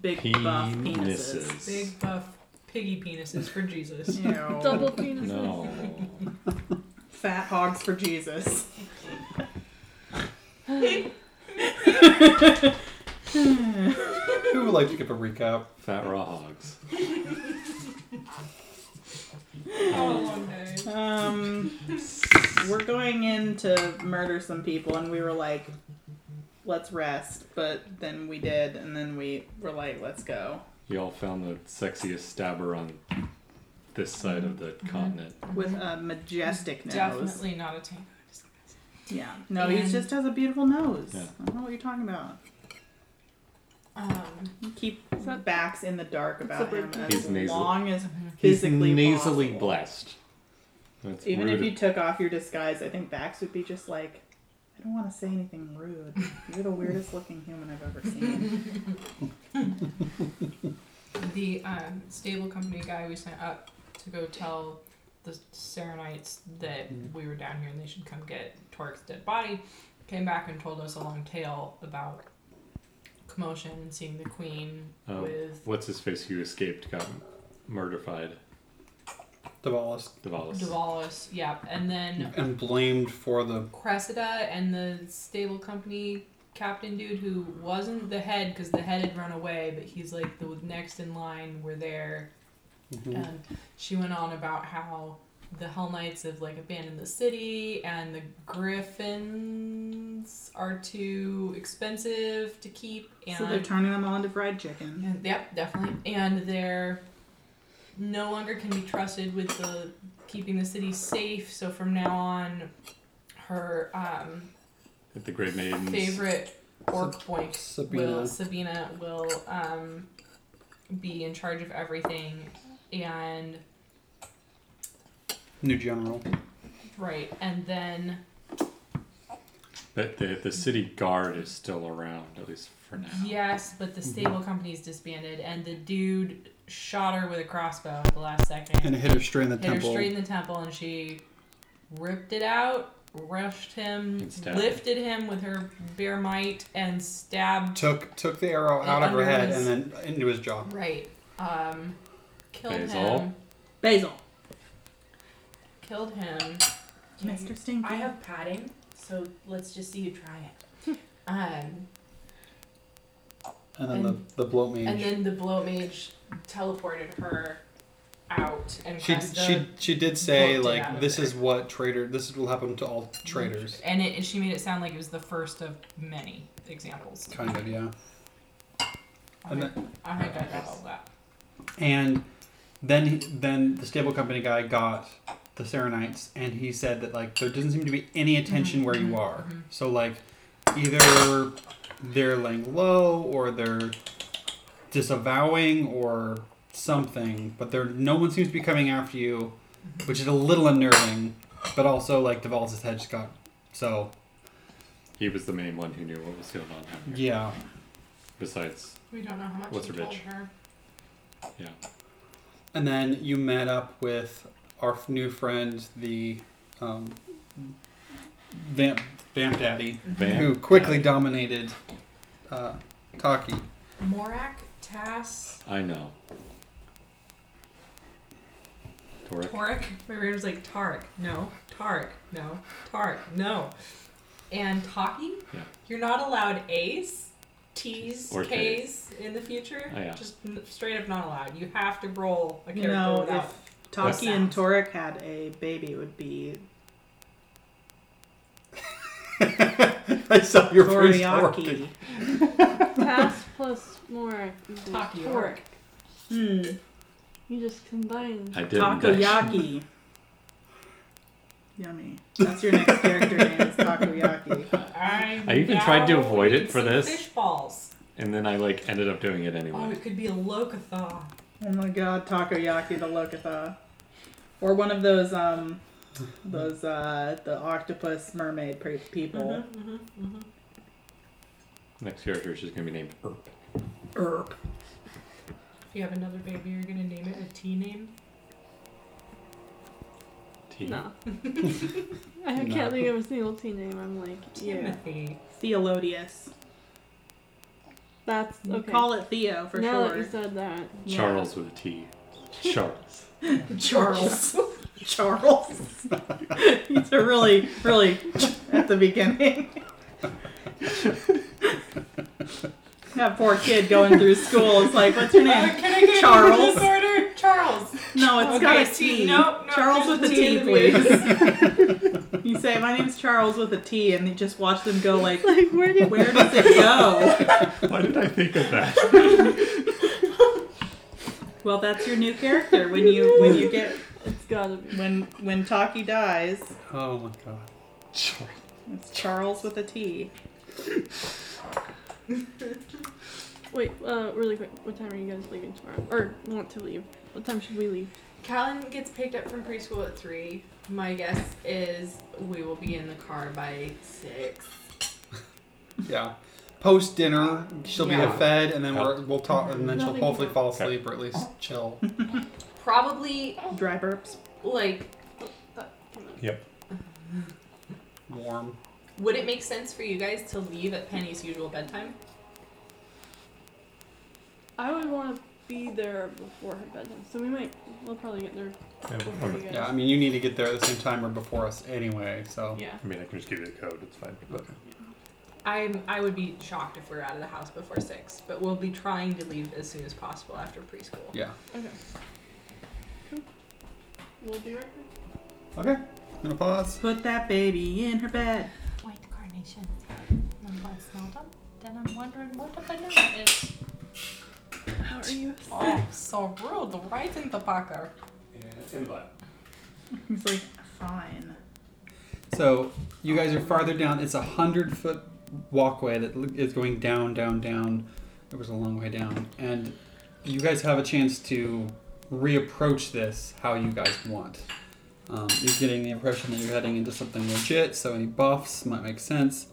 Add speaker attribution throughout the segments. Speaker 1: big buff penises.
Speaker 2: Penises.
Speaker 3: Big buff piggy penises for Jesus.
Speaker 1: Ew.
Speaker 4: Double penis.
Speaker 2: No.
Speaker 1: Fat hogs for Jesus.
Speaker 5: Who would like to give a recap?
Speaker 2: Fat raw hogs.
Speaker 3: Oh, long day.
Speaker 1: Um, we're going in to murder some people, and we were like, let's rest. But then we did, and then we were like, let's go.
Speaker 2: Y'all found the sexiest stabber on this side of the
Speaker 1: Mm-hmm.
Speaker 2: continent.
Speaker 1: With a majestic nose.
Speaker 3: Definitely not a tamer.
Speaker 1: Yeah. No, he
Speaker 3: And-
Speaker 1: just has a beautiful nose.
Speaker 2: Yeah.
Speaker 1: I don't know what you're talking about.
Speaker 3: Um,
Speaker 1: You keep
Speaker 4: It's not-
Speaker 1: backs in the dark about
Speaker 4: a
Speaker 1: him as
Speaker 4: bird.
Speaker 2: He's nasal.
Speaker 1: long as
Speaker 2: He's
Speaker 1: physically
Speaker 2: nasally
Speaker 1: possible.
Speaker 2: blessed. That's
Speaker 1: Even
Speaker 2: rude.
Speaker 1: if you took off your disguise, I think Bax would be just like, I don't want to say anything rude. You're the weirdest looking human I've ever seen.
Speaker 3: the um, stable company guy we sent up to go tell the Serenites that we were down here and they should come get Torque's dead body came back and told us a long tale about commotion and seeing the queen
Speaker 2: Oh.
Speaker 3: with
Speaker 2: What's his face? Who escaped? Got murderfied.
Speaker 5: Devalis.
Speaker 2: Devalis.
Speaker 3: Davalos. Yep. And then
Speaker 5: And blamed for the.
Speaker 3: Cressida and the stable company captain dude who wasn't the head because the head had run away, but he's like the next in line were there.
Speaker 1: Mm-hmm.
Speaker 5: mm-hmm,
Speaker 3: And she went on about how the Hell Knights have like abandoned the city and the Griffins are too expensive to keep. And
Speaker 1: so they're turning them all into fried chicken.
Speaker 3: and- Yep, definitely. And they're no longer can be trusted with the keeping the city safe. So from now on, her um,
Speaker 2: At the Great Maidens.
Speaker 3: favorite orc boink
Speaker 5: Sabina.
Speaker 3: will Sabina will um, be in charge of everything. And
Speaker 5: New general.
Speaker 3: right, and then
Speaker 2: But the, the city guard is still around, at least for now.
Speaker 3: yes, but
Speaker 5: Mm-hmm.
Speaker 3: the stable company's disbanded, and the dude shot her with a crossbow at the last second.
Speaker 5: And hit her straight in the
Speaker 3: hit
Speaker 5: temple.
Speaker 3: her straight in the temple and she ripped it out rushed him
Speaker 2: And stabbed
Speaker 3: lifted him with her bare might and stabbed
Speaker 5: Took took the arrow out of her
Speaker 3: Under
Speaker 5: head
Speaker 3: his-
Speaker 5: and then into his jaw.
Speaker 3: right um killed
Speaker 2: Basil?
Speaker 3: him
Speaker 1: Basil.
Speaker 3: killed him
Speaker 1: Mr. Stinky.
Speaker 6: I have padding, so let's just see you try it.
Speaker 3: um
Speaker 5: And then the, the bloat mage.
Speaker 3: and then the blow mage teleported her out and
Speaker 5: she,
Speaker 3: Cressida-
Speaker 5: she she did say
Speaker 3: bloated out
Speaker 5: like
Speaker 3: of
Speaker 5: this
Speaker 3: there.
Speaker 5: is what traitor this is what will happen to all traitors
Speaker 3: and it, she made it sound like it was the first of many examples
Speaker 5: kind of yeah
Speaker 3: I
Speaker 5: and
Speaker 3: had-
Speaker 5: then,
Speaker 3: I had digressed all that
Speaker 5: and then he- then the stable company guy got the Serenites and he said that like there doesn't seem to be any attention where you are so like either they're laying low or they're disavowing or something but there no one seems to be coming after you which is a little unnerving but also like Devalis' head just got so
Speaker 2: He was the main one who knew what was going on down here.
Speaker 5: yeah
Speaker 2: Besides,
Speaker 3: we don't know how much
Speaker 2: What's
Speaker 3: he
Speaker 2: her
Speaker 3: told
Speaker 2: bitch?
Speaker 3: her
Speaker 2: yeah.
Speaker 5: And then you met up with our f- new friend, the um, Vamp, Vamp Daddy,
Speaker 1: Mm-hmm.
Speaker 2: Van,
Speaker 5: who quickly dominated uh, Taki.
Speaker 3: Morak Tass
Speaker 2: I know. Toric.
Speaker 3: Tarek. My brain was like Tarek. No. Tarek. No. Tarek. No. And Taki.
Speaker 2: Yeah.
Speaker 3: You're not allowed A's, T's,
Speaker 2: Or
Speaker 3: K's, in the future.
Speaker 2: Oh, yeah.
Speaker 3: Just n- straight up not allowed. You have to roll a
Speaker 1: You
Speaker 3: character
Speaker 1: know,
Speaker 3: without.
Speaker 1: if Taki
Speaker 3: That
Speaker 1: and
Speaker 3: sounds-
Speaker 1: Torek had a baby, it would be
Speaker 5: I saw your face. working.
Speaker 1: Toriaki.
Speaker 4: Pass plus more. equals
Speaker 3: Taki
Speaker 4: four.
Speaker 3: orc.
Speaker 1: Hmm.
Speaker 4: You just combine.
Speaker 2: I didn't. actually.
Speaker 1: Takoyaki. Yummy. That's your next character name is Takoyaki.
Speaker 3: I,
Speaker 2: I even tried to
Speaker 3: now
Speaker 2: avoid
Speaker 3: need
Speaker 2: it for
Speaker 3: some
Speaker 2: this.
Speaker 3: Fish balls.
Speaker 2: And then I like ended up doing it
Speaker 3: Oh,
Speaker 2: anyway.
Speaker 3: it could be a Lokatha.
Speaker 1: Oh my god, Takoyaki the Lokatha. Or one of those um those uh the octopus mermaid pre- people. mm-hmm.
Speaker 2: Next character is just gonna be named Erp.
Speaker 1: Erp.
Speaker 3: If you have another baby, you're gonna name it a T name.
Speaker 2: T.
Speaker 4: No. I can't
Speaker 5: No.
Speaker 4: think of a single T name. I'm like, yeah.
Speaker 3: Timothy.
Speaker 1: Theolodius.
Speaker 4: That's
Speaker 1: You
Speaker 4: okay.
Speaker 1: call it Theo for
Speaker 4: now that
Speaker 1: sure.
Speaker 4: you said that, yeah.
Speaker 2: Charles with a T. Charles.
Speaker 1: Charles. Charles. He's a really, really at the beginning. that poor kid going through school. It's like, what's your name?
Speaker 3: Oh, can I get
Speaker 1: Charles.
Speaker 3: Charles. order? Charles.
Speaker 1: No, it's
Speaker 3: Okay,
Speaker 1: got a
Speaker 3: T.
Speaker 1: T.
Speaker 3: No, no,
Speaker 1: Charles
Speaker 3: there's
Speaker 1: with a
Speaker 3: a T
Speaker 1: T,
Speaker 3: in the
Speaker 1: please. you say, my name's Charles with a T, and you just watch them go like,
Speaker 4: like where did
Speaker 1: where does it go?
Speaker 2: Why did I think of that?
Speaker 1: Well, that's your new character when you when you get
Speaker 4: it's gotta be?
Speaker 1: when when Taki dies.
Speaker 5: Oh my god.
Speaker 2: Charles.
Speaker 1: It's Charles with a T.
Speaker 4: Wait, uh, really quick. What time are you guys leaving tomorrow? Or want to leave? What time should we leave?
Speaker 3: Callan gets picked up from preschool at three. My guess is we will be in the car by six.
Speaker 5: Yeah. Post dinner, she'll
Speaker 3: Yeah.
Speaker 5: be fed, and then
Speaker 2: Yeah.
Speaker 5: we're, we'll talk, and then she'll
Speaker 4: Nothing
Speaker 5: hopefully
Speaker 4: more.
Speaker 5: fall
Speaker 2: Okay.
Speaker 5: asleep or at least chill.
Speaker 3: Probably
Speaker 1: Dry burps.
Speaker 3: like
Speaker 5: Warm.
Speaker 3: would it make sense for you guys to leave at Penny's usual bedtime?
Speaker 4: I would want to be there before her bedtime, so we might. We'll probably get there before you guys.
Speaker 5: Yeah, I mean, you need to get there at the same time or before us anyway, so.
Speaker 4: Yeah.
Speaker 2: I mean, I can just give you the code. It's fine. But
Speaker 3: I'm I would be shocked if we're out of the house before six, but we'll be trying to leave as soon as possible after preschool.
Speaker 5: Yeah.
Speaker 4: Okay. Cool. We'll be right back.
Speaker 5: Okay. No pause.
Speaker 1: Put that baby in her bed.
Speaker 7: White carnation. And I'm smell them. Then I'm wondering what the banana is.
Speaker 4: How are you?
Speaker 3: Oh, so rude, right in the pocket.
Speaker 1: He's like, fine.
Speaker 5: So you guys are farther down. It's a hundred foot walkway that l- is going down, down, down. It was a long way down, and you guys have a chance to reapproach this how you guys want. Um, you're getting the impression that you're heading into something legit, so any buffs might make sense.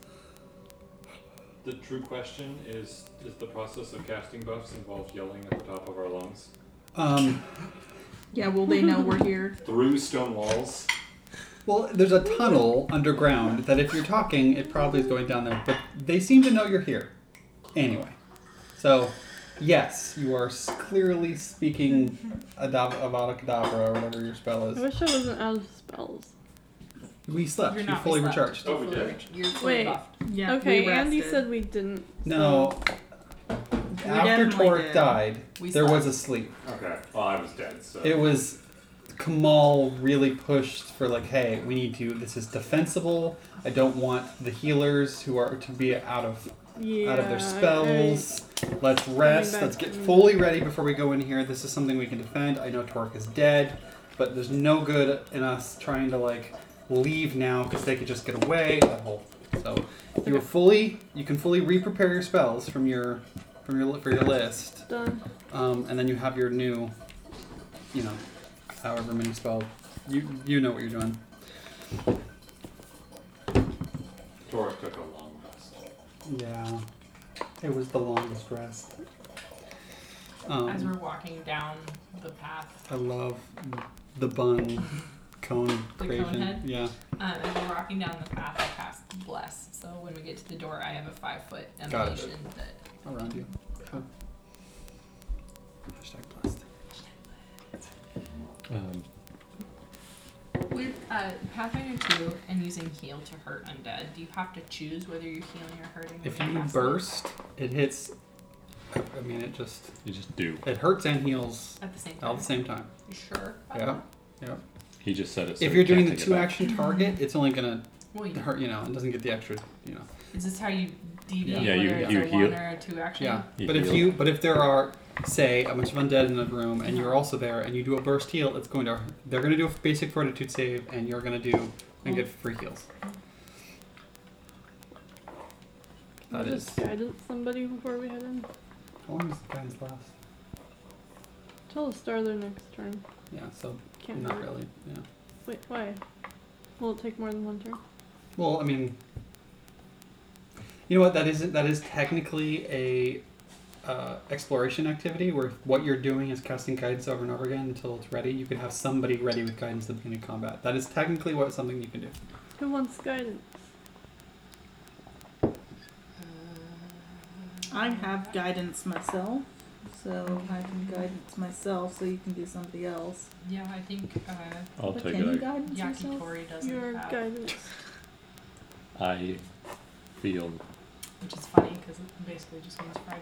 Speaker 2: The true question is: Is the process of casting buffs involve yelling at the top of our lungs
Speaker 5: Um,
Speaker 1: Yeah, will they know we're here?
Speaker 2: through stone walls?
Speaker 5: well, there's a tunnel underground that if you're talking, it probably is going down there, but they seem to know you're here. Anyway, so yes, you are s- clearly speaking Adav- Avada or whatever your spell
Speaker 4: I
Speaker 5: is.
Speaker 4: wish I wasn't out of spells.
Speaker 5: We slept.
Speaker 3: You're
Speaker 5: you
Speaker 3: not- we
Speaker 5: fully
Speaker 3: slept.
Speaker 5: recharged.
Speaker 2: Oh, we did.
Speaker 3: You're fully
Speaker 4: Wait.
Speaker 3: buffed.
Speaker 1: Yeah.
Speaker 4: okay,
Speaker 1: we
Speaker 4: Andy
Speaker 1: rested.
Speaker 4: said we didn't.
Speaker 5: No. After
Speaker 1: definitely
Speaker 5: Torek
Speaker 1: did.
Speaker 5: died,
Speaker 3: We
Speaker 5: there was
Speaker 3: slept.
Speaker 5: a sleep.
Speaker 2: Okay. Well, I was dead, so
Speaker 5: It was Kamal really pushed for like, hey, we need to. This is defensible. I don't want the healers who are to be out of
Speaker 4: So, yeah.
Speaker 5: out of their
Speaker 4: I-
Speaker 5: spells. Let's rest.
Speaker 4: back
Speaker 5: Let's get
Speaker 4: to me.
Speaker 5: fully ready before we go in here. This is something we can defend. I know Torque is dead, but there's no good in us trying to like leave now because they could just get away. That whole so you're fully you can fully re-prepare your spells from your from your li- for your list,
Speaker 4: Done.
Speaker 5: um, and then you have your new, you know, however many spell. You you know what you're doing.
Speaker 2: Torek took a long rest.
Speaker 5: Yeah, it was the longest rest. Um,
Speaker 3: As we're walking down the path,
Speaker 5: I love the bun cone
Speaker 3: The cone
Speaker 5: creation.
Speaker 3: head?
Speaker 5: Yeah.
Speaker 3: um, as we're walking down the path, I cast bless. So when we get to the door, I have a five foot
Speaker 5: Got it.
Speaker 3: emanation that
Speaker 5: Around you. Cool. Hashtag blessed.
Speaker 2: Um,
Speaker 3: with uh, Pathfinder two and using heal to hurt undead. Do you have to choose whether you're healing or hurting?
Speaker 5: If
Speaker 3: when
Speaker 5: you
Speaker 3: cast it?
Speaker 5: burst, it hits I I mean it just
Speaker 2: you just do.
Speaker 5: it hurts and heals
Speaker 3: at the same time,
Speaker 5: all at the same time.
Speaker 3: You sure. Uh-huh. about
Speaker 5: Yeah.
Speaker 3: that?
Speaker 2: He just said it. So
Speaker 5: if
Speaker 2: we
Speaker 5: you're
Speaker 2: can't
Speaker 5: doing the
Speaker 2: take it
Speaker 5: two
Speaker 2: back.
Speaker 5: action target, it's only gonna
Speaker 3: Well, you,
Speaker 5: hurt you know, it doesn't get the extra you know.
Speaker 3: is this how you deviate
Speaker 2: Yeah, you-
Speaker 3: whether
Speaker 2: you
Speaker 3: it's a
Speaker 2: heal-
Speaker 3: one or a two action?
Speaker 5: Yeah.
Speaker 2: You
Speaker 5: but if
Speaker 2: heal.
Speaker 5: you but if there are say a bunch of undead in the room and you're also there and you do a burst heal, it's going to they're gonna do a basic fortitude save and you're gonna do and get free heals. That
Speaker 4: Just
Speaker 5: is
Speaker 4: guidance somebody before we head in.
Speaker 5: How long does the guidance last?
Speaker 4: Tell us star their next turn.
Speaker 5: Yeah, so
Speaker 4: Can't
Speaker 5: not
Speaker 4: remember.
Speaker 5: really. Yeah.
Speaker 4: Wait, why? Will it take more than one turn?
Speaker 5: Well, I mean, you know what? That isn't. That is technically a uh, exploration activity where what you're doing is casting guidance over and over again until it's ready. You could have somebody ready with guidance at the beginning of combat. That is technically what something you can do.
Speaker 4: Who wants guidance?
Speaker 3: Uh,
Speaker 1: I have guidance myself, so I can guidance myself, so you can do somebody else.
Speaker 8: Yeah, I think uh,
Speaker 2: I'll
Speaker 1: But
Speaker 2: take
Speaker 1: can you
Speaker 2: it.
Speaker 1: guidance yourself?
Speaker 8: Yakitori doesn't
Speaker 4: Your
Speaker 8: have,
Speaker 4: guidance.
Speaker 2: I feel
Speaker 8: which is funny because it basically just means fried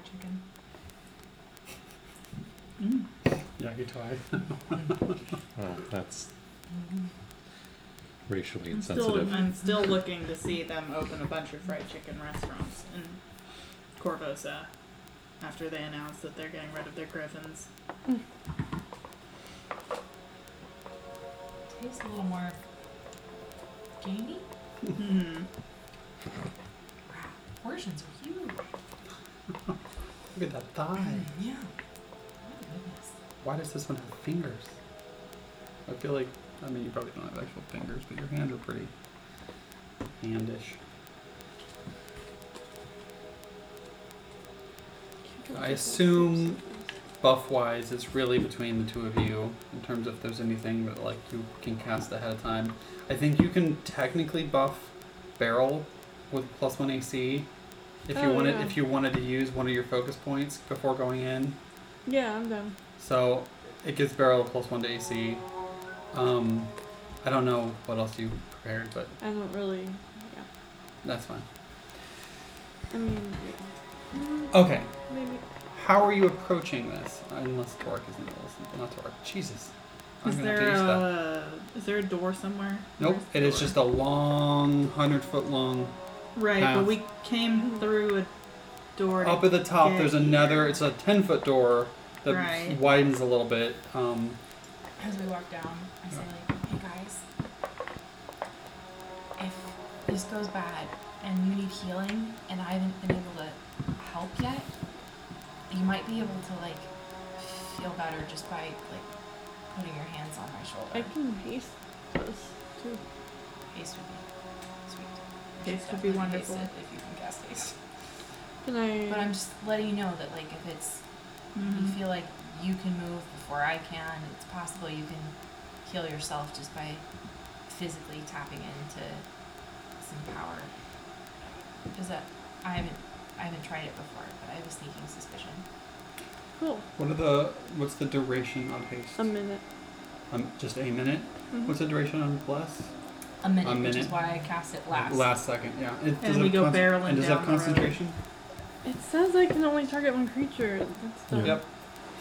Speaker 8: chicken.
Speaker 1: Mm.
Speaker 5: Yakitai.
Speaker 2: oh, that's
Speaker 3: Mm-hmm.
Speaker 2: racially
Speaker 1: I'm still,
Speaker 2: insensitive.
Speaker 1: I'm still looking to see them open a bunch of fried chicken restaurants in Corvosa after they announce that they're getting rid of their griffins.
Speaker 8: Tastes a little more gamey.
Speaker 1: Hmm.
Speaker 8: Wow, portions are huge.
Speaker 5: Look at that thigh.
Speaker 8: Yeah.
Speaker 5: Why does this one have fingers? I feel like, I mean, you probably don't have actual fingers, but your hands are pretty handish. I assume buff wise, it's really between the two of you in terms of if there's anything that like you can cast ahead of time. I think you can technically buff barrel with plus one AC if you
Speaker 4: Oh,
Speaker 5: wanted
Speaker 4: yeah.
Speaker 5: if you wanted to use one of your focus points before going in.
Speaker 4: Yeah, I'm done.
Speaker 5: So it gives barrel a plus one to AC. Um, I don't know what else you prepared, but
Speaker 4: I don't really. Yeah.
Speaker 5: that's fine.
Speaker 4: I mean, yeah. Mm,
Speaker 5: Okay,
Speaker 4: maybe.
Speaker 5: how are you approaching this? Unless Torque is in the middle, of- not Torque. Jesus, I'm
Speaker 1: Is
Speaker 5: gonna have
Speaker 1: there
Speaker 5: to use that.
Speaker 1: a is there a door somewhere?
Speaker 5: Nope,
Speaker 1: Where's the
Speaker 5: it is
Speaker 1: door?
Speaker 5: just a long, hundred foot long.
Speaker 1: right.
Speaker 5: path.
Speaker 1: But we came through a door.
Speaker 5: Up
Speaker 1: To,
Speaker 5: at the top, there's
Speaker 1: Okay.
Speaker 5: another. It's a ten foot door that
Speaker 1: Right.
Speaker 5: widens a little bit. Um,
Speaker 6: As we walk down, I say like, "Hey guys,
Speaker 3: If this goes bad and you need healing and I haven't been able to help yet, you might be able to like feel better just by like putting your hands on my
Speaker 4: I
Speaker 3: shoulder.
Speaker 4: can haste this too.
Speaker 3: Haste would be sweet.
Speaker 1: Haste would be
Speaker 3: Definitely haste
Speaker 1: wonderful.
Speaker 3: it if you can cast haste.
Speaker 4: Can I?
Speaker 3: But I'm just letting you know that like if it's you
Speaker 1: Mhm.
Speaker 3: feel like you can move before I can, it's possible you can heal yourself just by physically tapping into some power. Is that I haven't I haven't tried it before, but I have a sneaking suspicion.
Speaker 4: cool.
Speaker 5: what are the? What's the duration on haste?
Speaker 4: A minute.
Speaker 5: Um, just a minute.
Speaker 4: Mhm.
Speaker 5: What's the duration on bless?
Speaker 3: A minute,
Speaker 5: A
Speaker 3: which is
Speaker 5: minute.
Speaker 3: why I cast it last.
Speaker 5: Last second, yeah. It, does
Speaker 1: we
Speaker 5: it
Speaker 1: go
Speaker 5: conce-
Speaker 1: barreling
Speaker 5: And does it have
Speaker 1: down the road.
Speaker 5: concentration?
Speaker 4: It says I can only target one creature. That's dumb.
Speaker 5: Yep.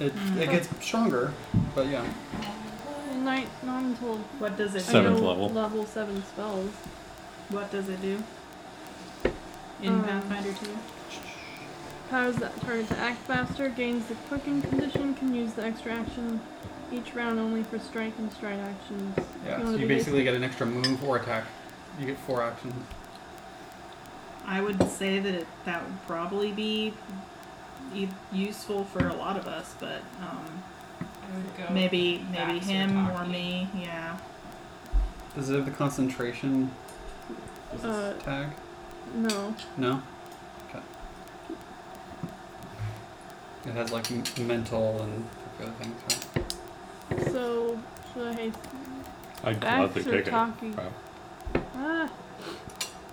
Speaker 5: It,
Speaker 1: Mm.
Speaker 5: it gets stronger, but yeah.
Speaker 4: Night, not until
Speaker 1: What does it?
Speaker 4: I
Speaker 2: Seventh
Speaker 4: know
Speaker 2: level.
Speaker 4: Level seven spells.
Speaker 1: Do? What does it do? In
Speaker 4: Um,
Speaker 1: Pathfinder two.
Speaker 4: Powers that target to act faster, gains the cooking condition, can use the extra action each round only for strike and stride actions.
Speaker 5: Yeah.
Speaker 4: You
Speaker 5: So
Speaker 4: wanna
Speaker 5: you
Speaker 4: do
Speaker 5: basically get an extra move or attack. You get four actions.
Speaker 1: I would say that it, that would probably be e- useful for a lot of us, but um,
Speaker 8: I would go
Speaker 1: maybe
Speaker 8: back
Speaker 1: maybe
Speaker 8: to
Speaker 1: him or
Speaker 8: Taki.
Speaker 1: me. Yeah.
Speaker 5: Does it have the concentration
Speaker 9: This is-
Speaker 4: Uh,
Speaker 5: tag?
Speaker 4: no.
Speaker 5: No. Okay. It has like m- mental and other things. Right?
Speaker 4: So should I haste
Speaker 2: I'd
Speaker 4: back
Speaker 2: gladly
Speaker 4: to
Speaker 2: take it.
Speaker 4: talking?
Speaker 2: Wow.
Speaker 4: Ah,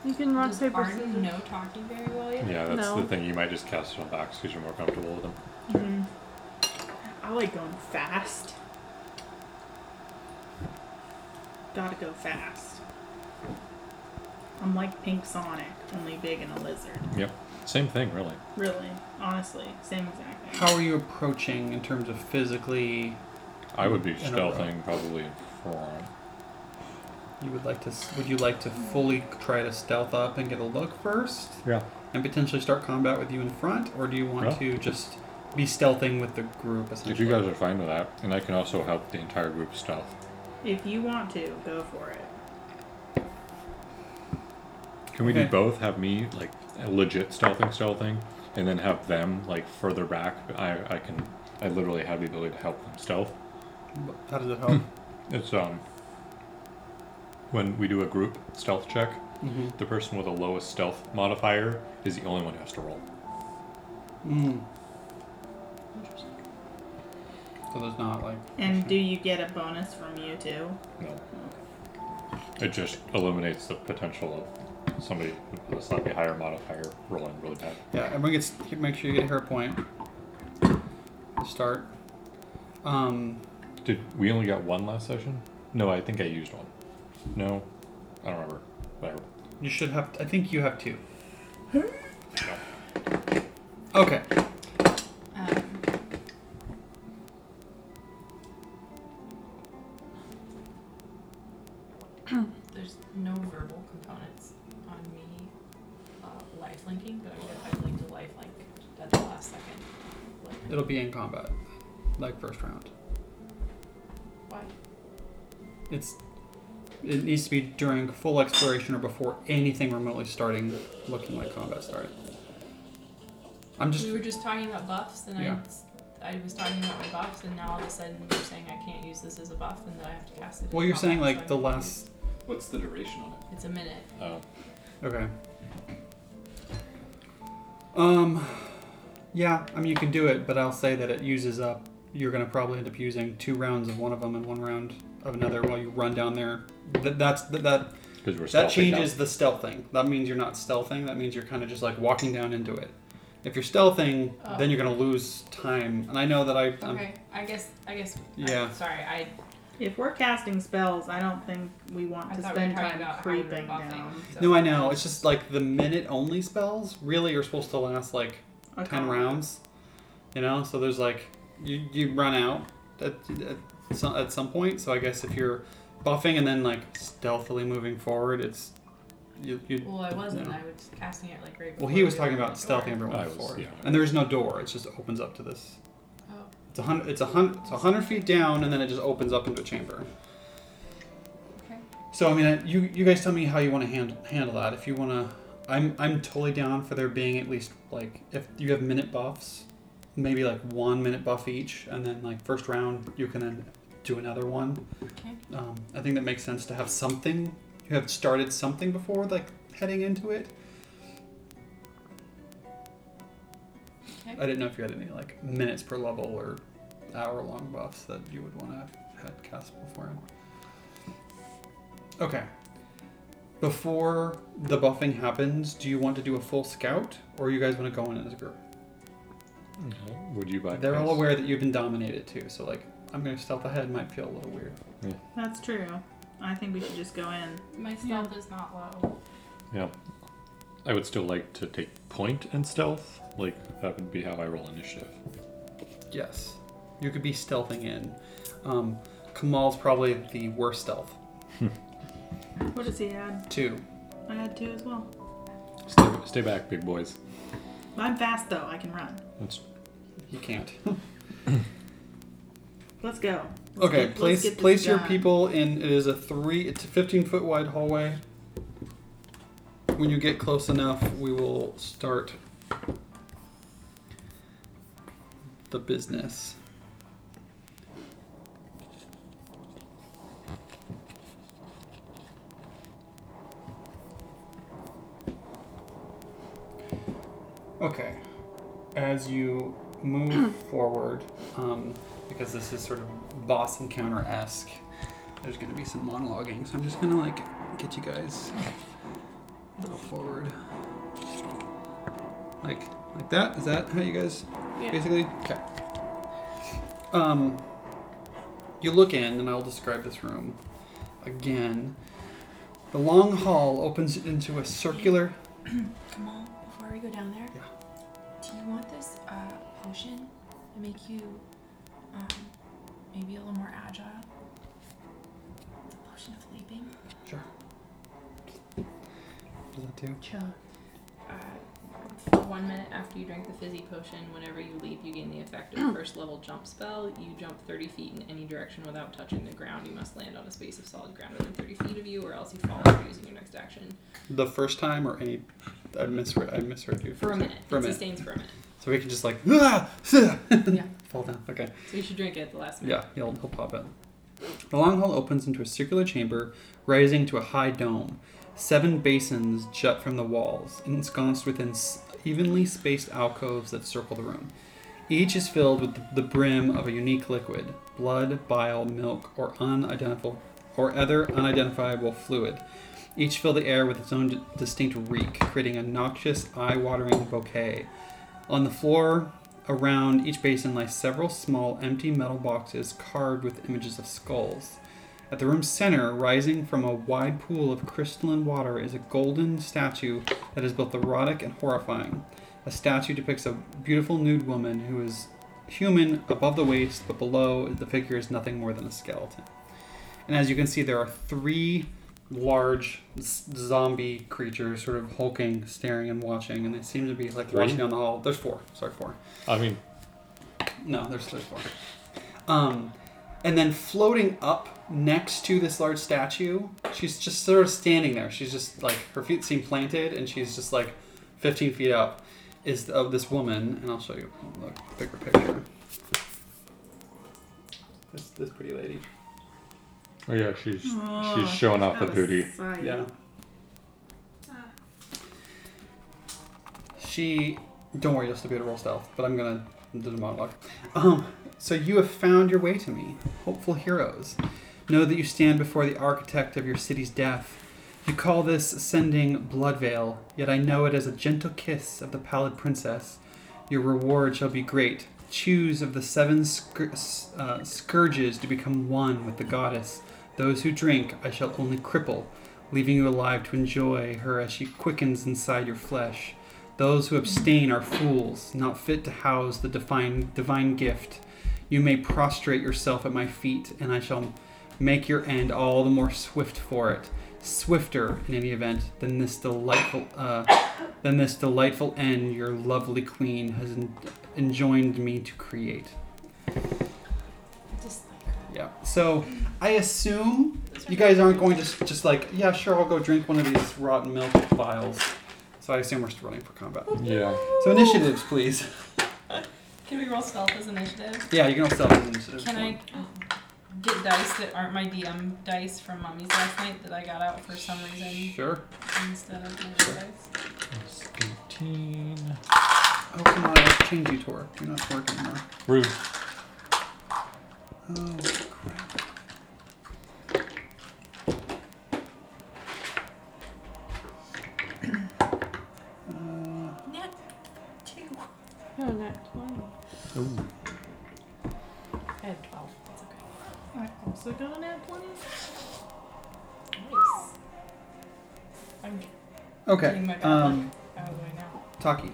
Speaker 4: you can rock
Speaker 8: Does
Speaker 4: paper
Speaker 8: Barton
Speaker 4: scissors.
Speaker 8: know talking very well yet?
Speaker 2: Yeah, that's
Speaker 4: No.
Speaker 2: the thing. You might just cast it on Box because you're more comfortable with them.
Speaker 1: Mhm. I like going fast. Gotta go fast. I'm like Pink Sonic, only big and a lizard.
Speaker 2: Same thing, really.
Speaker 1: Really, honestly, same exact thing.
Speaker 5: How are you approaching in terms of physically?
Speaker 2: I would be
Speaker 5: In a row.
Speaker 2: stealthing probably for
Speaker 5: You would like to? s- Would you like to fully try to stealth up and get a look first,
Speaker 2: yeah.
Speaker 5: and potentially start combat with you in front, or do you want
Speaker 2: Well-
Speaker 5: to just be stealthing with the group?
Speaker 2: If
Speaker 5: Essentially,
Speaker 2: you guys are fine with that, and I can also help the entire group stealth.
Speaker 1: If you want to, go for it.
Speaker 2: Can we do
Speaker 5: Okay.
Speaker 2: both? Have me like legit stealthing, stealthing, and then have them like further back. I I can I literally have the ability to help them stealth.
Speaker 5: How does it help?
Speaker 2: It's um when we do a group stealth check,
Speaker 5: mm-hmm.
Speaker 2: the person with the lowest stealth modifier is the only one who has to roll.
Speaker 5: mm. So there's not like.
Speaker 1: And do you get a bonus from you too?
Speaker 2: No. It just eliminates the potential of somebody with a slightly higher modifier rolling really bad.
Speaker 5: Yeah, everyone gets make sure you get a hero point. Start. Um,
Speaker 2: Did we only got one last session? No, I think I used one. No, I don't remember. Whatever.
Speaker 5: you should have. I think you have two. Okay.
Speaker 3: Um,
Speaker 8: Um, There's no verbal components on me uh, life linking, but I would have linked a life link at the last second. Like,
Speaker 5: It'll be in combat, like first round.
Speaker 8: Why?
Speaker 5: It's it needs to be during full exploration or before anything remotely starting looking like combat started. I'm just
Speaker 8: we were just talking about buffs, and
Speaker 5: Yeah.
Speaker 8: I, I was talking about my buffs, and now all of a sudden you're saying I can't use this as a buff, and that I have to cast it.
Speaker 5: well.
Speaker 8: in
Speaker 5: You're saying
Speaker 8: Mm-hmm. combat,
Speaker 5: like
Speaker 8: so
Speaker 5: the
Speaker 8: I'm
Speaker 5: last.
Speaker 9: What's the duration on it?
Speaker 8: confused. It's a minute.
Speaker 2: Oh,
Speaker 5: Okay. Um. Yeah, I mean you can do it, but I'll say that it uses up. You're gonna probably end up using two rounds of one of them and one round of another while you run down there. That that's that that,
Speaker 2: because we're
Speaker 5: that
Speaker 2: stealthing
Speaker 5: changes the stealthing. That means you're not stealthing. That means you're kind of just like walking down into it. If you're stealthing, then you're gonna lose time. And I know that I. I'm,
Speaker 8: Okay, I guess I guess.
Speaker 5: Um, Yeah.
Speaker 8: I, sorry, I
Speaker 1: If we're casting spells, I don't think we want
Speaker 8: I
Speaker 1: to
Speaker 8: thought we were
Speaker 1: spend
Speaker 8: talking
Speaker 1: time
Speaker 8: about how we were
Speaker 1: creeping
Speaker 8: buffing,
Speaker 1: down.
Speaker 8: so-
Speaker 5: No, I know. It's just like the minute only spells really are supposed to last like
Speaker 1: a
Speaker 5: ten
Speaker 1: combat.
Speaker 5: rounds. You know, so there's like you you run out at at some, at some point. So I guess if you're buffing and then like stealthily moving forward, it's you. you
Speaker 8: Well, I wasn't.
Speaker 5: No.
Speaker 8: I was casting it like right.
Speaker 5: well,
Speaker 8: before
Speaker 5: he was
Speaker 8: we
Speaker 5: talking
Speaker 8: opened
Speaker 5: about
Speaker 8: the door.
Speaker 5: stealthing everyone
Speaker 2: I was-
Speaker 5: forward,
Speaker 2: yeah.
Speaker 5: and there's no door. It just opens up to this.
Speaker 8: Oh.
Speaker 5: It's a hundred. It's a hundred. It's a hundred feet down, and then it just opens up into a chamber.
Speaker 3: Oh,
Speaker 8: Okay.
Speaker 5: So I mean, I- you you guys tell me how you want to handle handle that. If you want to, I'm I'm totally down for there being at least like if you have minute buffs, maybe like one minute buff each, and then like first round you can then do another one.
Speaker 3: Okay.
Speaker 5: Um, I think that makes sense to have something. You have started something before like heading into it.
Speaker 3: Okay.
Speaker 5: I didn't know if you had any like minutes per level or hour long buffs that you would want to have had cast beforehand. Okay. Before the buffing happens, do you want to do a full scout or you guys want to go in as a group?
Speaker 2: down. Mm-hmm. Would you buy?
Speaker 5: They're all aware that you've been dominated too, so like I'm gonna stealth ahead might feel a little weird.
Speaker 1: That's true. I think we should just go in.
Speaker 3: my stealth is not low.
Speaker 2: Yeah. I would still like to take point and stealth. Like that would be how I roll initiative.
Speaker 5: Yes. You could be stealthing in. Um, Kamal's probably the worst stealth.
Speaker 1: What does he add?
Speaker 5: Two.
Speaker 1: I had two as well.
Speaker 2: Stay, stay back, big boys.
Speaker 1: I'm fast though. I can run.
Speaker 2: That's
Speaker 5: He can't.
Speaker 1: Let's go. Let's
Speaker 5: Okay,
Speaker 1: get- let's
Speaker 5: place
Speaker 1: get this
Speaker 5: place your
Speaker 1: done.
Speaker 5: people in. It is a three. It's a fifteen foot wide hallway. When you get close enough, we will start the business. Okay, as you move forward. Um, because this is sort of boss encounter esque. There's gonna be some monologuing, so I'm just gonna like get you guys a little forward, like like that. Is that how you guys
Speaker 4: Yeah.
Speaker 5: basically? Okay. Um, you look in, and I'll describe this room again. The long hall opens into a circular.
Speaker 3: Come on, before we go down there.
Speaker 5: Yeah.
Speaker 3: Do you want this uh, potion to make you um, maybe a little more agile? The potion of leaping.
Speaker 5: Sure. What does that do?
Speaker 3: Chill.
Speaker 8: Uh, one minute after you drink the fizzy potion, whenever you leap, you gain the effect of first level jump spell. You jump 30 feet in any direction without touching the ground. You must land on a space of solid ground within 30 feet of you, or else you fall after using your next action
Speaker 5: The first time or any? I misread. I misread you.
Speaker 8: for a minute.
Speaker 5: For a
Speaker 8: it
Speaker 5: minute.
Speaker 8: sustains for a minute.
Speaker 5: So we can just like ah, yeah. fall down. Okay.
Speaker 8: So you should drink it at the last minute.
Speaker 5: Yeah, he'll, he'll pop it. The long hall opens into a circular chamber, rising to a high dome. Seven basins jut from the walls, ensconced within s- evenly spaced alcoves that circle the room. Each is filled with the brim of a unique liquid blood, bile, milk, or unidentifiable, or other unidentifiable fluid. Each fill the air with its own d- distinct reek, creating a noxious, eye watering bouquet. On the floor around each basin lie several small, empty metal boxes carved with images of skulls. At the room's center, rising from a wide pool of crystalline water, is a golden statue that is both erotic and horrifying. A statue depicts a beautiful nude woman who is human above the waist, but below the figure is nothing more than a skeleton. And as you can see, there are three large z- zombie creatures, sort of hulking, staring and watching, and they seem to be like
Speaker 2: Three?
Speaker 5: watching down the hall. There's four. Sorry, four.
Speaker 2: I mean,
Speaker 5: No, there's there's four. Um, and then floating up next to this large statue, she's just sort of standing there. She's just like her feet seem planted, and she's just like 15 feet up. Is of this woman, and I'll show you a bigger picture. This this pretty lady.
Speaker 2: oh yeah, she's
Speaker 1: Oh,
Speaker 2: she's showing off the
Speaker 1: out of
Speaker 2: booty.
Speaker 1: sight.
Speaker 5: Yeah. She. Don't worry, you'll still be able to roll stealth, but I'm gonna do the monologue. Um, so you have found your way to me, hopeful heroes. Know that you stand before the architect of your city's death. You call this sending blood veil, yet I know it as a gentle kiss of the pallid princess. Your reward shall be great. Choose of the seven scur- s- uh, scourges to become one with the goddess. Those who drink, I shall only cripple leaving you alive to enjoy her as she quickens inside your flesh. Those who abstain are fools, not fit to house the divine, divine gift. You may prostrate yourself at my feet, and I shall make your end all the more swift for it. Swifter, in any event, than this delightful, uh, than this delightful end your lovely queen has en- enjoined me to create.
Speaker 6: I just like her.
Speaker 5: Yeah. So I assume you guys aren't going to s- just like, yeah, sure, I'll go drink one of these rotten milk vials. So I assume we're still running for combat.
Speaker 2: Yeah.
Speaker 5: So initiatives, please.
Speaker 3: Can we roll stealth as initiative?
Speaker 5: Yeah, you can all stealth as initiatives.
Speaker 3: Can I get dice that aren't my DM dice from mommy's last night that I got out for some reason
Speaker 5: Sure.
Speaker 3: instead of my other dice?
Speaker 2: Plus 18.
Speaker 5: Oh, come on, I'll change you, Tor. You're not Tor anymore.
Speaker 2: Rude.
Speaker 5: Oh, crap. Uh,
Speaker 6: Nat two.
Speaker 4: Oh, not 20.
Speaker 3: I had 12. That's okay.
Speaker 1: I also got an at 20.
Speaker 3: Nice. I'm
Speaker 5: okay.
Speaker 3: getting my bad
Speaker 5: Um,
Speaker 3: luck
Speaker 1: Oh,
Speaker 3: out of the way now.
Speaker 5: Taki.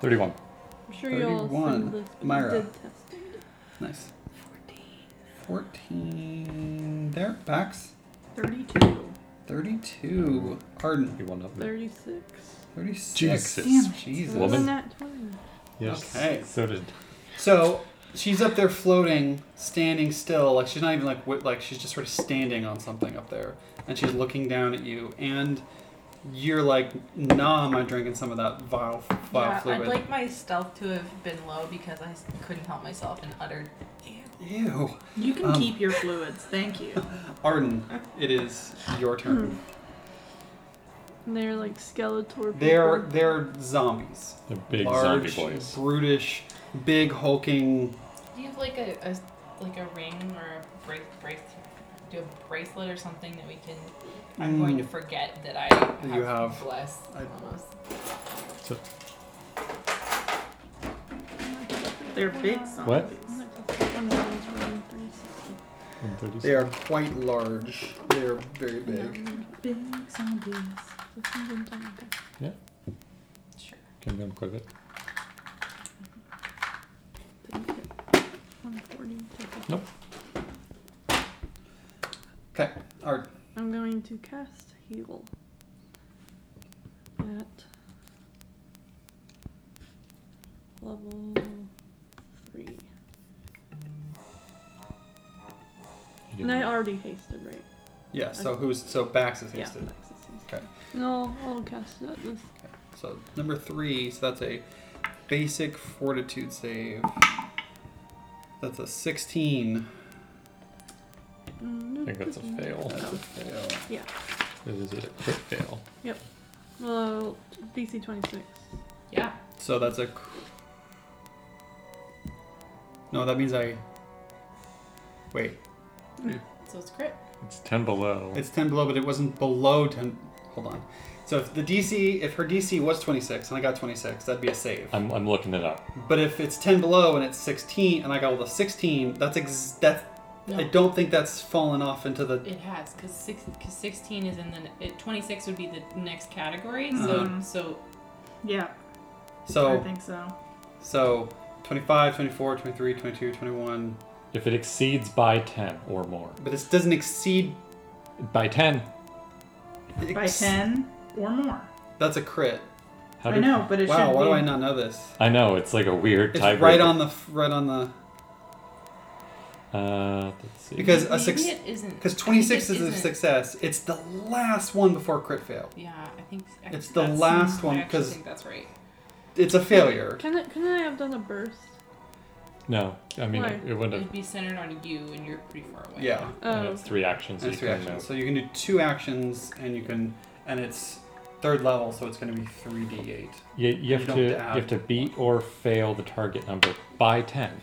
Speaker 2: 31.
Speaker 4: I'm sure you all send
Speaker 5: 31.
Speaker 4: this, but
Speaker 5: Myra.
Speaker 4: you did test it.
Speaker 5: Nice. 14. There. Backs.
Speaker 1: 32.
Speaker 5: 32. Arden.
Speaker 2: You want up there?
Speaker 4: 36.
Speaker 5: 36.
Speaker 2: Jesus.
Speaker 5: Damn it.
Speaker 4: So
Speaker 5: Jesus.
Speaker 4: it's a
Speaker 2: Woman.
Speaker 4: nat 20.
Speaker 2: Yes.
Speaker 5: Okay.
Speaker 2: So did.
Speaker 5: So she's up there floating, standing still. Like she's not even like wi- like she's just sort of standing on something up there, and she's looking down at you, and you're like, nah, am I drinking some of that vile vile
Speaker 3: yeah,
Speaker 5: fluid?
Speaker 3: I'd like my stealth to have been low because I s- couldn't help myself and uttered
Speaker 5: Ew.
Speaker 1: You can
Speaker 5: Um.
Speaker 1: keep your fluids. Thank you.
Speaker 5: Arden, it is your turn.
Speaker 3: Hmm.
Speaker 4: And they're like Skeletor.
Speaker 5: they're
Speaker 4: people.
Speaker 5: they're zombies.
Speaker 2: The big zombie
Speaker 5: Large,
Speaker 2: boys.
Speaker 5: brutish, big hulking.
Speaker 3: Do you have like a, a like a ring or a brace, brace do a bracelet or something that we can? I'm going to
Speaker 5: Mm.
Speaker 3: forget that I have,
Speaker 5: You have-
Speaker 3: bless.
Speaker 5: I-
Speaker 3: almost.
Speaker 1: They're big zombies.
Speaker 2: What?
Speaker 4: I'm not gonna put one of those around 360.
Speaker 2: And 36.
Speaker 5: They are quite large. They are very big.
Speaker 1: Big zombies.
Speaker 4: This one's on top of it.
Speaker 3: Sure.
Speaker 2: Can we equip it?
Speaker 4: Think it. 140. take it.
Speaker 2: Nope.
Speaker 5: Okay, Arden.
Speaker 4: I'm going to cast heal. At level three.
Speaker 2: You
Speaker 4: And I
Speaker 2: can-
Speaker 4: already hasted, right?
Speaker 5: Yeah. So who's so Bax is hasted.
Speaker 4: Alexis is-
Speaker 5: Okay.
Speaker 4: No, I'll cast it at this.
Speaker 5: So number three, so that's a basic fortitude save. That's a 16.
Speaker 4: Mm,
Speaker 2: I think that's a fail.
Speaker 5: That's a fail.
Speaker 2: It is a crit fail.
Speaker 4: Well, DC 26.
Speaker 3: Yeah.
Speaker 5: So that's a. cr- No, that means I. Wait.
Speaker 3: So it's crit.
Speaker 2: It's ten below.
Speaker 5: It's 10 below, but it wasn't below 10. Hold on. So if the DC, if her DC was 26 and I got 26, that'd be a save.
Speaker 2: I'm, I'm looking it up.
Speaker 5: But if it's 10 below and it's 16 and I got all the 16, that's ex- that's I
Speaker 3: No.
Speaker 5: don't think that's fallen off into the
Speaker 3: It has, because six, cause 16 is in the. It, 26 would be the next category,
Speaker 5: Mm-hmm.
Speaker 1: Mhm.
Speaker 3: so.
Speaker 1: Yeah, I
Speaker 5: so
Speaker 1: think so.
Speaker 5: so 25, 24, 23, 22, 21,
Speaker 2: If it exceeds by ten or more,
Speaker 5: but this doesn't exceed
Speaker 2: by ten,
Speaker 1: By
Speaker 5: ex-
Speaker 1: 10 or more.
Speaker 5: That's a crit.
Speaker 2: how
Speaker 1: I
Speaker 2: do
Speaker 1: know, but it should
Speaker 5: Wow,
Speaker 1: be.
Speaker 5: why do I not know this?
Speaker 2: I know it's like a weird
Speaker 5: It's
Speaker 2: tiebreaker.
Speaker 5: right on the f- right on the
Speaker 2: Uh, let's see.
Speaker 5: because a
Speaker 3: maybe
Speaker 5: six
Speaker 3: it isn't.
Speaker 5: because
Speaker 3: I think it
Speaker 5: 26 is a
Speaker 3: isn't.
Speaker 5: success. It's the last one before crit fail.
Speaker 3: Yeah, I think. I-
Speaker 5: It's the
Speaker 3: that's-
Speaker 5: last one,
Speaker 3: I actually
Speaker 5: 'cause-
Speaker 3: think that's right.
Speaker 5: It's a failure.
Speaker 4: Can I, can I have done a burst?
Speaker 2: no, I mean
Speaker 4: Why?
Speaker 2: it, it wouldn't.
Speaker 3: It'd
Speaker 2: Have,
Speaker 3: be centered on you, and you're pretty far away.
Speaker 5: Yeah.
Speaker 2: and
Speaker 4: Oh,
Speaker 2: it's three actions. so
Speaker 5: And it's
Speaker 2: you
Speaker 5: three
Speaker 2: can
Speaker 5: actions.
Speaker 2: move.
Speaker 5: So you can do two actions, and you can, and it's third level, so it's going to be three d8.
Speaker 2: You, you have
Speaker 5: don't
Speaker 2: to
Speaker 5: have-
Speaker 2: you have to beat or fail the target number by ten.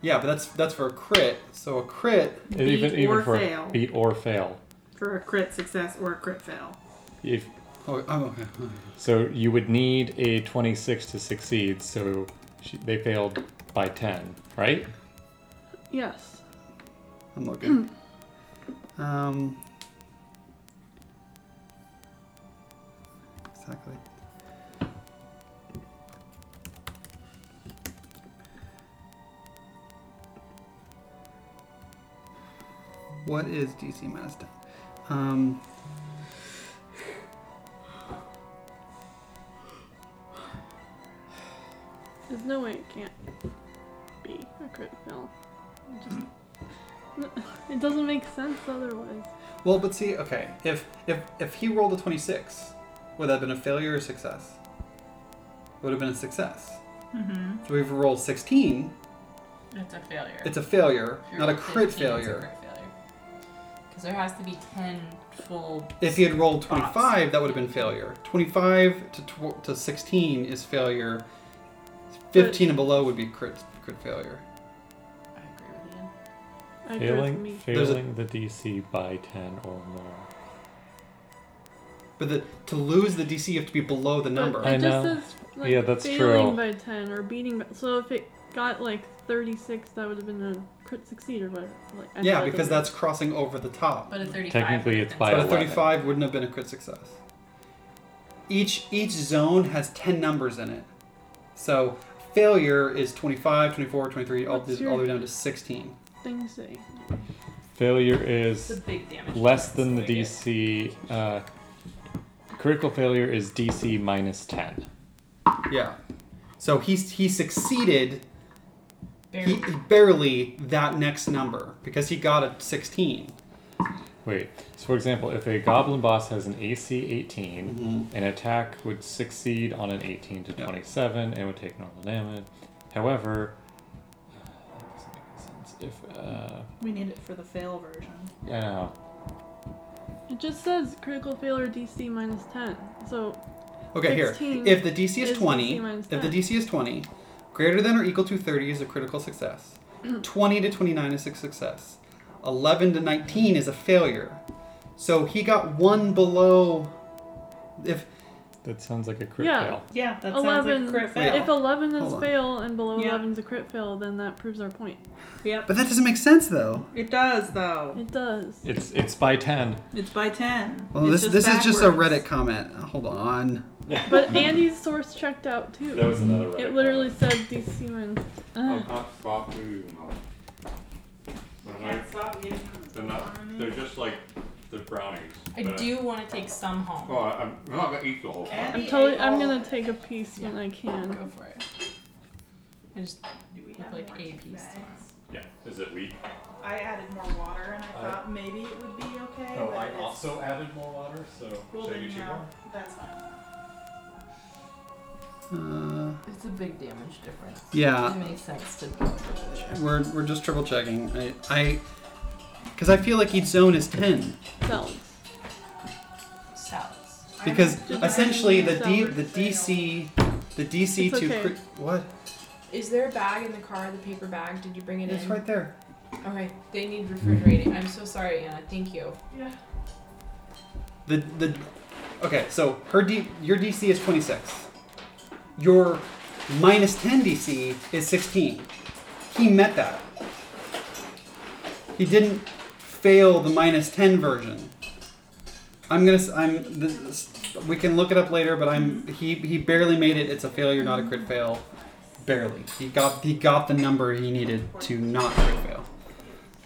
Speaker 5: Yeah, but that's that's for a crit. So a crit,
Speaker 2: And
Speaker 1: Beat
Speaker 2: even even
Speaker 1: or
Speaker 2: for
Speaker 1: fail.
Speaker 2: beat or fail.
Speaker 1: For a crit success or a crit fail.
Speaker 2: If
Speaker 5: oh, I'm okay.
Speaker 2: so, you would need a twenty-six to succeed. So she, they failed by ten, right?
Speaker 4: yes.
Speaker 5: I'm looking. um. Exactly. What is DC minus 10? Um,
Speaker 4: There's no way it can't be a crit fail. It just- No, it doesn't make sense otherwise.
Speaker 5: well, but see, okay, if if if he rolled a 26, would that have been a failure or a success? It would have been a success.
Speaker 1: Mm-hmm.
Speaker 5: So if we rolled 16,
Speaker 3: It's a failure.
Speaker 5: it's a failure,
Speaker 3: If you're
Speaker 5: not a
Speaker 3: at 15,
Speaker 5: crit
Speaker 3: it's a
Speaker 5: failure.
Speaker 3: crit failure. Because there has to be 10 full.
Speaker 5: If he had rolled 25, that would have been failure. 25 to, tw- to 16 is failure. 15 and below would be crit crit failure.
Speaker 3: I agree with you.
Speaker 4: I agree with
Speaker 2: Failing
Speaker 4: me.
Speaker 5: There's a-
Speaker 2: failing the DC by ten or more.
Speaker 5: But the, to lose the DC, you have to be below the
Speaker 4: But
Speaker 5: number.
Speaker 4: It
Speaker 2: I
Speaker 4: just
Speaker 2: know.
Speaker 4: says like
Speaker 2: Yeah, that's
Speaker 4: failing
Speaker 2: true.
Speaker 4: by ten or beating. By, so if it got like thirty-six, that would have been a crit succeed or whatever. Like, I
Speaker 5: yeah,
Speaker 4: thought it
Speaker 5: because
Speaker 4: was-
Speaker 5: that's crossing over the top.
Speaker 3: But a 35.
Speaker 2: Technically, it's by
Speaker 5: But a
Speaker 2: 11.
Speaker 5: 35 wouldn't have been a crit success. Each each zone has 10 numbers in it. So failure is 25, 24, 23, all,
Speaker 4: What's
Speaker 5: the- all the
Speaker 4: your-
Speaker 5: way down to 16.
Speaker 4: thing say.
Speaker 2: Failure
Speaker 3: It's a
Speaker 2: is
Speaker 3: big damage.
Speaker 2: less
Speaker 3: bonus,
Speaker 2: than the
Speaker 3: so I get-
Speaker 2: DC. Uh, critical failure is DC minus ten.
Speaker 5: Yeah. So he, he succeeded
Speaker 3: Barely.
Speaker 5: he, he barely that next number because he got a 16.
Speaker 2: Wait. So, for example, if a goblin boss has an AC 18, an attack would succeed on an 18 to
Speaker 5: Yeah.
Speaker 2: 27 and would take normal damage. However, uh, that doesn't make sense. If uh,
Speaker 1: We need it for the fail version.
Speaker 2: I don't know.
Speaker 4: It just says critical failure DC minus ten. So
Speaker 5: Okay, here.
Speaker 4: 16
Speaker 5: If the DC is
Speaker 4: is
Speaker 5: 20,
Speaker 4: 16 minus
Speaker 5: if the
Speaker 4: 10.
Speaker 5: DC is 20, greater than or equal to 30 is a critical success. 20 to 29 is a success. 11 to 19 is a failure. So he got one below. If
Speaker 2: That sounds like a crit
Speaker 4: Yeah.
Speaker 2: fail.
Speaker 1: Yeah, that
Speaker 4: eleven.
Speaker 1: sounds like a crit fail.
Speaker 4: If eleven is
Speaker 5: Hold on.
Speaker 4: fail and below
Speaker 1: Yeah.
Speaker 4: eleven is a crit fail, then that proves our point.
Speaker 1: Yep.
Speaker 5: but that doesn't make sense though.
Speaker 1: It does, though.
Speaker 4: It does.
Speaker 2: It's it's by 10.
Speaker 1: It's by 10.
Speaker 5: Well,
Speaker 1: It's
Speaker 5: this this is just a
Speaker 1: backwards.
Speaker 5: Reddit comment. Hold on.
Speaker 4: But Andy's source checked out too.
Speaker 9: That was another
Speaker 4: it
Speaker 9: Reddit
Speaker 4: literally said DC minus.
Speaker 9: comment.
Speaker 4: Uh,
Speaker 9: Oh, hot fuck, ooh, no. They're not- They're not. They're just like the brownies.
Speaker 3: I
Speaker 9: but-
Speaker 3: do want to take some home.
Speaker 5: Oh.
Speaker 9: Well, I- I'm, I'm not gonna eat the whole thing.
Speaker 4: I'm totally. I'm gonna take a piece when I can.
Speaker 3: Go for it. I just have like a piece.
Speaker 9: Yeah. Is it wheat?
Speaker 1: I added more water and I
Speaker 9: Uh,
Speaker 1: thought maybe it would be okay.
Speaker 9: Oh,
Speaker 1: but
Speaker 9: I
Speaker 1: it's-
Speaker 9: also added more water, so
Speaker 1: Well,
Speaker 9: should I
Speaker 1: then
Speaker 9: get you
Speaker 1: no,
Speaker 9: more?
Speaker 1: that's fine.
Speaker 5: Uh,
Speaker 3: It's a big damage difference.
Speaker 5: yeah.
Speaker 3: makes sense to
Speaker 5: We're, we're just triple checking. I I because I feel like each zone is 10.
Speaker 4: Cells.
Speaker 3: Salads.
Speaker 5: because
Speaker 4: Just
Speaker 5: essentially the D,
Speaker 4: adding
Speaker 5: the DC the DC
Speaker 4: It's
Speaker 5: to
Speaker 4: okay.
Speaker 5: cri- what
Speaker 3: Is there a bag in the car, the paper bag? Did you bring it
Speaker 5: it's
Speaker 3: in?
Speaker 5: right there
Speaker 8: Okay, they need refrigerating. I'm so sorry, Anna. Thank you.
Speaker 5: The the okay, so her D your DC is twenty six. Your minus ten DC is sixteen. He met that. He didn't fail the minus ten version. I'm gonna. s- I'm. This, we can look it up later, but I'm. He he barely made it. It's a failure, not a crit fail. Barely. He got he got the number he needed to not crit fail.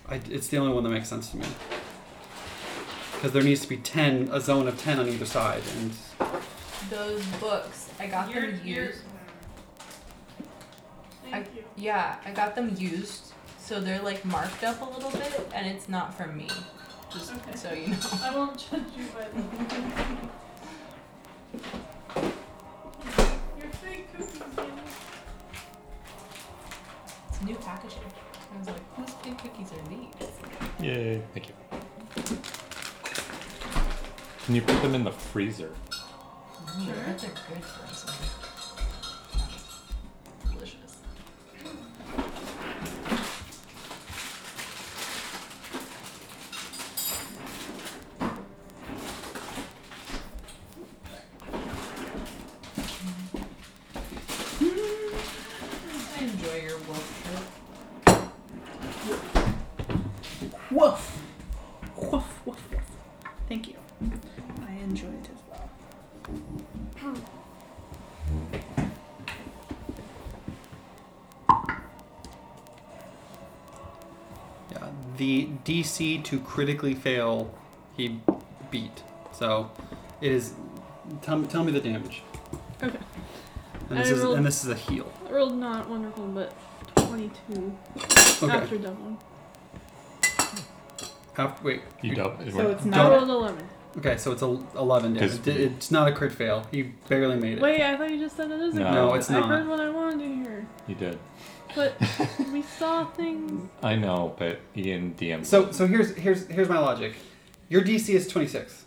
Speaker 5: I, it's the only one that makes sense to me because there needs to be 10 a zone of 10 on either side and
Speaker 3: Those books, I got
Speaker 6: You're-
Speaker 3: them
Speaker 6: you're-
Speaker 3: used.
Speaker 6: Thank you.
Speaker 3: Yeah, I got them used, so they're like marked up a little bit, and it's not from me. Just
Speaker 6: Okay.
Speaker 3: so you know.
Speaker 6: I won't judge you by that. Your fake cookies, Anna.
Speaker 3: It's new packaging. I was like, whose pig cookies are these?
Speaker 2: Yay. Thank you. Can you put them in the freezer?
Speaker 3: Ooh, I bet they're good for us. Delicious. I enjoy your wolf trip.
Speaker 1: Woof. Woof, woof, woof. Thank you. I enjoy it as well.
Speaker 5: yeah the dc to critically fail he beat so it is tell me, tell me the damage
Speaker 4: Okay.
Speaker 5: and this,
Speaker 4: I
Speaker 5: is,
Speaker 4: rolled-
Speaker 5: and this is a heal
Speaker 4: I rolled not wonderful, but 22
Speaker 5: okay
Speaker 4: after doubling.
Speaker 5: Half, wait
Speaker 2: You don't. it
Speaker 1: So
Speaker 2: won't-
Speaker 1: it's
Speaker 4: I
Speaker 1: not.
Speaker 4: rolled 11.
Speaker 5: okay so it's a 11 damage
Speaker 2: Does-
Speaker 5: It- it's not a crit fail he barely made it
Speaker 4: Wait, I thought you just said it is a
Speaker 2: No.
Speaker 4: good
Speaker 2: No,
Speaker 4: one.
Speaker 5: it's
Speaker 4: I
Speaker 5: not.
Speaker 4: heard what I wanted to hear.
Speaker 2: You did.
Speaker 4: But we saw things.
Speaker 2: I know, but Ian DM.
Speaker 5: so so here's here's here's my logic your dc is 26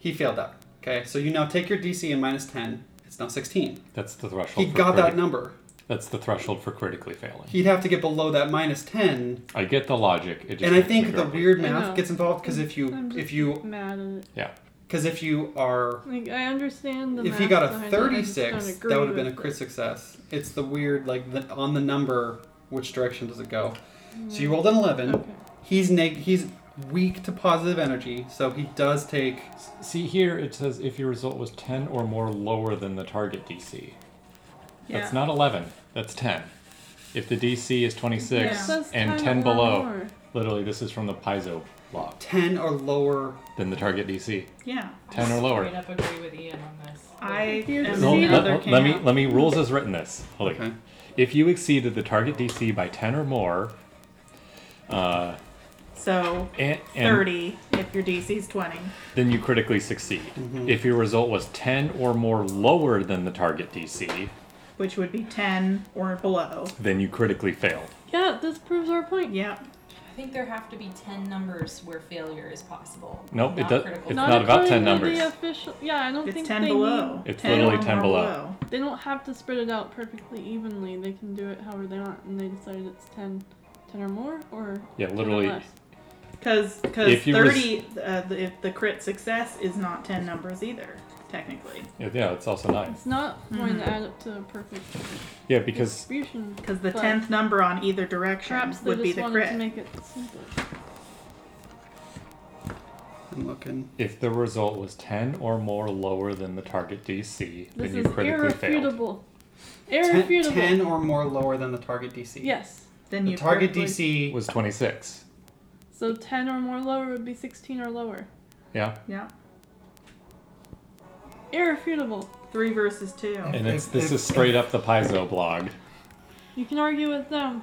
Speaker 5: he failed that okay so you now take your dc and minus 10 it's now 16
Speaker 2: that's the threshold.
Speaker 5: he
Speaker 2: for
Speaker 5: got that
Speaker 2: criti-
Speaker 5: number
Speaker 2: That's the threshold for critically failing.
Speaker 5: he'd have to get below that minus 10
Speaker 2: I get the logic. It just
Speaker 5: and i
Speaker 2: makes me
Speaker 5: think the
Speaker 2: grumpy.
Speaker 5: weird
Speaker 4: I
Speaker 5: math
Speaker 4: know.
Speaker 5: gets involved because if you
Speaker 4: I'm just
Speaker 5: if you
Speaker 4: mad at it.
Speaker 5: because if you are
Speaker 4: Like, I understand the
Speaker 5: if he
Speaker 4: math
Speaker 5: got a
Speaker 4: behind it, I just don't
Speaker 5: 36
Speaker 4: agree
Speaker 5: that would have been a
Speaker 4: with
Speaker 5: crit
Speaker 4: it.
Speaker 5: success it's the weird like the, on the number which direction does it go
Speaker 4: Mm.
Speaker 5: so you rolled an 11
Speaker 4: Okay.
Speaker 5: he's neg- he's weak to positive energy so he does take
Speaker 2: See here, it says if your result was 10 or more lower than the target DC.
Speaker 1: Yeah.
Speaker 2: That's not 11. That's 10. If the DC is 26
Speaker 1: Yeah.
Speaker 4: Says
Speaker 2: and
Speaker 4: 10 or
Speaker 2: 10 below,
Speaker 4: more.
Speaker 2: literally this is from the Paizo law,
Speaker 5: 10 or lower
Speaker 2: then the target DC.
Speaker 1: yeah.
Speaker 2: 10 or
Speaker 8: Straight
Speaker 2: lower.
Speaker 8: up agree with Ian on this.
Speaker 1: I
Speaker 4: You're
Speaker 1: am
Speaker 2: No,
Speaker 1: in
Speaker 4: deceived.
Speaker 1: the
Speaker 2: let,
Speaker 1: other
Speaker 2: let- let me
Speaker 1: camp.
Speaker 2: let me rules as written this. Hold on.
Speaker 5: okay
Speaker 2: If you exceeded the target DC by 10 or more, uh,
Speaker 1: So
Speaker 2: and, and
Speaker 1: 30 if your DC's 20.
Speaker 2: then you critically succeed. If your result was 10 or more lower than the target DC,
Speaker 1: which would be 10 or below.
Speaker 2: then you critically fail.
Speaker 4: Yeah, this proves our point.
Speaker 1: Yeah.
Speaker 3: I think there have to be 10 numbers where failure is possible.
Speaker 2: Nope, it
Speaker 3: Not
Speaker 2: does-
Speaker 3: critical
Speaker 2: it's
Speaker 3: failure.
Speaker 2: not about 10
Speaker 4: according to
Speaker 2: numbers.
Speaker 4: The official, yeah, I don't
Speaker 1: It's
Speaker 4: think
Speaker 1: 10
Speaker 4: they
Speaker 1: below.
Speaker 2: It's literally
Speaker 1: or
Speaker 2: 10
Speaker 1: more
Speaker 2: below.
Speaker 4: Need, they don't have to spread it out perfectly evenly. They can do it however they want, and they decided it's 10, 10 or more, or
Speaker 2: Yeah,
Speaker 4: 10 or
Speaker 2: literally.
Speaker 4: less.
Speaker 1: Because
Speaker 2: If you
Speaker 1: 30, uh, the, if the crit success is not 10 numbers either, technically.
Speaker 2: Yeah, it's also 9.
Speaker 4: It's not
Speaker 1: Mm-hmm.
Speaker 4: going to add up to a perfect
Speaker 2: Yeah, because
Speaker 4: distribution.
Speaker 1: Because the
Speaker 4: But
Speaker 1: 10th number on either direction
Speaker 4: Perhaps they
Speaker 1: would be
Speaker 4: just
Speaker 1: the
Speaker 4: wanted
Speaker 1: crit.
Speaker 4: to make it simple.
Speaker 5: i'm looking
Speaker 2: If the result was 10 or more lower than the target DC,
Speaker 4: This
Speaker 2: then you
Speaker 4: is
Speaker 2: critically failed.
Speaker 4: irrefutable.
Speaker 5: 10,
Speaker 4: Irrefutable.
Speaker 5: 10 or more lower than the target dc
Speaker 4: Yes.
Speaker 1: then
Speaker 5: the
Speaker 1: you
Speaker 5: target
Speaker 1: correctly-
Speaker 2: It
Speaker 5: dc
Speaker 2: was 26.
Speaker 4: So 10 or more lower would be 16 or lower.
Speaker 2: Yeah.
Speaker 1: Yeah.
Speaker 4: Irrefutable.
Speaker 1: 3 versus 2.
Speaker 2: And it's this is straight up the Paizo blog.
Speaker 4: You can argue with them,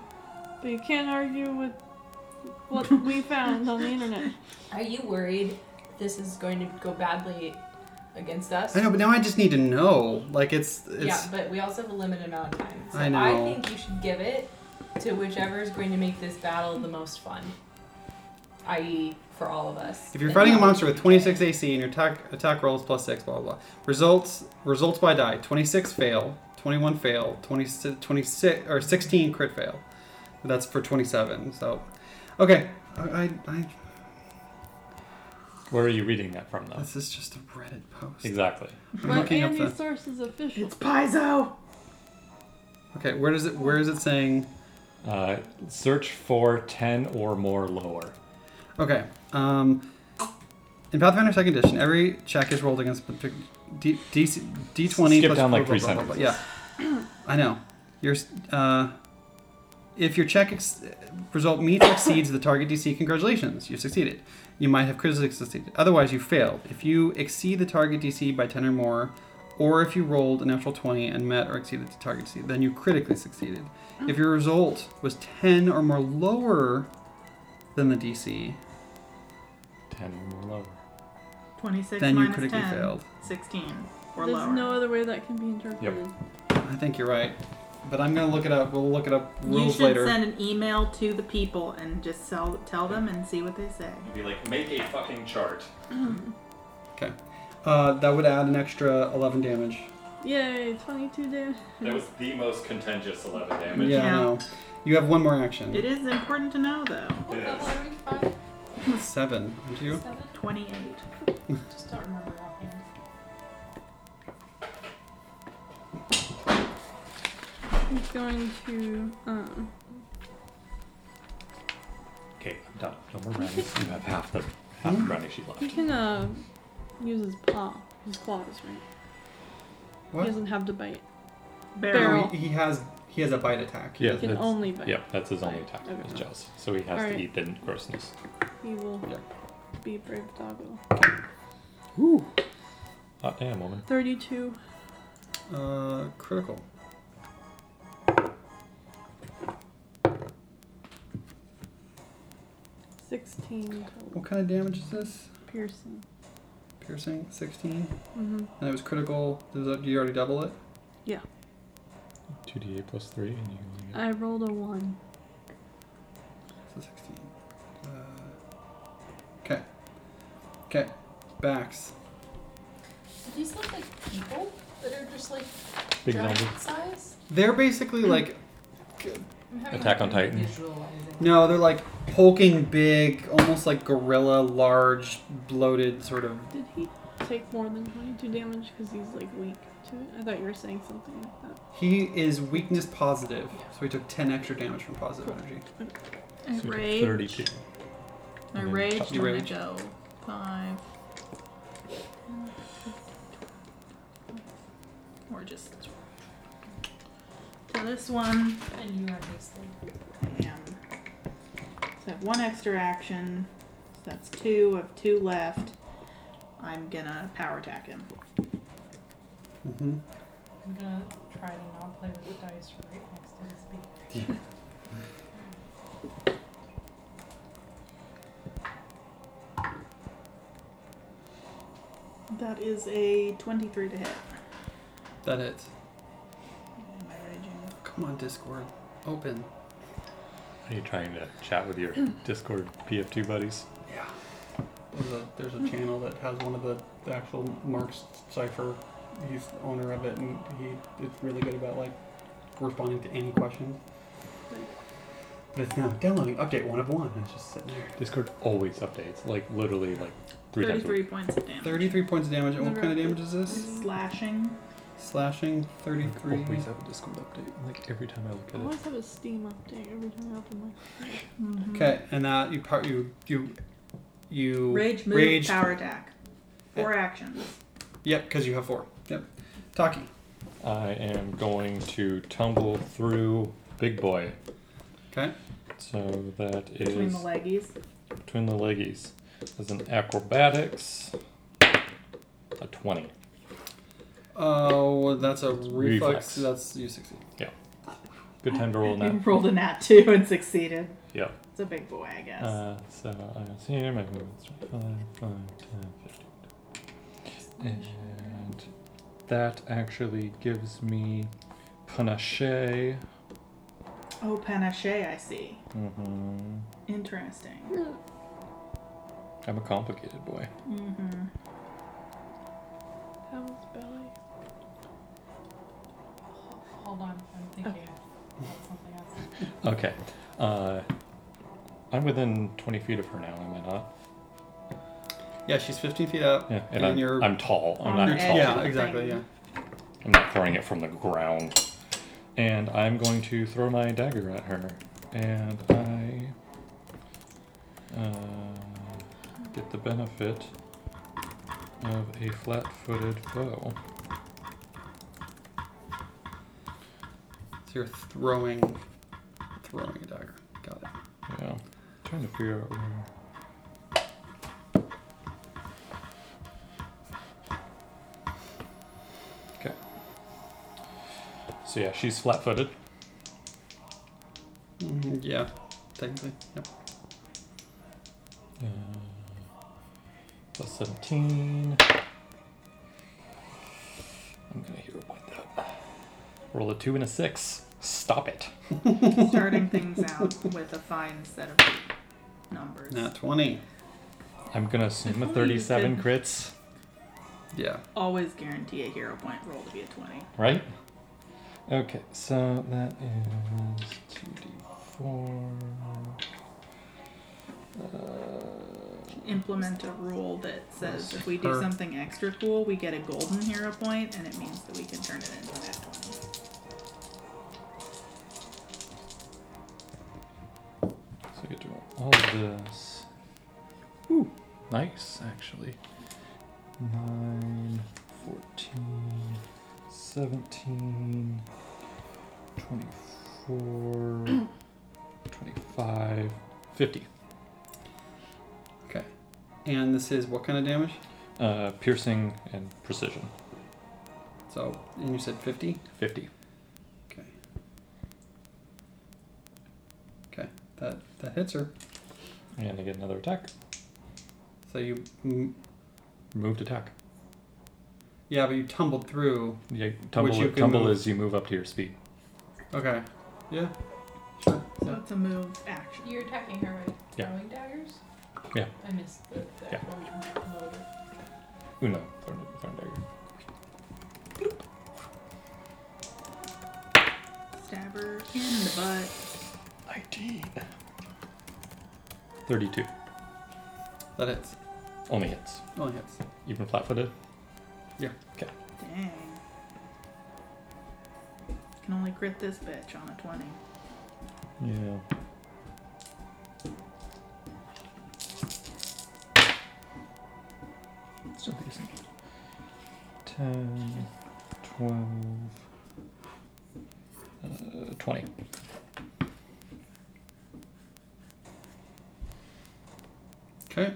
Speaker 4: but you can't argue with what we found on the internet.
Speaker 3: Are you worried this is going to go badly against us?
Speaker 5: i know but now i just need to know like it's it's
Speaker 3: Yeah, but we also have a limited amount of time. So
Speaker 5: I
Speaker 3: I,
Speaker 5: know.
Speaker 3: think you should give it to whichever is going to make this battle the most fun, i.e., for all of us.
Speaker 5: If you're
Speaker 3: And
Speaker 5: fighting a
Speaker 3: that would
Speaker 5: monster
Speaker 3: be
Speaker 5: with 26 AC and your attack attack roll is plus six, blah blah. blah. Results results by die: 26 fail, 21 fail, 20, 26 or 16 crit fail. That's for 27. So Okay. I, I, I
Speaker 2: Where are you reading that from, though?
Speaker 5: this is just a Reddit post.
Speaker 2: Exactly.
Speaker 5: I'm
Speaker 4: But
Speaker 5: looking up
Speaker 4: Andy's
Speaker 5: the.
Speaker 4: source is official.
Speaker 1: It's Paizo.
Speaker 5: Okay, where does it? Where is it saying?
Speaker 2: Uh, search for 10 or more lower.
Speaker 5: Okay. Um, in Pathfinder Second Edition, every check is rolled against partic- D D D twenty.
Speaker 2: Skip
Speaker 5: plus
Speaker 2: down, like,
Speaker 5: blah,
Speaker 2: three
Speaker 5: blah, blah, blah, blah. Yeah, I know. Your s- uh, if your check ex- result meets or exceeds the target DC, congratulations, you succeeded. You might have critically succeeded. Otherwise, you failed. If you exceed the target DC by ten or more, or if you rolled a natural twenty and met or exceeded the target DC, then you critically succeeded. If your result was ten or more lower than the DC,
Speaker 2: 10 or more lower.
Speaker 1: 26
Speaker 5: then you
Speaker 1: minus
Speaker 5: critically
Speaker 1: 10.
Speaker 5: failed.
Speaker 1: 16 or
Speaker 4: There's
Speaker 1: lower.
Speaker 4: no other way that can be interpreted.
Speaker 5: I think you're right, but I'm gonna look it up. We'll look it up
Speaker 1: you
Speaker 5: rules
Speaker 1: should
Speaker 5: later.
Speaker 1: send an email to the people and just sell, tell them and see what they say.
Speaker 9: You'd be like, make a fucking chart.
Speaker 5: uh, that would add an extra 11 damage.
Speaker 4: Yay, 22 damage.
Speaker 9: That was the most contentious 11 damage.
Speaker 5: Yeah,
Speaker 1: Yeah.
Speaker 5: no. You have one more action.
Speaker 1: It is important to know though.
Speaker 6: What
Speaker 9: Yes.
Speaker 6: level are we? Five?
Speaker 5: Seven. Aren't you?
Speaker 6: Seven?
Speaker 1: 28.
Speaker 3: Just don't remember offhand.
Speaker 4: He's going to. Um,
Speaker 2: Okay, I'm done. No more running. You have half the half the running sheet
Speaker 4: he
Speaker 2: left.
Speaker 4: Hmm? can uh, use his paw, his claws, right?
Speaker 5: What?
Speaker 4: He doesn't have to bite.
Speaker 1: Barrel.
Speaker 5: No, he, he has he has a bite attack.
Speaker 2: Yeah,
Speaker 4: He can
Speaker 2: that's,
Speaker 4: only bite.
Speaker 2: yeah, that's his only attack.
Speaker 4: Okay.
Speaker 2: Is jaws. So he has
Speaker 4: Alright.
Speaker 2: to eat the grossness.
Speaker 4: He will
Speaker 5: Yeah.
Speaker 4: be a brave doggo.
Speaker 2: Woo! Hot damn, woman.
Speaker 4: 32.
Speaker 5: Uh, critical.
Speaker 4: Sixteen total
Speaker 5: What kind of damage is this?
Speaker 4: piercing.
Speaker 5: Piercing, 16.
Speaker 4: Mm-hmm.
Speaker 5: And it was critical. Does that, do you already double it?
Speaker 2: 2d8 plus 3, and you only get
Speaker 4: I rolled a one.
Speaker 5: So 16. Okay. okay. Backs.
Speaker 6: Do these look like people that are just like
Speaker 2: big
Speaker 6: giant
Speaker 2: zombie.
Speaker 6: size?
Speaker 5: They're basically
Speaker 1: Hmm.
Speaker 8: I'm
Speaker 5: like
Speaker 8: having
Speaker 2: Attack
Speaker 8: a hard
Speaker 2: on
Speaker 8: time
Speaker 2: Titan.
Speaker 8: visualizing.
Speaker 5: No, they're like hulking big, almost like gorilla, large, bloated sort of.
Speaker 4: Did he take more than 22 damage because he's like weak to it? I thought you were saying something like that.
Speaker 5: He is weakness positive, so he took 10 extra damage from positive energy.
Speaker 1: I
Speaker 2: So you get
Speaker 1: rage.
Speaker 2: 32.
Speaker 1: I
Speaker 2: And then
Speaker 1: rage.
Speaker 2: chop-
Speaker 1: and I
Speaker 5: rage.
Speaker 1: go. Five. Or just. To this one.
Speaker 3: And you have this thing.
Speaker 1: am. So I have one extra action. So that's two. I have two left. I'm gonna power attack him.
Speaker 5: Mm-hmm.
Speaker 3: I'm gonna try to not play with the dice right next to this big
Speaker 1: That is a 23 to hit.
Speaker 5: That hits.
Speaker 1: Am I raging?
Speaker 5: Come on, Discord. Open.
Speaker 2: Are you trying to chat with your Discord PF2 buddies?
Speaker 5: Yeah. There's a, there's a channel that has one of the, the actual Mark's cipher. He's the owner of it, and he is really good about like responding to any questions. But it's now downloading update one of one. and It's just sitting there.
Speaker 2: Discord always updates, like literally like three times a
Speaker 1: 33
Speaker 2: week.
Speaker 1: points of damage.
Speaker 5: 33 points of damage. And what kind of damage is this?
Speaker 1: Slashing.
Speaker 5: Slashing
Speaker 2: We
Speaker 5: 33.
Speaker 2: Always have a Discord update. Like every time I look
Speaker 4: I
Speaker 2: at it.
Speaker 4: always have a Steam update every time I open my.
Speaker 1: Mhm.
Speaker 5: Okay, and that you part you you you
Speaker 1: Rage move
Speaker 5: Rage.
Speaker 1: power attack. Four actions.
Speaker 5: Yep, because you have four. Yep, Taki.
Speaker 2: I am going to tumble through Big Boy.
Speaker 5: Okay,
Speaker 2: So that is
Speaker 1: Between the leggies.
Speaker 2: between the leggies. As an acrobatics, a 20.
Speaker 5: oh, that's a reflex.
Speaker 2: Reflex.
Speaker 5: That's you succeed.
Speaker 2: Good time to roll
Speaker 1: You
Speaker 2: now.
Speaker 1: rolled a nat two and succeeded.
Speaker 2: Yeah.
Speaker 1: It's a big boy, I guess.
Speaker 2: Uh, so I can see him. I can move straight. 5, 5, 10, 15. And that actually gives me panache.
Speaker 1: oh, panache, I see.
Speaker 2: hmm
Speaker 1: Interesting.
Speaker 2: I'm a complicated boy.
Speaker 1: Mm-hmm.
Speaker 4: Hell's belly.
Speaker 3: Hold on, I'm thinking of something else.
Speaker 2: Okay. Uh, I'm within 20 feet of her now, am I not?
Speaker 5: Yeah, she's 15 feet up.
Speaker 2: Yeah,
Speaker 5: And
Speaker 2: and I'm,
Speaker 5: you're-
Speaker 2: I'm tall. I'm
Speaker 1: On
Speaker 2: not
Speaker 1: the edge.
Speaker 2: tall.
Speaker 5: Yeah, exactly. Yeah.
Speaker 2: I'm not throwing it from the ground. And I'm going to throw my dagger at her. And I uh, get the benefit of a flat footed bow.
Speaker 5: So you're throwing, throwing a dagger. Got it.
Speaker 2: Yeah. trying to figure out where. Okay. So yeah, she's flat footed.
Speaker 5: Mhm, yeah, technically. Yep.
Speaker 2: Uh, plus 17. I'm gonna hero point that. Roll a 2 and a 6. Stop it.
Speaker 1: Starting things out with a fine set of numbers.
Speaker 5: Nat 20.
Speaker 2: I'm gonna assume a
Speaker 1: Oh, you
Speaker 2: 37
Speaker 1: did.
Speaker 2: crits,
Speaker 5: Yeah.
Speaker 1: Always guarantee a hero point roll to be a 20.
Speaker 2: right? Okay, so that is 2d4. Uh,
Speaker 1: Implement a rule that says if we
Speaker 5: Her.
Speaker 1: do something extra cool, we get a golden hero point, and it means that we can turn it into that 20.
Speaker 2: So you get to roll all of this. Ooh, nice, actually. 9, 14, 17, 24, 25, 50.
Speaker 5: And this is what kind of damage?
Speaker 2: Uh, piercing and precision,
Speaker 5: So, and you said 50?
Speaker 2: 50.
Speaker 5: Okay. Okay. That, that hits her.
Speaker 2: And I get another attack.
Speaker 5: So you, mm,
Speaker 2: Moved attack.
Speaker 5: yeah, but you tumbled through.
Speaker 2: Yeah, tumble
Speaker 5: you can
Speaker 2: tumble
Speaker 5: move.
Speaker 2: is you move up to your speed.
Speaker 5: Okay. Yeah. Sure.
Speaker 1: So it's a move action.
Speaker 3: You're attacking her with
Speaker 2: Yeah.
Speaker 3: throwing daggers?
Speaker 2: Yeah.
Speaker 3: I missed the, the
Speaker 2: Yeah.
Speaker 3: mode.
Speaker 2: Uno, thorn, thorn dagger.
Speaker 1: Stab her in the butt.
Speaker 2: 19. 32.
Speaker 5: That hits.
Speaker 2: Only hits.
Speaker 5: Only hits.
Speaker 2: Even flat footed?
Speaker 1: Dang. Can only crit this bitch on a 20.
Speaker 2: Yeah. Still decent. 10, 12, uh, 20.
Speaker 5: Okay.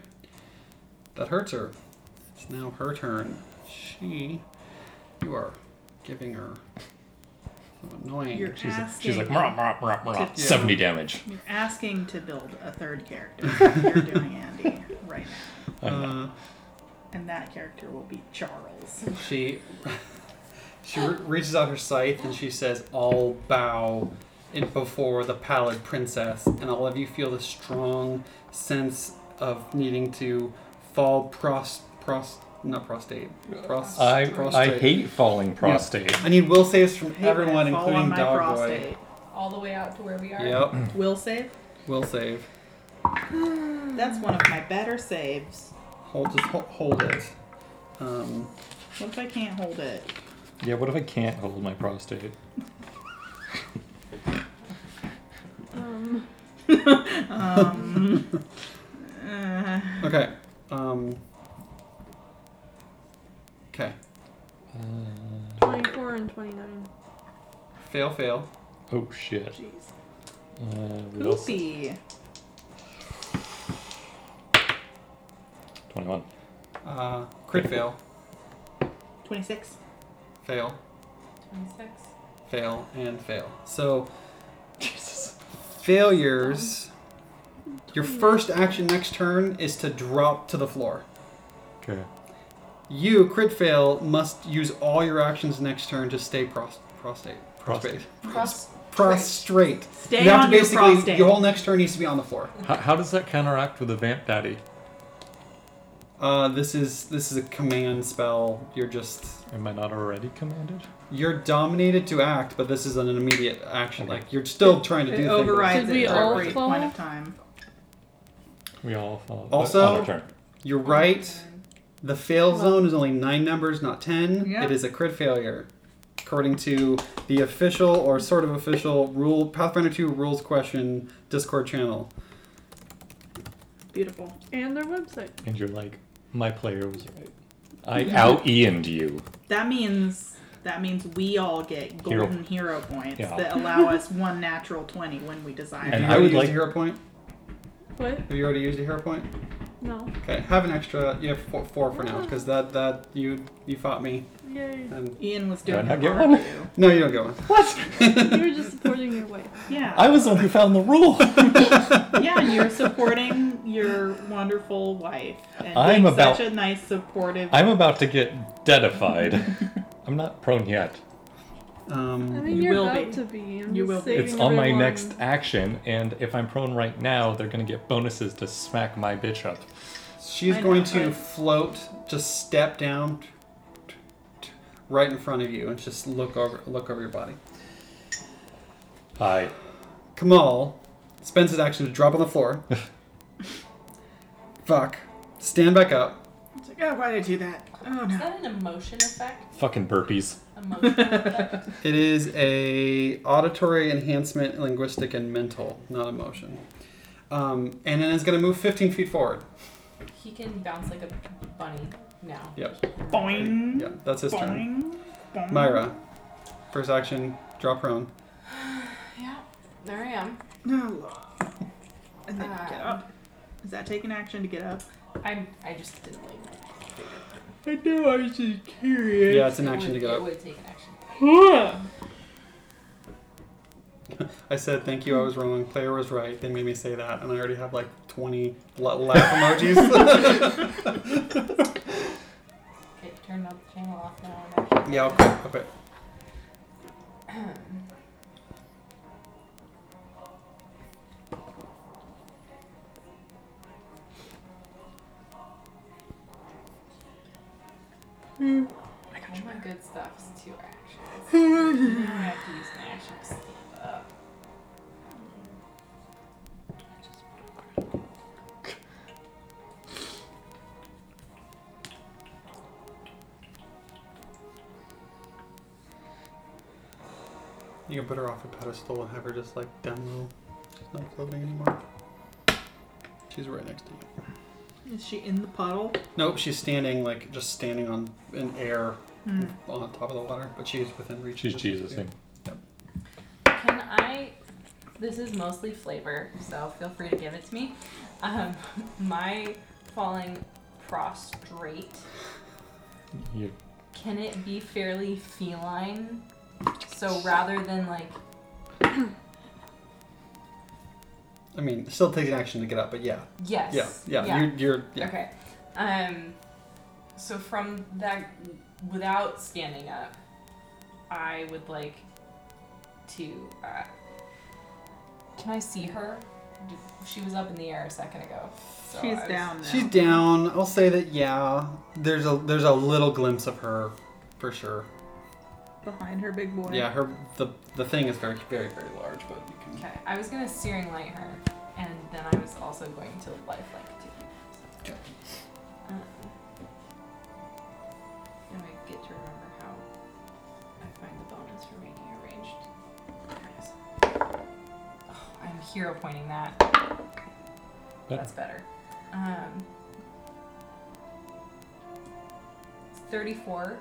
Speaker 5: That hurts her. It's now her turn. She. You are giving her. Some annoying.
Speaker 1: You're
Speaker 2: She's like,
Speaker 1: asking.
Speaker 2: she's like "Mrah, mrah, mrah, mrah."
Speaker 1: Yeah.
Speaker 2: 70 damage.
Speaker 1: You're asking to build a third character. You're doing Andy right now.
Speaker 2: I'm not-
Speaker 5: uh,
Speaker 1: And that character will be Charles.
Speaker 5: She she re- reaches out her scythe and she says, "I'll bow it before the pallid princess," and all of you feel the strong sense of needing to fall pros pros not prostate. Pros-
Speaker 2: I, I
Speaker 5: prostrate.
Speaker 2: hate falling prostate.
Speaker 5: I need will saves from
Speaker 1: Hey,
Speaker 5: everyone,
Speaker 1: when I fall on
Speaker 5: including
Speaker 1: my
Speaker 5: Dog
Speaker 1: prostate.
Speaker 3: All the way out to where we
Speaker 5: Boy.
Speaker 3: are.
Speaker 5: Yep,
Speaker 1: Will save?
Speaker 5: will save.
Speaker 1: That's one of my better saves.
Speaker 5: Hold just hold, hold it. Um,
Speaker 1: What if I can't hold it?
Speaker 2: Yeah, what if I can't hold my prostate?
Speaker 4: Um,
Speaker 1: Um. uh,
Speaker 5: okay. Um, okay.
Speaker 2: Uh,
Speaker 4: 24 and 29.
Speaker 5: Fail, fail.
Speaker 2: oh shit.
Speaker 1: Jeez.
Speaker 2: Uh, what else?
Speaker 1: Poopy.
Speaker 2: 21.
Speaker 5: Uh, crit fail.
Speaker 1: 26.
Speaker 5: Fail.
Speaker 3: 26.
Speaker 5: fail, and fail. So, failures. Your first action next turn is to drop to the floor.
Speaker 2: Okay.
Speaker 5: You, crit fail, must use all your actions next turn to stay pros- prostate.
Speaker 2: Prostate.
Speaker 3: Cross.
Speaker 5: Prostrate.
Speaker 1: Stay
Speaker 5: you have
Speaker 1: on
Speaker 5: to
Speaker 1: your
Speaker 5: basically,
Speaker 1: prostate.
Speaker 5: your whole next turn needs to be on the floor.
Speaker 2: How, how does that counteract with a vamp daddy?
Speaker 5: Uh, this is this is a command spell. You're just
Speaker 2: Am I not already commanded?
Speaker 5: you're dominated to act, but this is an immediate action. Like you're still trying to do
Speaker 1: It
Speaker 5: things.
Speaker 1: overrides
Speaker 4: Did
Speaker 1: it
Speaker 4: we
Speaker 1: for
Speaker 4: all
Speaker 1: a brief
Speaker 4: fall?
Speaker 1: point of time.
Speaker 2: We all follow.
Speaker 5: Also-
Speaker 2: on our turn.
Speaker 5: You're right. The fail zone is only nine numbers, not ten.
Speaker 1: Yeah.
Speaker 5: It is a crit failure, according to the official or sort of official rule Pathfinder 2 rules question Discord channel.
Speaker 1: Beautiful.
Speaker 4: And our website.
Speaker 2: and you're like, my player was right. I out Ian'd you.
Speaker 1: That means that means we all get
Speaker 2: Hero.
Speaker 1: golden hero, points
Speaker 2: Yeah.
Speaker 1: that allow us one natural twenty when we desire.
Speaker 2: And
Speaker 5: Have you
Speaker 2: I
Speaker 5: already
Speaker 2: would
Speaker 5: used
Speaker 2: like-
Speaker 5: a hero point?
Speaker 4: What?
Speaker 5: Have you already used a hero point?
Speaker 4: No.
Speaker 5: Okay, have an extra. You have four, four for now because that that you you fought me.
Speaker 4: Yay.
Speaker 5: And
Speaker 1: Ian was
Speaker 2: Do I
Speaker 1: doing
Speaker 2: not
Speaker 1: a
Speaker 2: get
Speaker 1: part
Speaker 2: one?
Speaker 1: two.
Speaker 5: no, you don't get one.
Speaker 2: What?
Speaker 4: you were just supporting your wife.
Speaker 1: Yeah.
Speaker 2: I was the one who found the rule.
Speaker 1: yeah, and you're supporting your wonderful wife. And
Speaker 2: I'm
Speaker 1: being
Speaker 2: about-
Speaker 1: such a nice, supportive.
Speaker 2: I'm about to get deadified. I'm not prone yet.
Speaker 4: I
Speaker 5: Um,
Speaker 4: mean,
Speaker 1: You
Speaker 4: you are
Speaker 1: will
Speaker 4: about
Speaker 1: be.
Speaker 4: to be. I'm
Speaker 1: You
Speaker 4: just
Speaker 1: will be.
Speaker 4: saving
Speaker 2: It's on my
Speaker 4: everyone.
Speaker 2: next action, and if I'm prone right now, they're gonna get bonuses to smack my bitch up.
Speaker 5: she's
Speaker 1: I know,
Speaker 5: going to
Speaker 1: I-
Speaker 5: float, just step down, right in front of you, and just look over look over your body.
Speaker 2: I
Speaker 5: Kamal spends his action to drop on the floor. Fuck. Stand back up.
Speaker 1: It's like, oh, why did I do that? Oh
Speaker 3: Is
Speaker 1: no.
Speaker 3: that an emotion effect?
Speaker 2: fucking burpees.
Speaker 3: Emotion effect?
Speaker 5: It is a auditory enhancement, linguistic, and mental, not emotion. Um, and then it's going to move 15 feet forward.
Speaker 3: He can bounce like a bunny now.
Speaker 5: Yep.
Speaker 1: Boing.
Speaker 5: Yeah, that's his turn.
Speaker 1: Boing. Boing.
Speaker 5: Myra, first action, drop prone.
Speaker 3: Yeah, there I am.
Speaker 1: No. And then
Speaker 3: Uh,
Speaker 1: get up. Is that taking action to get up?
Speaker 3: I'm. I just didn't like.
Speaker 1: I know. I was just curious.
Speaker 5: Yeah, it's an
Speaker 3: it
Speaker 5: action
Speaker 3: would-
Speaker 5: to get
Speaker 3: it
Speaker 5: up.
Speaker 3: would take an action.
Speaker 5: I said thank you, I was wrong. Player was right. They made me say that, and I already have like 20 la- laugh emojis.
Speaker 3: Okay, turn up the channel off now. I'm actually-
Speaker 5: yeah, okay, okay.
Speaker 3: I got my good stuff is two actions. I have to use an action to stand up.
Speaker 5: You can put her off a pedestal and have her just like down low. She's not floating anymore. She's right next to you.
Speaker 1: Is she in the puddle?
Speaker 5: Nope, she's standing like just standing on an air on top of the water, but she's within reach.
Speaker 2: She's
Speaker 5: of you.
Speaker 2: Jesus.
Speaker 3: Can I? This is mostly flavor, so feel free to give it to me. Um, my falling prostrate.
Speaker 2: You
Speaker 3: Can it be fairly feline? So rather than like,
Speaker 5: I mean, it still takes an action to get up, but yeah,
Speaker 3: yes.
Speaker 5: yeah, yeah. You're, you're yeah.
Speaker 3: Okay. Um, so from that, without standing up, I would like to. Uh, can I see her? D- She was up in the air a second ago. So
Speaker 1: She's
Speaker 3: I was-
Speaker 1: down now.
Speaker 5: She's down. I'll say that yeah. There's a there's a little glimpse of her, for sure.
Speaker 1: behind her big boy.
Speaker 5: Yeah, her the the thing is very very very large, but you can.
Speaker 3: Okay, I was gonna searing light her, and then I was also going to lifelike too.
Speaker 5: Okay.
Speaker 3: Um, and I get to remember how I find the bonus for making arranged. There it is. Oh, I'm hero pointing that. That's better. Um, it's 34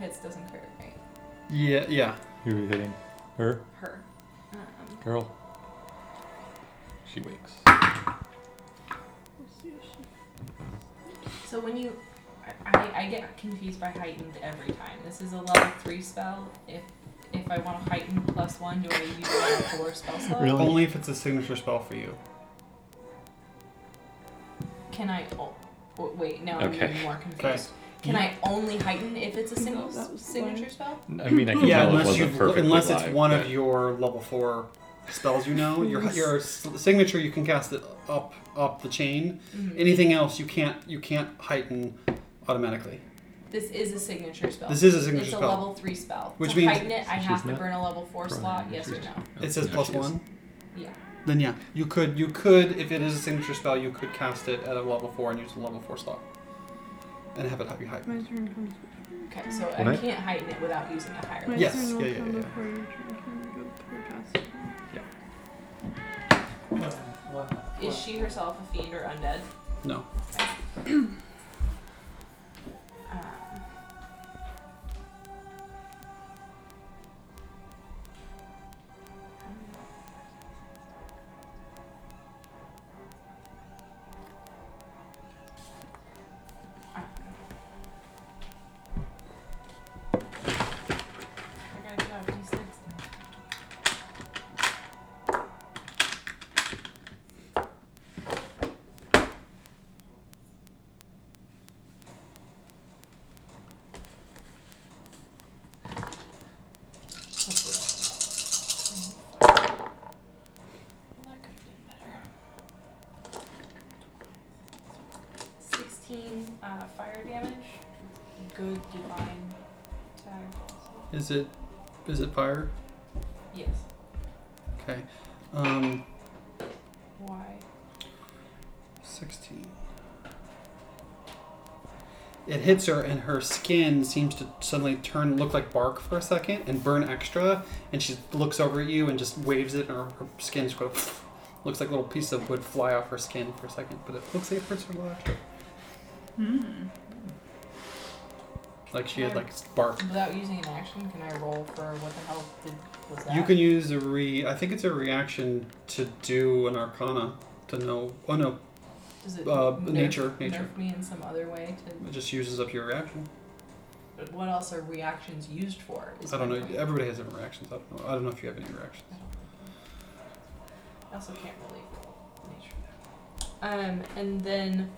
Speaker 3: hits doesn't hurt, right?
Speaker 5: Yeah, yeah.
Speaker 2: who are you hitting? Her
Speaker 3: Her. Um,
Speaker 2: girl. She wakes.
Speaker 3: So when you, I, I, I get confused by heightened every time. This is a level three spell. If if I want to heighten plus one, do I use a level four spell slot?
Speaker 2: Really?
Speaker 5: Only if it's a signature spell for you.
Speaker 3: Can I? Oh, w- wait, no, I'm
Speaker 2: Okay.
Speaker 3: even more confused. Can I only heighten if it's a single
Speaker 4: No, that was
Speaker 3: signature spell?
Speaker 2: I mean, I can
Speaker 5: Yeah,
Speaker 2: tell it
Speaker 5: unless you
Speaker 2: wasn't perfectly
Speaker 5: unless it's
Speaker 2: live,
Speaker 5: one of
Speaker 2: but-
Speaker 5: your level four spells, you know your your s- signature. You can cast it up up the chain.
Speaker 3: Mm-hmm.
Speaker 5: Anything else you can't you can't heighten automatically.
Speaker 3: This is a signature spell.
Speaker 5: This is a signature
Speaker 3: it's a
Speaker 5: spell.
Speaker 3: level three spell.
Speaker 5: Which
Speaker 3: to
Speaker 5: means-
Speaker 3: heighten it, I
Speaker 2: She's
Speaker 3: have to
Speaker 2: not
Speaker 3: burn a level four
Speaker 2: Brian,
Speaker 3: slot.
Speaker 2: she's-
Speaker 3: Yes or no?
Speaker 5: It says
Speaker 2: No,
Speaker 5: plus
Speaker 2: she is.
Speaker 5: one.
Speaker 3: Yeah.
Speaker 5: Then yeah, you could you could if it is a signature spell, you could cast it at a level four and use a level four slot, and have it be high.
Speaker 4: My turn comes.
Speaker 8: Okay, so I
Speaker 2: What?
Speaker 8: can't heighten it without using a higher
Speaker 4: My
Speaker 8: level.
Speaker 5: Yes,
Speaker 4: turn will
Speaker 5: yeah, yeah,
Speaker 4: come
Speaker 5: yeah, yeah.
Speaker 4: before your turn can go through past.
Speaker 8: Is she herself a fiend or undead?
Speaker 5: No,
Speaker 8: Um,
Speaker 3: I gotta go out D6 now.
Speaker 8: Well, that could have been better. 16 uh, fire damage.
Speaker 3: Good divine tag.
Speaker 5: is it is it fire?
Speaker 3: Yes.
Speaker 5: Okay, um,
Speaker 3: Why?
Speaker 5: sixteen. It hits her, and her skin seems to suddenly turn, look like bark for a second, and burn extra. And she looks over at you and just waves it, and her, her skin just goes. Looks like little pieces of wood fly off her skin for a second, but it looks like it hurts her a little extra.
Speaker 1: Hmm.
Speaker 5: Like she had like bark
Speaker 3: Without using an action, can I roll for what the hell did, was that?
Speaker 5: You can use a re. I think it's a reaction to do an arcana to know. Oh no,
Speaker 3: Does it
Speaker 5: uh,
Speaker 3: nerf,
Speaker 5: nature, nature.
Speaker 3: nerf me in some other way
Speaker 5: It just uses up your reaction.
Speaker 3: to? What else are reactions used for? Is
Speaker 5: I don't
Speaker 3: my
Speaker 5: know.
Speaker 3: point.
Speaker 5: Everybody has different reactions. I don't know. I don't know if you have any reactions.
Speaker 3: I also can't really roll nature. Um, and then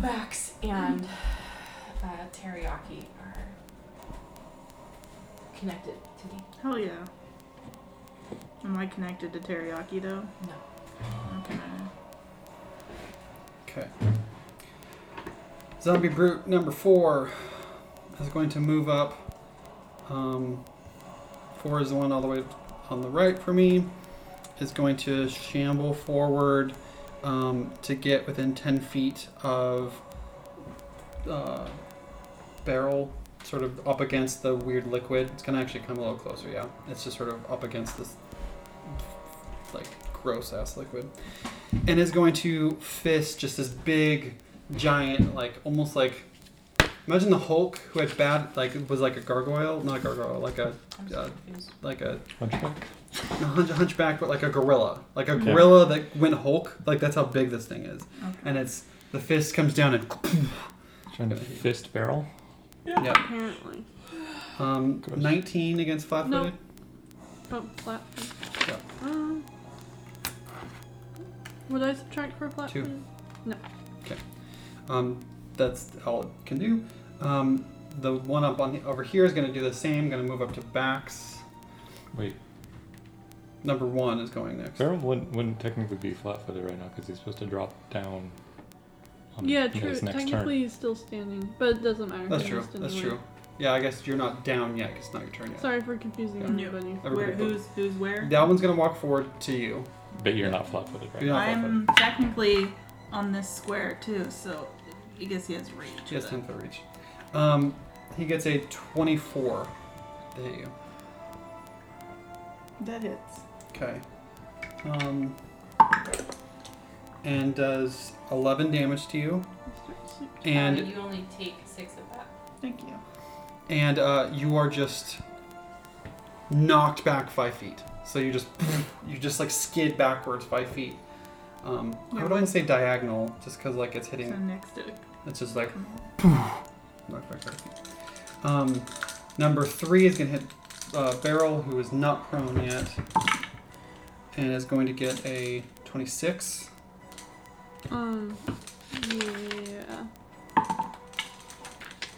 Speaker 3: Max and uh, Teriyaki are connected to me.
Speaker 1: Hell yeah. Am I connected to teriyaki though? Okay.
Speaker 5: Okay. Zombie brute number four is going to move up. Um, four is the one all the way on the right for me. Is going to shamble forward um, to get within ten feet of uh, barrel, sort of up against the weird liquid. It's gonna actually come a little closer. Yeah, it's just sort of up against this like gross ass liquid and is going to fist just this big giant like almost like imagine the hulk who had bad like was like a gargoyle not a gargoyle like a
Speaker 3: I'm
Speaker 5: Yeah.
Speaker 3: so confused. Uh,
Speaker 5: like a
Speaker 2: Hunchback?
Speaker 5: not hunch- hunchback but like a gorilla like a
Speaker 2: Yeah.
Speaker 5: gorilla that went hulk like that's how big this thing is
Speaker 1: Okay.
Speaker 5: and it's the fist comes down and
Speaker 2: Trying to fist barrel?
Speaker 5: yeah
Speaker 4: Apparently,
Speaker 5: um
Speaker 2: Gross.
Speaker 5: 19 against flat footed
Speaker 4: but flat.
Speaker 5: Yeah.
Speaker 4: Um, would I subtract for flat?
Speaker 5: Two.
Speaker 4: footed?
Speaker 5: Um, that's all it can do. Um, the one up on the, over here is going to do the same. Going to move up to backs.
Speaker 2: Wait,
Speaker 5: Number one is going next.
Speaker 2: barrel wouldn't, wouldn't technically be flat footed right now because he's supposed to drop down on
Speaker 4: Yeah, true.
Speaker 2: his next
Speaker 4: Technically,
Speaker 2: turn.
Speaker 4: he's still standing, but it doesn't matter.
Speaker 5: That's
Speaker 4: he
Speaker 5: true.
Speaker 4: missed
Speaker 5: That's
Speaker 4: anyway.
Speaker 5: true. Yeah, I guess you're not down yet. 'cause it's not your turn yet.
Speaker 4: Sorry for confusing
Speaker 1: Yeah.
Speaker 4: everybody.
Speaker 1: Where?
Speaker 5: Everybody-
Speaker 1: Who's who's where?
Speaker 5: That one's going to walk forward to you.
Speaker 2: But you're not flat footed right
Speaker 5: You're
Speaker 2: now.
Speaker 5: not flat footed.
Speaker 1: I'm technically on this square too, so I guess he has reach.
Speaker 5: She has
Speaker 1: but-
Speaker 5: 10 foot reach. Um, he gets a 24 to hit you.
Speaker 1: That hits.
Speaker 5: Okay. Um, and does 11 damage to you. And
Speaker 3: uh, you only take six of that.
Speaker 1: Thank you.
Speaker 5: and uh, you are just knocked back five feet. So you just you just like skid backwards five feet. Um, I would only say diagonal, just because like it's
Speaker 1: So
Speaker 5: hitting.
Speaker 1: next to
Speaker 5: It's just like knocked back five feet. Um, number three is gonna hit uh, Barrel, who is not prone yet, and is going to get a twenty-six.
Speaker 4: Um, yeah.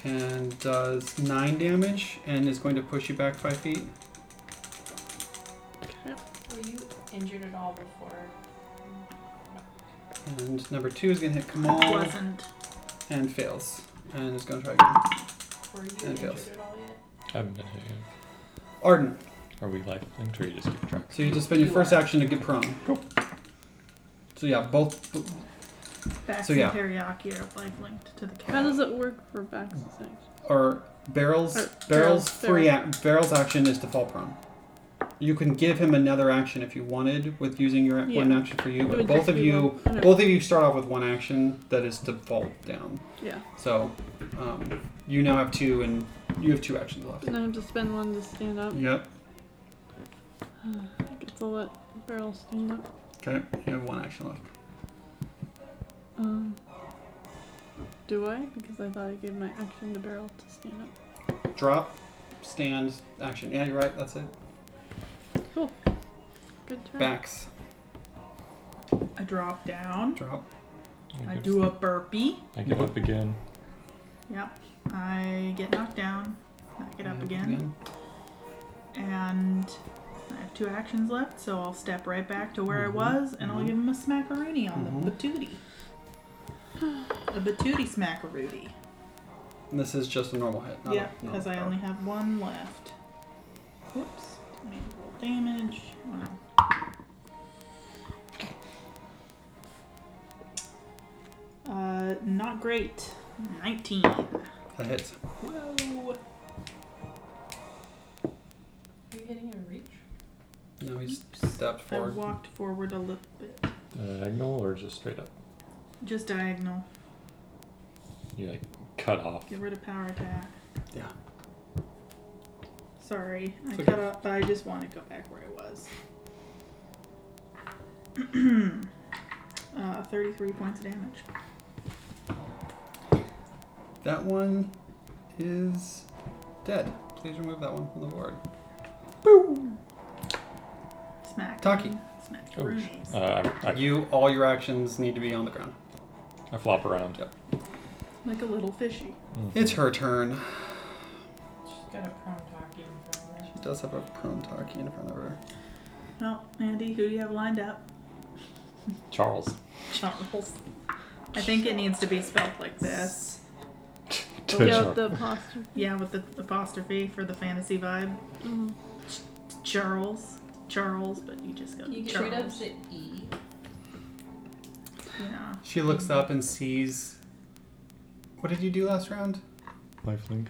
Speaker 5: and does nine damage and is going to push you back five feet.
Speaker 3: Were you injured at all before?
Speaker 5: And number two is going to hit Kamal
Speaker 1: wasn't.
Speaker 5: and fails and is going to try again.
Speaker 3: Were you
Speaker 5: And
Speaker 3: injured
Speaker 5: fails.
Speaker 3: at all yet?
Speaker 2: I haven't been hit yet.
Speaker 5: Arden,
Speaker 2: Are we life linked or you just keep track?
Speaker 5: So you just spend your
Speaker 8: You
Speaker 5: first
Speaker 8: are.
Speaker 5: action to get prone. So yeah, both.
Speaker 1: Bax
Speaker 5: So, yeah.
Speaker 1: and teriyaki are like linked to the cat.
Speaker 4: How does it work for Bax's action?
Speaker 5: or barrels
Speaker 4: Or
Speaker 5: barrels,
Speaker 4: barrels,
Speaker 5: free ac- barrels action is to fall prone. You can give him another action if you wanted with using your ac- one
Speaker 4: Yeah.
Speaker 5: action for you,
Speaker 4: It
Speaker 5: but
Speaker 4: would
Speaker 5: both
Speaker 4: just
Speaker 5: of
Speaker 4: be
Speaker 5: you
Speaker 4: one- okay.
Speaker 5: both of you start off with one action that is to fall down.
Speaker 4: Yeah.
Speaker 5: So um, you now have two, and you have two actions left.
Speaker 4: And I have to spend one to stand up.
Speaker 5: Yep.
Speaker 4: I guess I'll let Barrel stand up.
Speaker 5: Okay. You have one action left.
Speaker 4: Um, do I? Because I thought I gave my action to Barrel to stand up.
Speaker 5: Drop, stand, action. Yeah, you're right. That's it.
Speaker 4: Good
Speaker 1: Oh.
Speaker 4: try.
Speaker 5: Backs.
Speaker 1: I drop down.
Speaker 5: Drop.
Speaker 1: I
Speaker 2: give-
Speaker 1: do a burpee.
Speaker 2: I give up again.
Speaker 1: Yep. I get knocked down. Knock it up again. And I have two actions left, so I'll step right back to where
Speaker 5: Mhm,
Speaker 1: I was and I'll
Speaker 5: mhm.
Speaker 1: give him a smackaroonie on the
Speaker 5: Mhm.
Speaker 1: batootie. A batootie smackaroonie.
Speaker 5: And this is just a normal hit. not a-
Speaker 1: Yeah,
Speaker 5: not a
Speaker 1: because I
Speaker 5: power.
Speaker 1: only have one left. Whoops. Didn't mean to roll damage. Oh, Wow. Uh, not great. 19.
Speaker 5: That hits.
Speaker 1: Whoa.
Speaker 8: Are you hitting a reach?
Speaker 5: No, he's
Speaker 1: Oops.
Speaker 5: stepped
Speaker 1: I
Speaker 5: forward.
Speaker 1: walked forward a little bit.
Speaker 2: uh, Diagonal or just straight up?
Speaker 1: Just diagonal.
Speaker 2: You like cut off.
Speaker 1: Get rid of power attack.
Speaker 5: Yeah.
Speaker 1: Sorry, I
Speaker 5: It's okay.
Speaker 1: cut off, but I just want to go back where I was. uh, 33 points of damage.
Speaker 5: That one is dead. Please remove that one from the board.
Speaker 1: Smack.
Speaker 5: Taki.
Speaker 1: Smack.
Speaker 2: Oh, sh-
Speaker 1: Roonies.
Speaker 2: uh, I, I,
Speaker 5: You, all your actions need to be on the ground.
Speaker 2: I flop around.
Speaker 1: like a little fishy.
Speaker 2: Mhm.
Speaker 5: It's her turn.
Speaker 8: She's got a prone talking in front of her.
Speaker 5: She does have a prone talkie in front of her.
Speaker 1: Well, Andy, who do you have lined up?
Speaker 2: Charles.
Speaker 1: Charles. I think it needs to be spelled like this.
Speaker 4: Yeah, with the apostrophe.
Speaker 1: Yeah, with the apostrophe for the fantasy vibe.
Speaker 4: Mhm.
Speaker 1: Charles. Charles, but you just go
Speaker 3: You get
Speaker 1: Charles.
Speaker 3: rid of the E.
Speaker 1: Yeah.
Speaker 5: She looks up and sees. What did you do last round?
Speaker 2: Lifelink.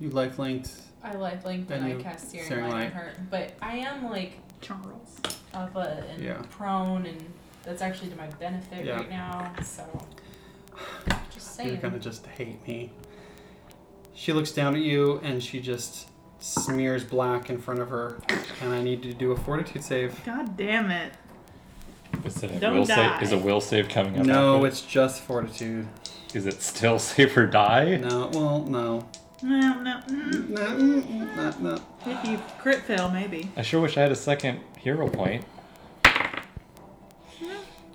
Speaker 5: You life-linked.
Speaker 3: I life linked and
Speaker 5: And
Speaker 3: I
Speaker 5: you-
Speaker 3: cast Searing,
Speaker 5: Searing
Speaker 3: Light on
Speaker 5: Light.
Speaker 3: her. But I am like
Speaker 1: Charles.
Speaker 3: up a, and
Speaker 5: Yeah.
Speaker 3: prone, and that's actually to my benefit
Speaker 5: Yeah.
Speaker 3: right now. So, just
Speaker 5: You're
Speaker 3: saying.
Speaker 5: gonna just hate me. She looks down at you and she just smears black in front of her. And I need to do a fortitude save.
Speaker 1: God damn it.
Speaker 2: Is it a
Speaker 1: Don't
Speaker 2: will
Speaker 1: die.
Speaker 2: save? Is a will save coming up?
Speaker 5: No,
Speaker 2: after?
Speaker 5: it's just fortitude.
Speaker 2: Is it still save or die?
Speaker 5: No, well, no.
Speaker 1: No, no. mm.
Speaker 5: No, mm, mm, not, no.
Speaker 1: If you crit fail, maybe.
Speaker 2: I sure wish I had a second hero point.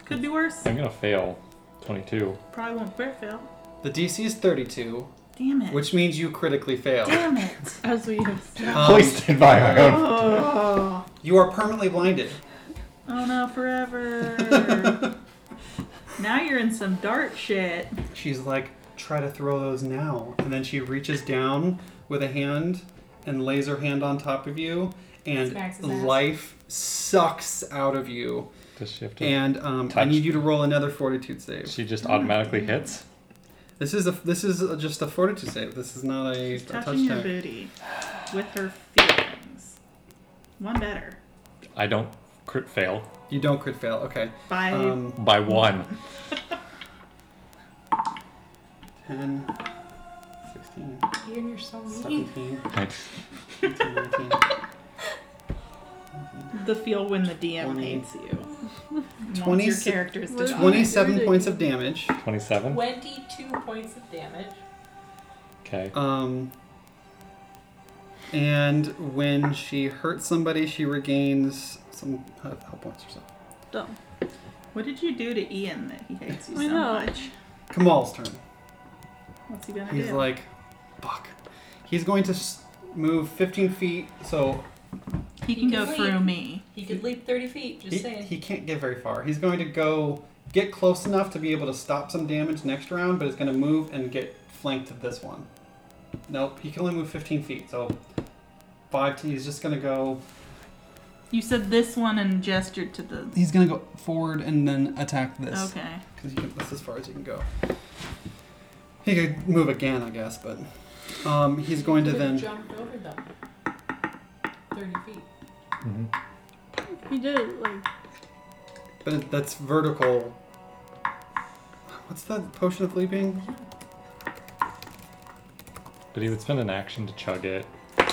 Speaker 1: Could be worse.
Speaker 2: I'm gonna fail. 22.
Speaker 1: Probably won't crit fail.
Speaker 5: The DC is 32,
Speaker 1: Damn it.
Speaker 5: which means you critically fail.
Speaker 1: Damn it.
Speaker 4: As we have said.
Speaker 5: Um,
Speaker 2: Hoisted by my own.
Speaker 1: Oh.
Speaker 5: You are permanently blinded.
Speaker 1: Oh no, forever. now you're in some dart shit.
Speaker 5: She's like, try to throw those now. And then she reaches down with a hand and lays her hand on top of you, and
Speaker 3: Smacks his ass.
Speaker 5: life sucks out of you.
Speaker 2: Does she have to?
Speaker 5: And um, I
Speaker 2: Touch.
Speaker 5: need you to roll another fortitude save.
Speaker 2: She just automatically hits.
Speaker 5: This is a this is a, just a fortitude save. This is not a, a
Speaker 1: She's
Speaker 5: touch
Speaker 1: touching your
Speaker 5: check.
Speaker 1: booty with her feelings. One better.
Speaker 2: I don't crit fail
Speaker 5: You don't crit fail. Okay.
Speaker 1: By
Speaker 5: Um,
Speaker 2: by one.
Speaker 5: 10, 16,
Speaker 8: Ian, you're so mean.
Speaker 5: 17,
Speaker 2: I
Speaker 5: 18, 19.
Speaker 1: the feel when the DM
Speaker 5: Twenty.
Speaker 1: hates you. Wants
Speaker 5: Twenty
Speaker 1: your
Speaker 5: si-
Speaker 1: characters to
Speaker 4: What-
Speaker 1: die.
Speaker 5: 27 points of damage.
Speaker 2: 27.
Speaker 3: 22 points of damage.
Speaker 2: Okay.
Speaker 5: Um, and when she hurts somebody, she regains some uh, health points or something.
Speaker 4: Dumb.
Speaker 1: What did you do to Ian that he hates you
Speaker 4: I
Speaker 1: so
Speaker 4: know.
Speaker 1: much?
Speaker 5: Kamal's turn.
Speaker 1: What's he gonna
Speaker 5: He's
Speaker 1: do?
Speaker 5: like, fuck. He's going to s- move 15 feet, so
Speaker 1: he can go
Speaker 3: Wait.
Speaker 1: through me.
Speaker 3: He could leap 30 feet, just
Speaker 5: he,
Speaker 3: saying.
Speaker 5: he can't get very far. He's going to go get close enough to be able to stop some damage next round, but it's going to move and get flanked to this one. Nope, he can only move 15 feet, so five. T. He's just gonna go.
Speaker 1: You said this one and gestured to the.
Speaker 5: He's gonna go forward and then attack this.
Speaker 1: Okay.
Speaker 5: Because you can, that's as far as you can go. He could move again, I guess, but um, he's going to
Speaker 8: Could've
Speaker 5: then.
Speaker 8: jumped over them. Thirty feet.
Speaker 2: Mm-hmm.
Speaker 4: He did it like
Speaker 5: But it, that's vertical. What's that potion of leaping?
Speaker 2: But he would spend an action to chug it.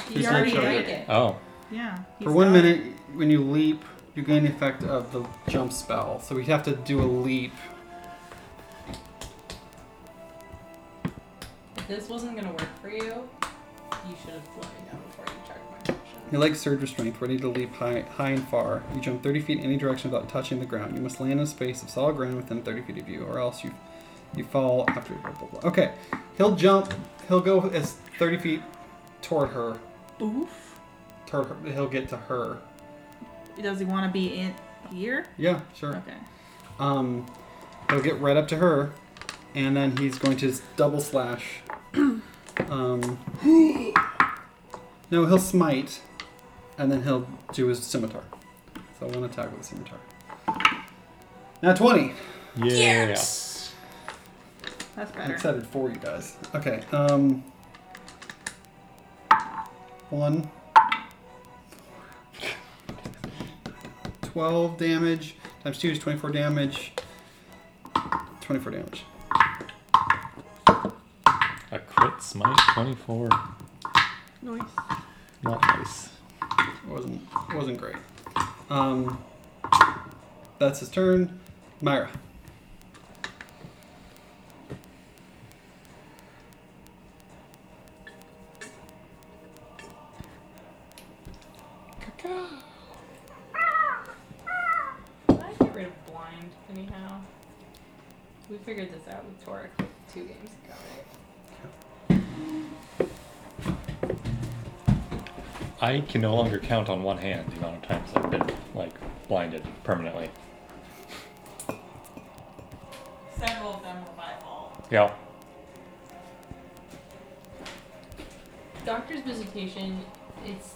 Speaker 8: He
Speaker 5: He's
Speaker 8: already
Speaker 5: not sure
Speaker 8: drank it.
Speaker 2: Oh,
Speaker 1: Yeah.
Speaker 5: For
Speaker 1: he's
Speaker 5: one
Speaker 1: got it.
Speaker 5: minute, when you leap, you gain the effect of the jump spell. So we have to do a leap.
Speaker 8: If this wasn't gonna work for you, you should have let me know before you checked my option.
Speaker 5: You like surge restraint, ready to leap high, high and far. You jump 30 feet in any direction without touching the ground. You must land in a space of solid ground within 30 feet of you, or else you you fall after. Blah, blah, blah. Okay, he'll jump. He'll go as 30 feet toward her.
Speaker 1: Oof.
Speaker 5: Toward her, he'll get to her.
Speaker 1: Does he want to be in here?
Speaker 5: Yeah, sure.
Speaker 1: Okay.
Speaker 5: Um, he'll get right up to her, and then he's going to s- double slash. um, no, he'll smite, and then he'll do his scimitar. So one attack with a scimitar. Now 20.
Speaker 2: yeah.
Speaker 1: That's
Speaker 5: I'm
Speaker 1: better.
Speaker 5: excited for you guys. Okay. Um, one. 12 damage times 2 is 24 damage. 24 damage.
Speaker 2: A crit smite, 24.
Speaker 4: noise.
Speaker 2: Not nice.
Speaker 5: wasn't wasn't great. Um, that's his turn. Myra.
Speaker 8: I get rid of blind anyhow. We figured this out with Toric two games ago, right?
Speaker 2: I can no longer count on one hand the amount of times I've been, like, blinded permanently.
Speaker 8: Several of them were my fault.
Speaker 2: Yeah.
Speaker 3: Doctor's visitation, it's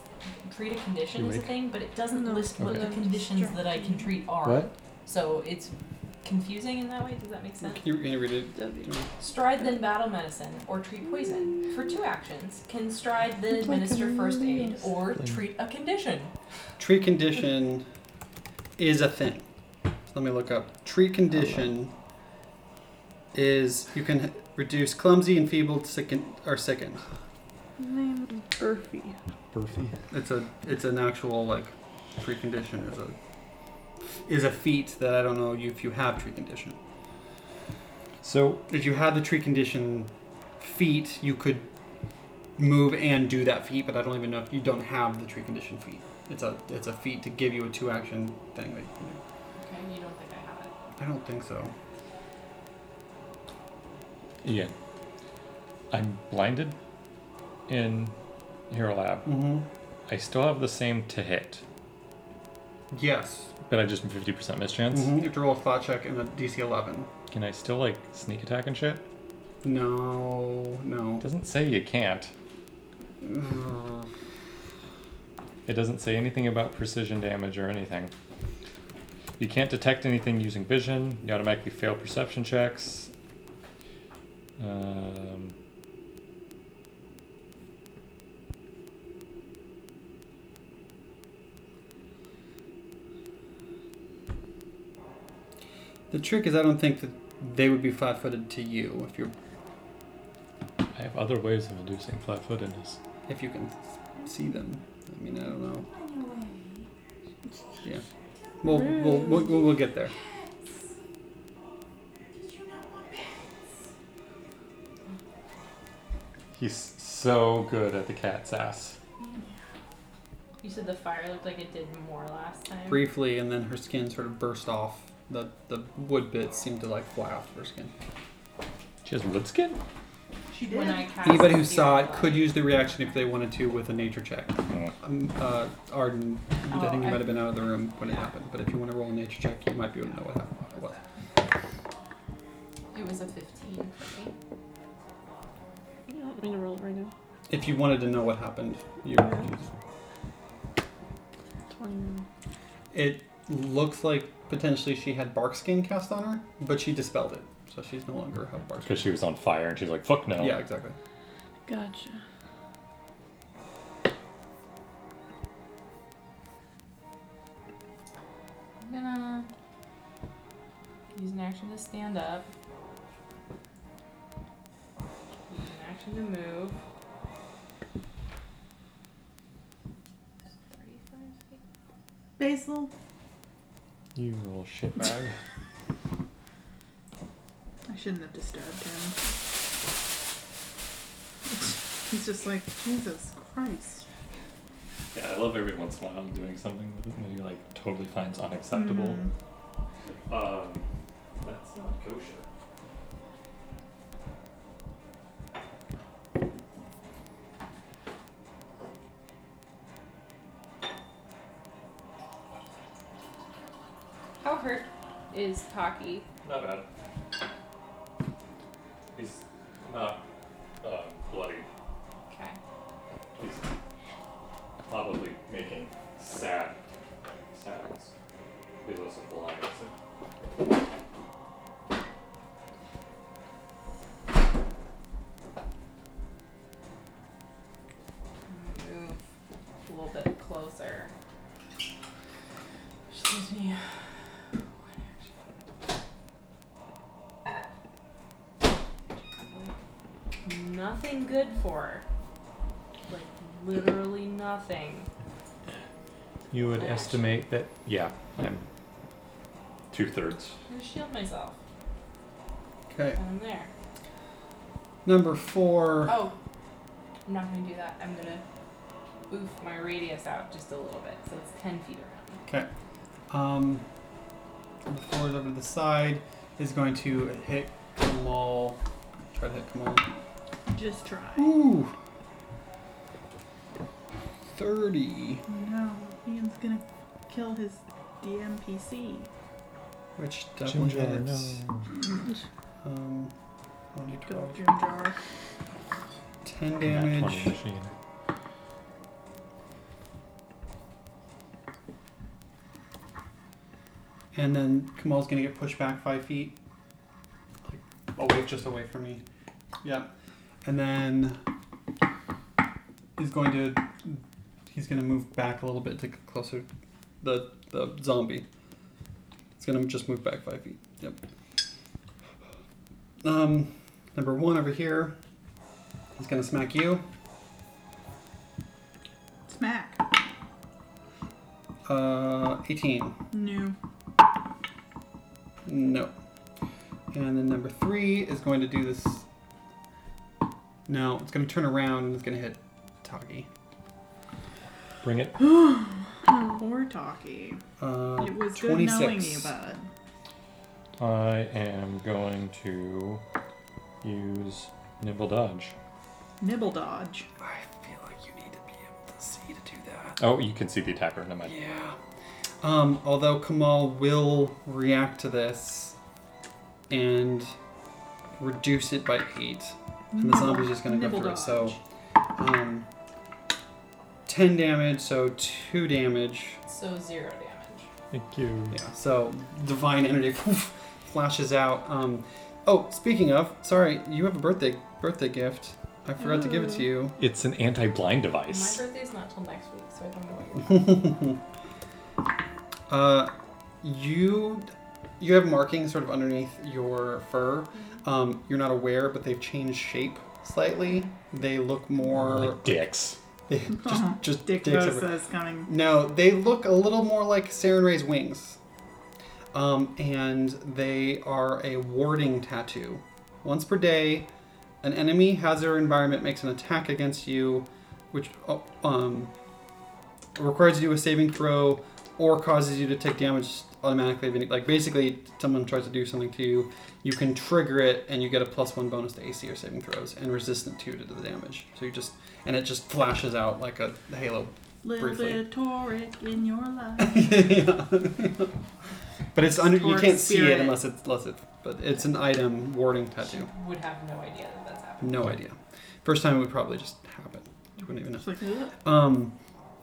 Speaker 3: treat a
Speaker 2: You
Speaker 3: condition is a
Speaker 2: wake?
Speaker 3: thing, but it doesn't
Speaker 4: No.
Speaker 3: list what
Speaker 2: Okay.
Speaker 3: the conditions that I can treat are. So it's confusing in that way. Does that make
Speaker 5: Can
Speaker 3: sense?
Speaker 5: you, can you read it?
Speaker 3: Stride then battle medicine or treat poison. For two actions, can stride then administer first aid or treat a condition.
Speaker 5: Tree condition is a thing. Let me look up. Tree condition is you can reduce clumsy, enfeebled, sickened, or sickened.
Speaker 4: Name is Murphy.
Speaker 2: Burfy.
Speaker 5: It's a it's an actual like tree condition is a is a feat that I don't know you, if you have tree condition.
Speaker 2: So,
Speaker 5: if you had the tree condition feat, you could move and do that feat, but I don't even know if you don't have the tree condition feat. It's a it's a feat to give you a two action thing. that you can do.
Speaker 3: Okay, you don't think I have it.
Speaker 5: I don't think so.
Speaker 2: Ian, I'm blinded in Hero Lab.
Speaker 5: Mm-hmm.
Speaker 2: I still have the same to hit,
Speaker 5: Yes.
Speaker 2: but I just am 50% mischance.
Speaker 5: Mhm. You have to roll a thought check and a DC 11.
Speaker 2: Can I still, like, sneak attack and shit?
Speaker 5: No, no.
Speaker 2: It doesn't say you can't.
Speaker 5: Ugh.
Speaker 2: It doesn't say anything about precision damage or anything. You can't detect anything using vision. You automatically fail perception checks. Um,
Speaker 5: The trick is, I don't think that they would be flat-footed to you if you
Speaker 2: I have other ways of inducing flat-footedness.
Speaker 5: if you can see them. I mean, I don't know. Yeah. We'll we'll, we'll, we'll, we'll get there.
Speaker 2: He's so good at the cat's ass.
Speaker 8: You said the fire looked like it did more last time.
Speaker 5: briefly, and then her skin sort of burst off. The the wood bits seemed to like fly off of her skin.
Speaker 2: She has wood skin.
Speaker 1: She
Speaker 8: When I
Speaker 3: Ah,
Speaker 8: cast
Speaker 5: Anybody who
Speaker 8: the
Speaker 5: saw it
Speaker 8: light.
Speaker 5: could use the reaction if they wanted to with a nature check. Um, uh, Arden, I
Speaker 8: Oh,
Speaker 5: think you
Speaker 8: I-
Speaker 5: might have been out of the room when it happened, but if you want to roll a nature check, you might be able to know what happened. What?
Speaker 3: It was a 15 for me.
Speaker 4: You don't want me to roll it right now.
Speaker 5: If you wanted to know what happened, you.
Speaker 4: plain.
Speaker 5: It looks like potentially she had bark skin cast on her, but she dispelled it, so she's no longer have bark skin.
Speaker 10: Because she was on fire and she's like, fuck no.
Speaker 5: Yeah, exactly.
Speaker 4: Gotcha.
Speaker 3: I'm gonna use an action to stand up. Use an action to move. 35 feet.
Speaker 1: Basil,
Speaker 2: You little shitbag.
Speaker 1: I shouldn't have disturbed him. He's just like, Jesus Christ.
Speaker 10: Yeah, I love every once in a while doing something that he like totally finds unacceptable.
Speaker 1: Mm.
Speaker 9: Um, that's not kosher.
Speaker 3: How hurt is Taki?
Speaker 9: Not bad. He's not uh, bloody.
Speaker 3: Okay.
Speaker 9: He's probably making sad sounds. He wasn't blind. so-
Speaker 3: Move a little bit closer. Excuse me. One action. Nothing good for her. Like literally nothing.
Speaker 2: You would estimate that, yeah, I'm
Speaker 10: Two thirds.
Speaker 3: I'm gonna shield myself.
Speaker 5: Okay.
Speaker 3: And I'm there.
Speaker 5: Number four.
Speaker 3: Oh, I'm not gonna do that. I'm gonna oof my radius out just a little bit, so it's ten feet around.
Speaker 5: Okay. Um, number four is over to the side. Is going to hit Kamal. Try to hit Kamal.
Speaker 1: Just try.
Speaker 5: Ooh. 30.
Speaker 1: No, Ian's gonna kill his DMPC.
Speaker 5: Which
Speaker 2: Jim Jar,
Speaker 5: definitely hits.
Speaker 2: no.
Speaker 5: Um, 1d12.
Speaker 1: Go, Jim Jar.
Speaker 5: 10
Speaker 10: Nat 20
Speaker 5: damage.
Speaker 10: machine.
Speaker 5: And then Kamal's going to get pushed back 5 feet. Like, away, just away from me. Yeah. And then he's going to. He's going to move back a little bit to get closer. The, the zombie. He's going to just move back 5 feet. Yep. Um, number one over here. He's going to smack you.
Speaker 1: Smack.
Speaker 5: Uh, 18.
Speaker 1: No.
Speaker 5: No. And then number three is going to do this. No, it's going to turn around and it's going to hit Tagi.
Speaker 2: Bring it.
Speaker 1: Poor Talkie.
Speaker 5: Uh,
Speaker 1: It was
Speaker 5: 26.
Speaker 1: good knowing you, bud.
Speaker 2: I am going to use nibble dodge.
Speaker 1: Nibble dodge.
Speaker 5: I feel like you need to be able to see to do that.
Speaker 10: Oh, you can see the attacker. Never mind.
Speaker 5: Yeah. Um, although Kamal will react to this and reduce it by eight. And the zombie's just going to go
Speaker 1: Nibble
Speaker 5: through it.
Speaker 1: dodge.
Speaker 5: So, um, 10 damage, so 2 damage.
Speaker 3: So zero damage.
Speaker 2: Thank you.
Speaker 5: Yeah, so divine energy flashes out. Um, oh, speaking of, sorry, you have a birthday birthday gift. I forgot to give it to you.
Speaker 2: Mm.
Speaker 10: It's an anti blind device.
Speaker 3: My birthday's not till next week, so I don't know what you're
Speaker 5: Uh, you you have markings sort of underneath your fur. Um, you're not aware, but they've changed shape slightly. They look more
Speaker 10: Like dicks.
Speaker 5: they- just just
Speaker 1: Dick
Speaker 5: dicks everywhere.
Speaker 1: Rosa's coming.
Speaker 5: No, they look a little more like Saren Ray's wings. Um, and they are a warding tattoo. Once per day, an enemy hazard environment makes an attack against you, which oh, um, requires you to do a saving throw or causes you to take damage automatically. If any- Like, basically, someone tries to do something to you, you can trigger it and you get a plus one bonus to AC or saving throws and resistant to, to the damage. So you just, and it just flashes out like a halo
Speaker 1: Little
Speaker 5: Briefly.
Speaker 1: bit of Toric in your life.
Speaker 5: yeah. But it's under. You
Speaker 1: Or
Speaker 5: can't see it
Speaker 1: spirit.
Speaker 5: unless it's unless it. But it's an item warding tattoo.
Speaker 3: doing. Would have no idea that that's happening.
Speaker 5: No idea. First time it would probably just happen. You wouldn't even know.
Speaker 1: It's like, ugh.
Speaker 5: Um,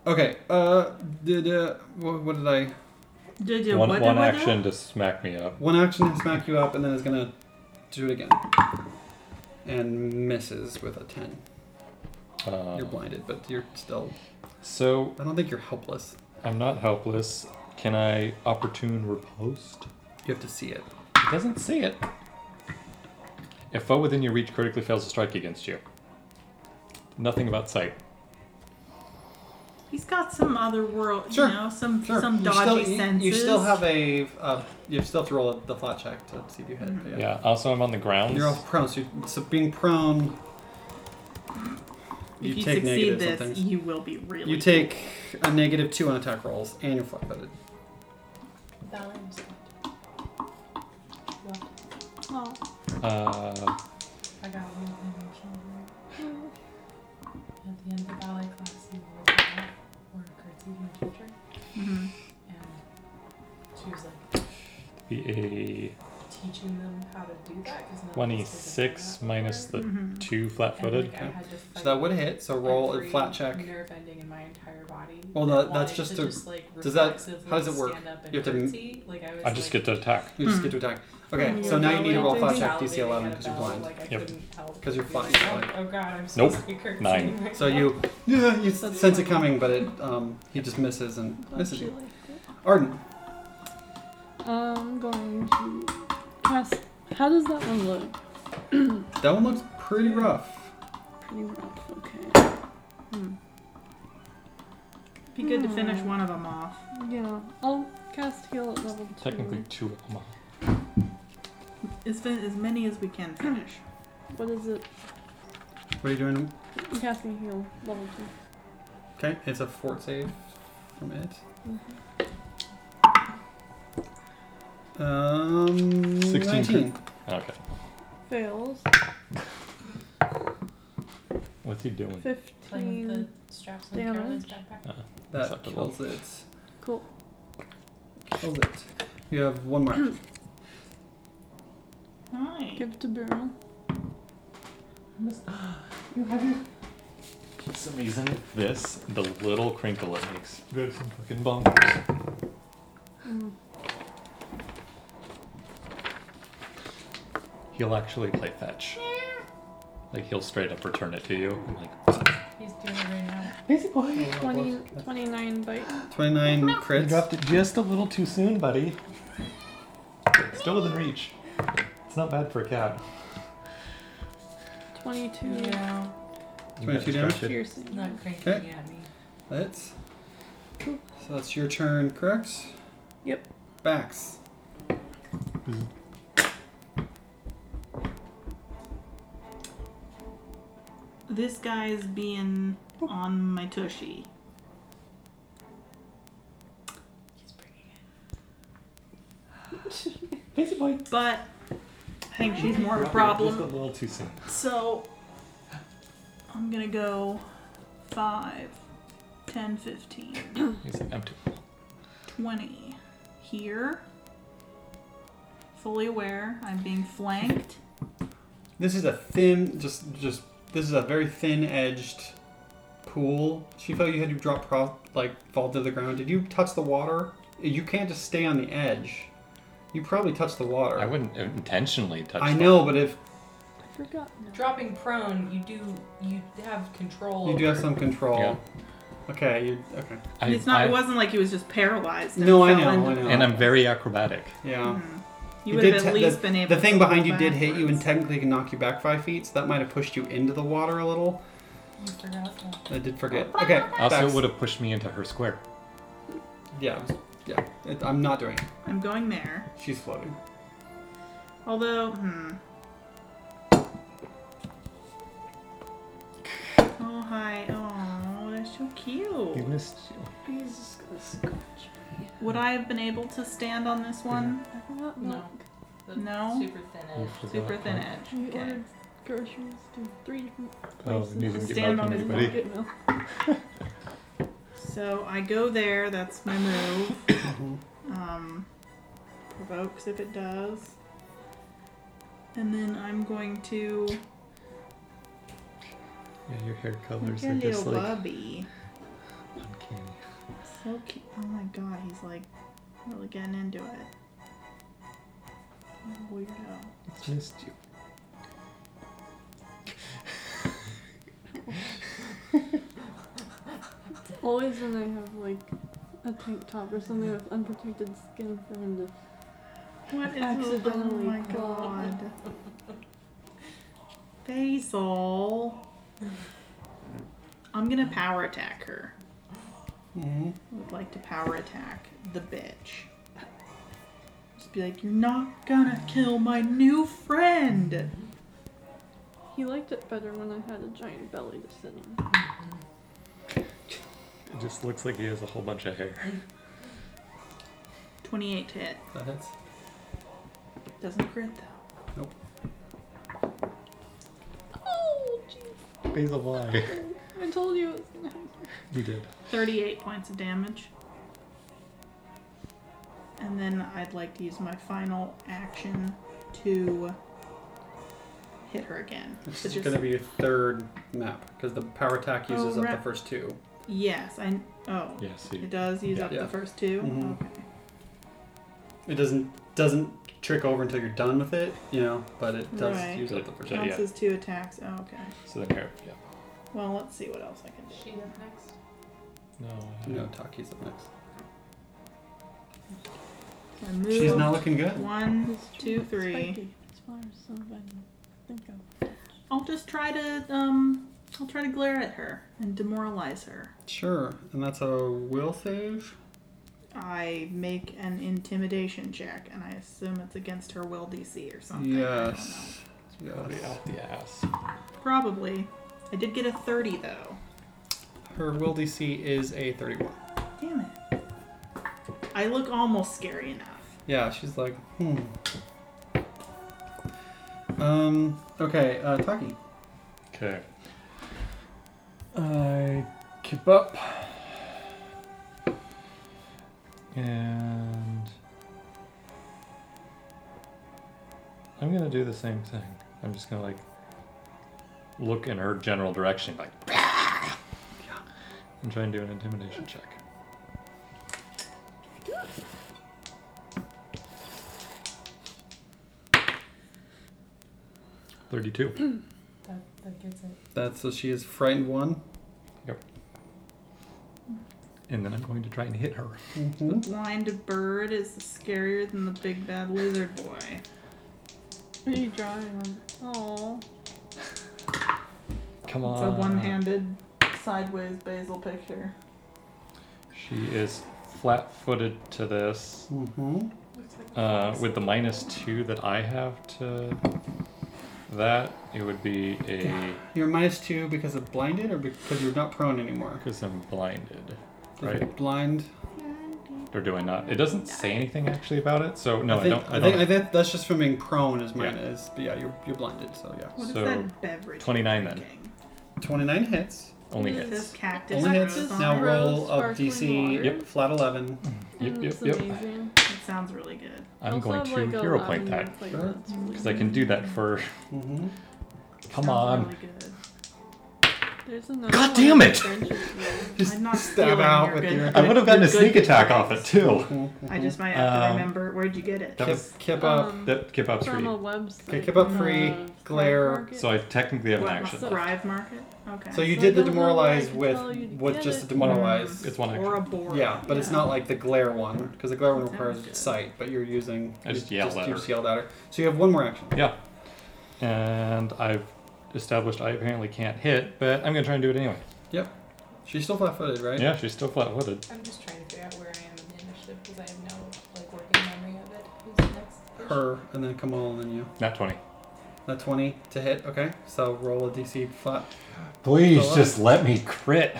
Speaker 5: Okay. Uh, did uh, what, what did I?
Speaker 1: Did you
Speaker 2: One,
Speaker 1: what
Speaker 2: one
Speaker 1: did what
Speaker 2: action to smack me up.
Speaker 5: One action to smack you up, and then it's gonna do it again, and misses with a ten.
Speaker 2: Uh,
Speaker 5: You're blinded, but you're still.
Speaker 2: So
Speaker 5: I don't think you're helpless.
Speaker 2: I'm not helpless. Can I opportune riposte?
Speaker 5: You have to see it.
Speaker 2: It doesn't see it. If foe within your reach critically fails to strike against you. Nothing about sight.
Speaker 1: He's got some other world,
Speaker 5: Sure.
Speaker 1: you know, some
Speaker 5: Sure.
Speaker 1: some
Speaker 5: you
Speaker 1: dodgy
Speaker 5: still, you-
Speaker 1: senses.
Speaker 5: You, still have a. Uh, you still have to roll the flat check to see if you hit. but
Speaker 2: Yeah. Also, I'm on the ground.
Speaker 5: You're all prone, so, you, so being prone.
Speaker 1: If you,
Speaker 5: take
Speaker 1: succeed
Speaker 5: negative
Speaker 1: this,
Speaker 5: something.
Speaker 1: you will be really.
Speaker 5: You take a negative two on attack rolls, and you're flat footed.
Speaker 6: Ballet was left. Left.
Speaker 4: Oh.
Speaker 2: Uh,
Speaker 3: I got one thing I can do. At the end of ballet class, you roll a ball or a curtsy to your teacher,
Speaker 1: Mhm.
Speaker 3: and she was like
Speaker 2: be
Speaker 3: teaching them how to do that because
Speaker 2: a 26 minus the
Speaker 1: Mhm.
Speaker 2: two flat footed.
Speaker 5: Okay. So that would hit. So roll a flat check.
Speaker 3: Nerve ending in my entire body.
Speaker 5: Well,
Speaker 3: and
Speaker 5: that-
Speaker 3: wanted
Speaker 5: that's just
Speaker 3: to
Speaker 5: a-
Speaker 3: Just, like,
Speaker 5: does that-
Speaker 3: reflexively
Speaker 5: how does it work?
Speaker 3: Stand up and
Speaker 5: You have to-
Speaker 3: curtsy. Like, I, was
Speaker 2: I just
Speaker 3: like,
Speaker 2: get to attack.
Speaker 5: You just get to attack. Okay,
Speaker 4: Mm.
Speaker 5: so now you need to roll a
Speaker 4: Yeah.
Speaker 5: flat check DC
Speaker 3: salivating
Speaker 5: 11
Speaker 3: at
Speaker 5: because you're
Speaker 3: about,
Speaker 5: blind.
Speaker 3: Like, I
Speaker 2: Yep.
Speaker 3: couldn't help
Speaker 5: 'Cause you're
Speaker 3: being
Speaker 5: fine,
Speaker 3: Like,
Speaker 5: you're
Speaker 3: oh,
Speaker 5: fine.
Speaker 3: oh god, I'm
Speaker 2: Nope.
Speaker 3: supposed to be curtsying
Speaker 2: Nine.
Speaker 3: Right
Speaker 5: So
Speaker 3: now.
Speaker 5: you, yeah, you sense it coming, but it um, he just misses and misses you. Arden,
Speaker 4: I'm going to cast. How does that one look?
Speaker 5: that one looks pretty rough.
Speaker 4: Pretty rough. Okay.
Speaker 1: mm-hmm. Be good to
Speaker 4: Hmm.
Speaker 1: finish one of them off.
Speaker 4: Yeah. I'll cast heal at level two.
Speaker 2: Technically, two of them.
Speaker 1: As, fin- as many as we can finish.
Speaker 4: What is it?
Speaker 5: What are you doing?
Speaker 4: I'm casting heal level two.
Speaker 5: Okay, it's a fort save from it. Um,
Speaker 2: 16
Speaker 5: 19.
Speaker 2: Okay.
Speaker 4: Fails.
Speaker 2: What's he doing?
Speaker 6: Playing with
Speaker 4: Fifteen.
Speaker 6: the straps on Carolyn's backpack.
Speaker 5: That
Speaker 2: Acceptable.
Speaker 5: kills it.
Speaker 4: Cool.
Speaker 5: Kills it. You have one mark.
Speaker 1: Nice.
Speaker 4: Give to Burma.
Speaker 10: It's amazing.
Speaker 2: This, the little crinkle it makes. Hmm. That's some fucking bonkers.
Speaker 4: Mm.
Speaker 2: He'll actually play fetch. Like, he'll straight up return it to you. and, Like,
Speaker 3: He's doing it right now.
Speaker 5: Oh,
Speaker 4: Twenty. Twenty-nine bite.
Speaker 5: 29
Speaker 2: You
Speaker 5: crits.
Speaker 2: dropped it just a little too soon, buddy. Still within reach. It's not bad for a cat.
Speaker 4: Twenty-two.
Speaker 3: Yeah.
Speaker 2: You got
Speaker 5: 22 damage?
Speaker 2: distracted.
Speaker 4: Piercing.
Speaker 3: Not cranking
Speaker 5: Okay.
Speaker 3: at me.
Speaker 5: That's. So that's your turn, correct?
Speaker 4: Yep.
Speaker 5: Bax.
Speaker 1: This guy's being on my tushy.
Speaker 3: He's bringing it.
Speaker 1: But I think she's more of a problem.
Speaker 2: Just a little too soon.
Speaker 1: So I'm gonna go 5, 10, 15,
Speaker 2: He's like, I'm too.
Speaker 1: 20 here. Fully aware I'm being flanked.
Speaker 5: This is a thin, just, just. This is a very thin-edged pool. Shifo, you had to drop, pro- like, fall to the ground. Did you touch the water? You can't just stay on the edge. You probably touched the water.
Speaker 10: I wouldn't intentionally touch.
Speaker 5: I
Speaker 10: that.
Speaker 5: know, but if
Speaker 4: I forgot.
Speaker 3: Dropping prone, you do you have control.
Speaker 5: you do have
Speaker 3: over-
Speaker 5: some control.
Speaker 10: Yeah.
Speaker 5: Okay. You okay?
Speaker 10: I,
Speaker 1: it's not.
Speaker 10: I-
Speaker 1: it wasn't like he was just paralyzed. and
Speaker 5: No, I
Speaker 1: fell
Speaker 5: know. I
Speaker 1: into-
Speaker 5: know.
Speaker 10: and I'm very acrobatic.
Speaker 1: You
Speaker 5: Yeah. You
Speaker 1: would have
Speaker 5: did
Speaker 1: at
Speaker 5: te-
Speaker 1: least been able.
Speaker 5: The
Speaker 1: to
Speaker 5: thing
Speaker 1: go
Speaker 5: behind you did hit you and
Speaker 1: backwards.
Speaker 5: technically can knock you back five feet, so that might have pushed you into the water a little.
Speaker 3: You forgot that.
Speaker 5: I did forget. Okay.
Speaker 10: Also,
Speaker 5: Bax.
Speaker 10: would have pushed me into her square.
Speaker 5: Yeah, it was- yeah. It, I'm not doing it.
Speaker 1: I'm going there.
Speaker 5: She's floating.
Speaker 1: Although, hmm. Oh hi! Oh, that's so
Speaker 2: He
Speaker 1: cute.
Speaker 2: missed
Speaker 4: He's just gonna scratch.
Speaker 1: Would I have been able to stand on this one?
Speaker 4: I forgot
Speaker 3: No.
Speaker 4: milk.
Speaker 3: The
Speaker 1: No.
Speaker 3: Super thin
Speaker 2: you.
Speaker 3: edge.
Speaker 1: Super thin edge.
Speaker 4: We
Speaker 1: Okay.
Speaker 4: ordered groceries to three different
Speaker 2: Oh,
Speaker 4: places.
Speaker 2: and you didn't get
Speaker 1: Stand
Speaker 2: milk
Speaker 1: on
Speaker 2: from
Speaker 1: his
Speaker 2: anybody.
Speaker 1: back.
Speaker 4: Get milk.
Speaker 1: So I go there. That's my move. um, provokes if it does. And then I'm going to
Speaker 2: Yeah, your hair colors
Speaker 1: look at
Speaker 2: are
Speaker 1: little
Speaker 2: just Oh, like
Speaker 1: Bubby.
Speaker 2: uncanny.
Speaker 1: so cute. Oh my god, he's like really getting into it. What a Weirdo.
Speaker 11: Just you.
Speaker 4: Always when I have like a tank top or something with unprotected skin for him to.
Speaker 1: What is Oh
Speaker 4: Accidentally
Speaker 1: my
Speaker 4: caught.
Speaker 1: god. Basil. I'm gonna power attack her.
Speaker 5: Mm-hmm.
Speaker 1: I would like to power attack the bitch. Just be like, you're not gonna kill my new friend.
Speaker 4: He liked it better when I had a giant belly to sit on.
Speaker 2: It just looks like he has a whole bunch of hair.
Speaker 1: 28 to hit.
Speaker 5: That hits.
Speaker 1: Doesn't crit though.
Speaker 4: Oh, jeez.
Speaker 2: Basil, why?
Speaker 4: I told you it was gonna
Speaker 2: you did.
Speaker 1: 38 points of damage. And then I'd like to use my final action to hit her again.
Speaker 5: This
Speaker 1: But
Speaker 5: is
Speaker 1: just-
Speaker 5: going to be your third map because the power attack
Speaker 1: Oh,
Speaker 5: uses up
Speaker 1: right.
Speaker 5: the first two.
Speaker 1: Yes, I. Oh.
Speaker 2: Yes,
Speaker 1: It
Speaker 2: he.
Speaker 1: does use
Speaker 5: Yeah.
Speaker 1: up
Speaker 5: Yeah.
Speaker 1: the first 2
Speaker 5: Mhm.
Speaker 1: Okay.
Speaker 5: It doesn't doesn't trick over until you're done with it, you know, but it does
Speaker 1: Right.
Speaker 5: use up the first
Speaker 2: Yeah,
Speaker 1: Counts
Speaker 2: yeah.
Speaker 1: as two attacks. Oh, okay.
Speaker 2: So then here. Yeah.
Speaker 1: Well, let's see what else I can do.
Speaker 12: She up next.
Speaker 2: No. I-
Speaker 5: No, Taki's up next.
Speaker 1: Can I move
Speaker 5: She's not looking good.
Speaker 1: one,
Speaker 4: It's true,
Speaker 1: two,
Speaker 4: it's
Speaker 1: three.
Speaker 4: spiky. That's why I'm so bad to think of.
Speaker 1: I'll just try to um, I'll try to glare at her and demoralize her.
Speaker 5: Sure, and that's a will save.
Speaker 1: I make an intimidation check, and I assume it's against her will DC or something. I don't know.
Speaker 5: Yes.
Speaker 2: Probably
Speaker 5: yes.
Speaker 2: out the ass.
Speaker 1: Probably. I did get a thirty though.
Speaker 5: Her will DC is a 31.
Speaker 1: Damn it. I look almost scary enough.
Speaker 5: Yeah, she's like, hmm. Um, okay, uh, Taki.
Speaker 2: Okay.
Speaker 11: I keep up. And I'm gonna do the same thing. I'm just gonna like look in her general direction, like and try and do an intimidation check. Thirty-two.
Speaker 12: That, that gets it.
Speaker 5: That's so she is frightened one.
Speaker 2: And then I'm going to try and hit her.
Speaker 5: Mm-hmm.
Speaker 1: Blind bird is scarier than the big bad lizard boy.
Speaker 4: Are you drawing one? Oh,
Speaker 2: Come
Speaker 1: It's
Speaker 2: on.
Speaker 1: a one-handed sideways basil picture.
Speaker 2: She is flat-footed to this.
Speaker 5: Mm-hmm.
Speaker 12: Looks like
Speaker 2: Uh, with the minus two that I have to that, it would be a
Speaker 5: You're minus two because of blinded or because you're not prone anymore?
Speaker 2: because I'm blinded,
Speaker 5: Is
Speaker 2: Right.
Speaker 5: it Blind.
Speaker 2: or do I not? It doesn't say anything actually about it, so no, I,
Speaker 5: think,
Speaker 2: don't. I,
Speaker 5: think,
Speaker 2: don't.
Speaker 5: I think that's just from being prone is mine
Speaker 2: Yeah.
Speaker 5: is. But yeah, you're, you're blinded, so yeah.
Speaker 1: What is
Speaker 2: So,
Speaker 1: that beverage?
Speaker 2: 29 then.
Speaker 1: drinking?
Speaker 5: 29 hits.
Speaker 2: only hits.
Speaker 4: Yes.
Speaker 1: This cactus
Speaker 5: Only
Speaker 1: rose
Speaker 5: hits.
Speaker 1: on
Speaker 5: Now
Speaker 1: it.
Speaker 5: roll of
Speaker 4: Sparkling
Speaker 5: DC
Speaker 4: water.
Speaker 2: Yep.
Speaker 5: flat 11.
Speaker 2: Yep,
Speaker 4: and
Speaker 2: yep,
Speaker 4: it's
Speaker 2: yep.
Speaker 4: amazing.
Speaker 1: It sounds really good.
Speaker 2: I'm
Speaker 4: Also
Speaker 2: going
Speaker 4: have,
Speaker 2: to
Speaker 4: like, a
Speaker 2: hero point
Speaker 4: lavender
Speaker 2: that
Speaker 4: flavor.
Speaker 5: Sure.
Speaker 4: That's really
Speaker 2: because I can do that for.
Speaker 5: Mm-hmm.
Speaker 2: Come
Speaker 1: Sounds
Speaker 2: on.
Speaker 1: Really good.
Speaker 4: There's another
Speaker 2: God
Speaker 4: one
Speaker 2: damn
Speaker 4: in
Speaker 2: it!
Speaker 4: French as well.
Speaker 1: I'm not
Speaker 5: stab
Speaker 1: stealing
Speaker 5: out
Speaker 1: your
Speaker 5: with
Speaker 1: good-
Speaker 5: your-
Speaker 1: good-
Speaker 2: I would have gotten a
Speaker 1: good
Speaker 2: sneak attack
Speaker 1: advice.
Speaker 2: off it too.
Speaker 5: mm-hmm.
Speaker 1: I just might have to
Speaker 2: Um,
Speaker 1: remember where'd you get it.
Speaker 2: That
Speaker 5: Kip,
Speaker 2: was
Speaker 5: kip up.
Speaker 4: Um,
Speaker 2: that kip up's
Speaker 4: from
Speaker 2: free.
Speaker 4: a website. Uh,
Speaker 5: Okay, keep up
Speaker 4: from
Speaker 5: free,
Speaker 4: a stock
Speaker 5: glare.
Speaker 4: market.
Speaker 2: So I technically have an
Speaker 1: what,
Speaker 2: action.
Speaker 4: so-
Speaker 2: left.
Speaker 1: Thrive Market? Okay.
Speaker 5: So you
Speaker 4: So I
Speaker 5: did the
Speaker 4: don't know why I
Speaker 5: demoralize
Speaker 4: can tell you to
Speaker 5: with with
Speaker 4: get
Speaker 5: just
Speaker 4: it.
Speaker 5: the demoralize.
Speaker 2: Mm. It's one action.
Speaker 1: or a board.
Speaker 5: Yeah, but it's
Speaker 4: Yeah.
Speaker 5: not like the glare one because the glare one
Speaker 1: Sounds
Speaker 5: requires
Speaker 1: good.
Speaker 5: sight. But you're using.
Speaker 2: I just
Speaker 5: you
Speaker 2: yelled at her.
Speaker 5: you just yelled at her. So you have one more action.
Speaker 2: Yeah. And I've established I apparently can't hit, but I'm gonna try and do it anyway.
Speaker 5: She's still flat-footed, right?
Speaker 2: Yeah, she's still flat-footed.
Speaker 3: I'm just trying to figure out where I am in the initiative because I have no like working memory of it. Who's next?
Speaker 5: Her and then Kamal and then you.
Speaker 2: Not twenty.
Speaker 5: A twenty to hit. Okay, so roll a DC flat.
Speaker 2: Please
Speaker 5: Still
Speaker 2: just let me crit.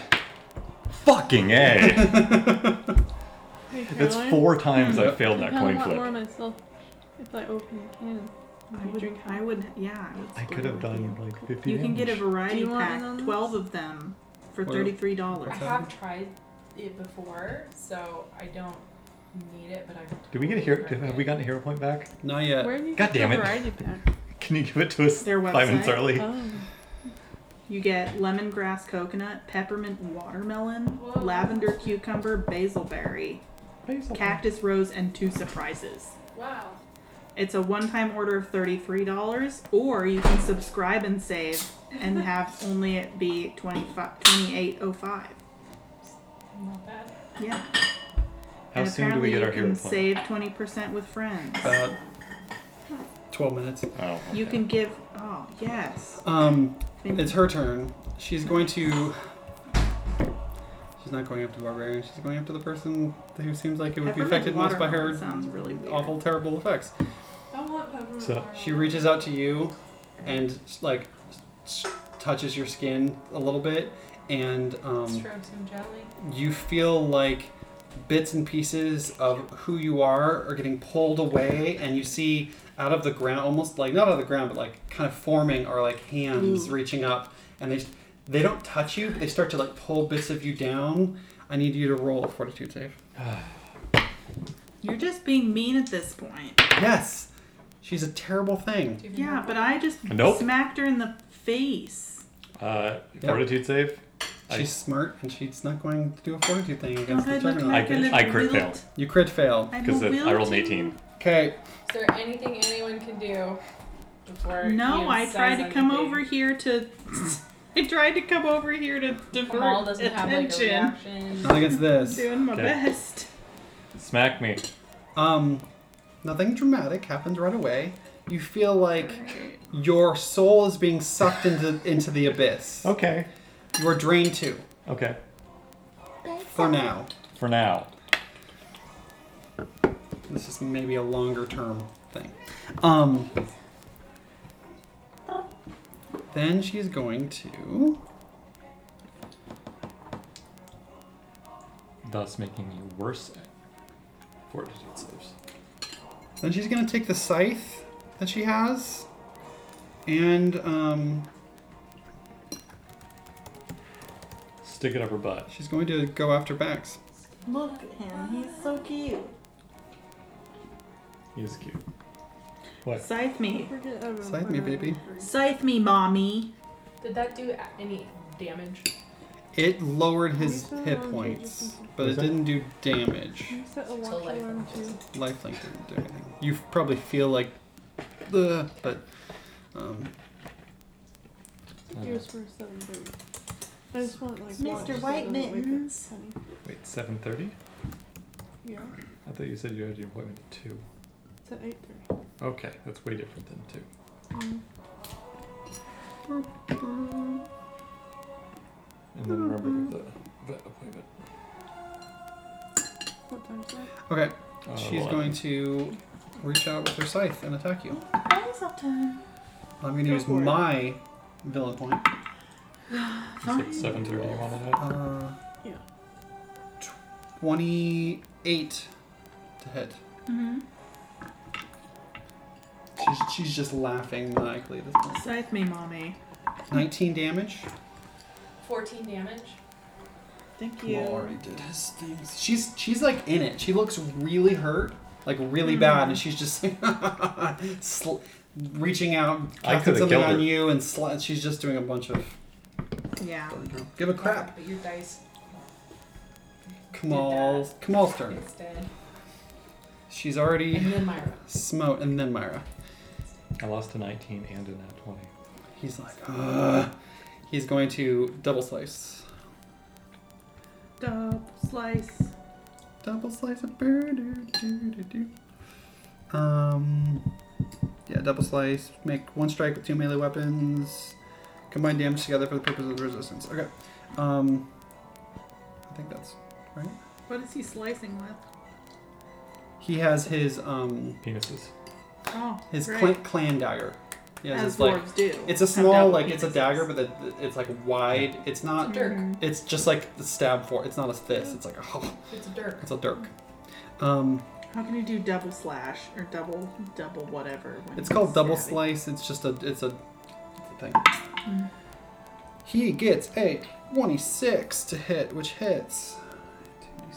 Speaker 2: Fucking a!
Speaker 4: Hey,
Speaker 2: it's
Speaker 4: Caroline,
Speaker 2: four times I
Speaker 5: Yep.
Speaker 2: failed
Speaker 4: I've
Speaker 2: that
Speaker 4: had a
Speaker 2: coin
Speaker 4: lot more
Speaker 2: flip.
Speaker 4: myself if I open a can.
Speaker 1: I
Speaker 4: You
Speaker 1: would,
Speaker 4: drink
Speaker 1: I would, yeah. I, would
Speaker 2: I
Speaker 1: split
Speaker 2: could
Speaker 1: it
Speaker 2: have
Speaker 1: with
Speaker 2: done
Speaker 1: You,
Speaker 2: like fifty.
Speaker 1: you can get a variety
Speaker 4: Do you want
Speaker 1: pack,
Speaker 4: in on this?
Speaker 1: 12 of them, for
Speaker 5: Well,
Speaker 3: I
Speaker 1: $33.
Speaker 5: okay.
Speaker 3: have tried it before, so I don't need it, but I.
Speaker 2: Did we get a hero? Have we gotten a hero point back?
Speaker 5: Not yet.
Speaker 4: Where do you
Speaker 2: God
Speaker 4: get
Speaker 2: damn
Speaker 4: the
Speaker 2: it.
Speaker 4: variety pack?
Speaker 2: Can you give it to us
Speaker 1: Their
Speaker 2: five minutes
Speaker 1: website?
Speaker 2: early?
Speaker 4: Oh.
Speaker 1: You get lemongrass coconut, peppermint watermelon,
Speaker 8: Whoa.
Speaker 1: lavender cucumber, basil berry, cactus rose, and two surprises.
Speaker 6: Wow.
Speaker 1: It's a one time order of $33, or you can subscribe and save and have only it be 25 2805
Speaker 8: Not bad.
Speaker 1: Yeah.
Speaker 10: How
Speaker 1: and
Speaker 10: soon do we
Speaker 1: apparently
Speaker 10: get our Uh,
Speaker 1: you can
Speaker 10: hero point?
Speaker 1: save 20% with friends.
Speaker 5: About 12 minutes.
Speaker 10: Oh,
Speaker 1: You
Speaker 10: okay.
Speaker 1: can give. Oh, yes.
Speaker 5: Um,
Speaker 1: Thank
Speaker 5: it's her turn. She's going to. She's not going up to the barbarian. She's going up to the person who seems like it would be
Speaker 1: Peppermint
Speaker 5: affected most by
Speaker 1: watermelon
Speaker 5: her
Speaker 1: Sounds really weird.
Speaker 5: awful, terrible effects.
Speaker 8: I want peppermint.
Speaker 10: So-
Speaker 8: watermelon.
Speaker 5: She reaches out to you and like s- touches your skin a little bit, and um,
Speaker 8: Strokes him gently.
Speaker 5: you feel like bits and pieces of who you are are getting pulled away, and you see out of the ground, almost like not out of the ground, but like kind of forming, are like hands reaching up, and they they don't touch you, but they start to like pull bits of you down. I need you to roll a fortitude save.
Speaker 1: You're just being mean at this point.
Speaker 5: Yes, she's a terrible thing.
Speaker 8: Do you
Speaker 1: Yeah,
Speaker 8: remember?
Speaker 1: but I just
Speaker 10: Nope.
Speaker 1: smacked her in the face.
Speaker 10: Uh, fortitude save. I-
Speaker 5: She's smart, and she's not going to do a fortitude thing against the
Speaker 1: Don't I look
Speaker 5: juggernaut.
Speaker 1: like a
Speaker 10: I-
Speaker 1: little
Speaker 10: I crit
Speaker 1: wilt?
Speaker 5: You crit fail.
Speaker 1: I'm a
Speaker 10: Because I
Speaker 1: wilt.
Speaker 10: rolled an 18.
Speaker 5: Okay,
Speaker 8: Is there anything anyone can do before?
Speaker 1: No,
Speaker 8: Ian
Speaker 1: I
Speaker 8: says
Speaker 1: tried to come
Speaker 8: anything?
Speaker 1: over here to. I tried to come over here to
Speaker 8: Kamal
Speaker 1: divert
Speaker 8: doesn't
Speaker 1: attention.
Speaker 8: have like a reaction.
Speaker 5: not against this.
Speaker 1: Doing my
Speaker 10: Okay.
Speaker 1: best.
Speaker 10: Smack me.
Speaker 5: Um, nothing dramatic happens right away. You feel like your soul is being sucked into into the abyss.
Speaker 2: Oh.
Speaker 10: Okay.
Speaker 5: You are drained too,
Speaker 10: Okay.
Speaker 5: for now.
Speaker 10: For now.
Speaker 5: This is maybe a longer term thing. Um, then she's going to.
Speaker 10: Thus making you worse at fortitude saves.
Speaker 5: Then she's gonna take the scythe that she has, and um,
Speaker 10: Stick it up her butt.
Speaker 5: she's going to go after Bax.
Speaker 1: Look at him. He's so cute.
Speaker 10: He's cute.
Speaker 1: Scythe me.
Speaker 4: Forget everyone.
Speaker 5: Scythe me, baby.
Speaker 1: Scythe me, mommy.
Speaker 8: Did that do a- any damage?
Speaker 5: It lowered his hit points, but it didn't do damage.
Speaker 4: You set a
Speaker 3: Till
Speaker 4: watch
Speaker 3: life
Speaker 4: alarm too.
Speaker 5: lifelink didn't do anything. You f- probably feel like, the but um,
Speaker 4: Yours
Speaker 10: Uh,
Speaker 4: for seven thirty. I just want like watch so
Speaker 1: Mr.
Speaker 4: I
Speaker 1: White
Speaker 4: don't wake up
Speaker 1: Mittens.
Speaker 4: funny.
Speaker 10: Wait, 7.30?
Speaker 4: Yeah.
Speaker 10: I thought you said you had your appointment at 2.
Speaker 4: It's at eight thirty. Mm,
Speaker 10: Okay, that's way different than 2. And then remember the vet appointment.
Speaker 4: What time's that?
Speaker 5: okay.
Speaker 2: Oh,
Speaker 10: Uh,
Speaker 5: She's
Speaker 10: well,
Speaker 5: going to reach out with her scythe and attack you.
Speaker 1: Eyes up time.
Speaker 5: I'm going to
Speaker 1: Go
Speaker 5: use
Speaker 1: for it.
Speaker 5: my villain point.
Speaker 10: You said 7.30 you wanted it?
Speaker 5: Uh,
Speaker 4: Yeah.
Speaker 5: Twenty-eight to hit.
Speaker 1: Mm-hmm.
Speaker 5: She's, she's just laughing maniacally at this point.
Speaker 1: Scythe me, mommy.
Speaker 5: Nineteen damage.
Speaker 8: 14 damage.
Speaker 1: Thank you.
Speaker 5: Well, already did his things. She's she's like in it. She looks really hurt, like
Speaker 10: Mm.
Speaker 5: really bad, and she's just like sl- reaching out,
Speaker 10: I
Speaker 5: casting
Speaker 10: coulda
Speaker 5: something
Speaker 10: killed
Speaker 5: on
Speaker 10: her.
Speaker 5: you, and sl- she's just doing a bunch of.
Speaker 1: Yeah.
Speaker 5: Give a crap.
Speaker 8: But your dice
Speaker 5: Kamal. Kamal's turn.
Speaker 8: is dead.
Speaker 5: She's already
Speaker 8: And then Myra.
Speaker 5: smote, and then Myra.
Speaker 10: I lost a 19 and a nat 20.
Speaker 5: He's like, Ugh. he's going to double slice.
Speaker 1: Dub slice.
Speaker 5: Double slice of burger. Um, yeah, double slice. Make one strike with two melee weapons. Combine damage together for the purpose of the resistance. Okay. Um, I think that's.
Speaker 1: What is he slicing with?
Speaker 5: He has his um
Speaker 10: Penises.
Speaker 1: Oh,
Speaker 5: his
Speaker 1: great.
Speaker 5: clan, clan dagger. He has
Speaker 1: As
Speaker 5: his, like
Speaker 1: dwarves do.
Speaker 5: it's a
Speaker 1: Have
Speaker 5: small
Speaker 1: double
Speaker 5: like it's a
Speaker 1: penises.
Speaker 5: dagger, but the, it's like wide. It's not.
Speaker 1: Mhm.
Speaker 5: It's just like the stab for. It's not as this. It's like oh,
Speaker 8: It's a dirk.
Speaker 5: it's a dirk. Um,
Speaker 1: How can you do double slash or double double whatever? when
Speaker 5: It's
Speaker 1: you're
Speaker 5: called double
Speaker 1: stabbing?
Speaker 5: slice. It's just a it's a, it's a thing.
Speaker 1: Mm.
Speaker 5: He gets a 26 to hit, which hits.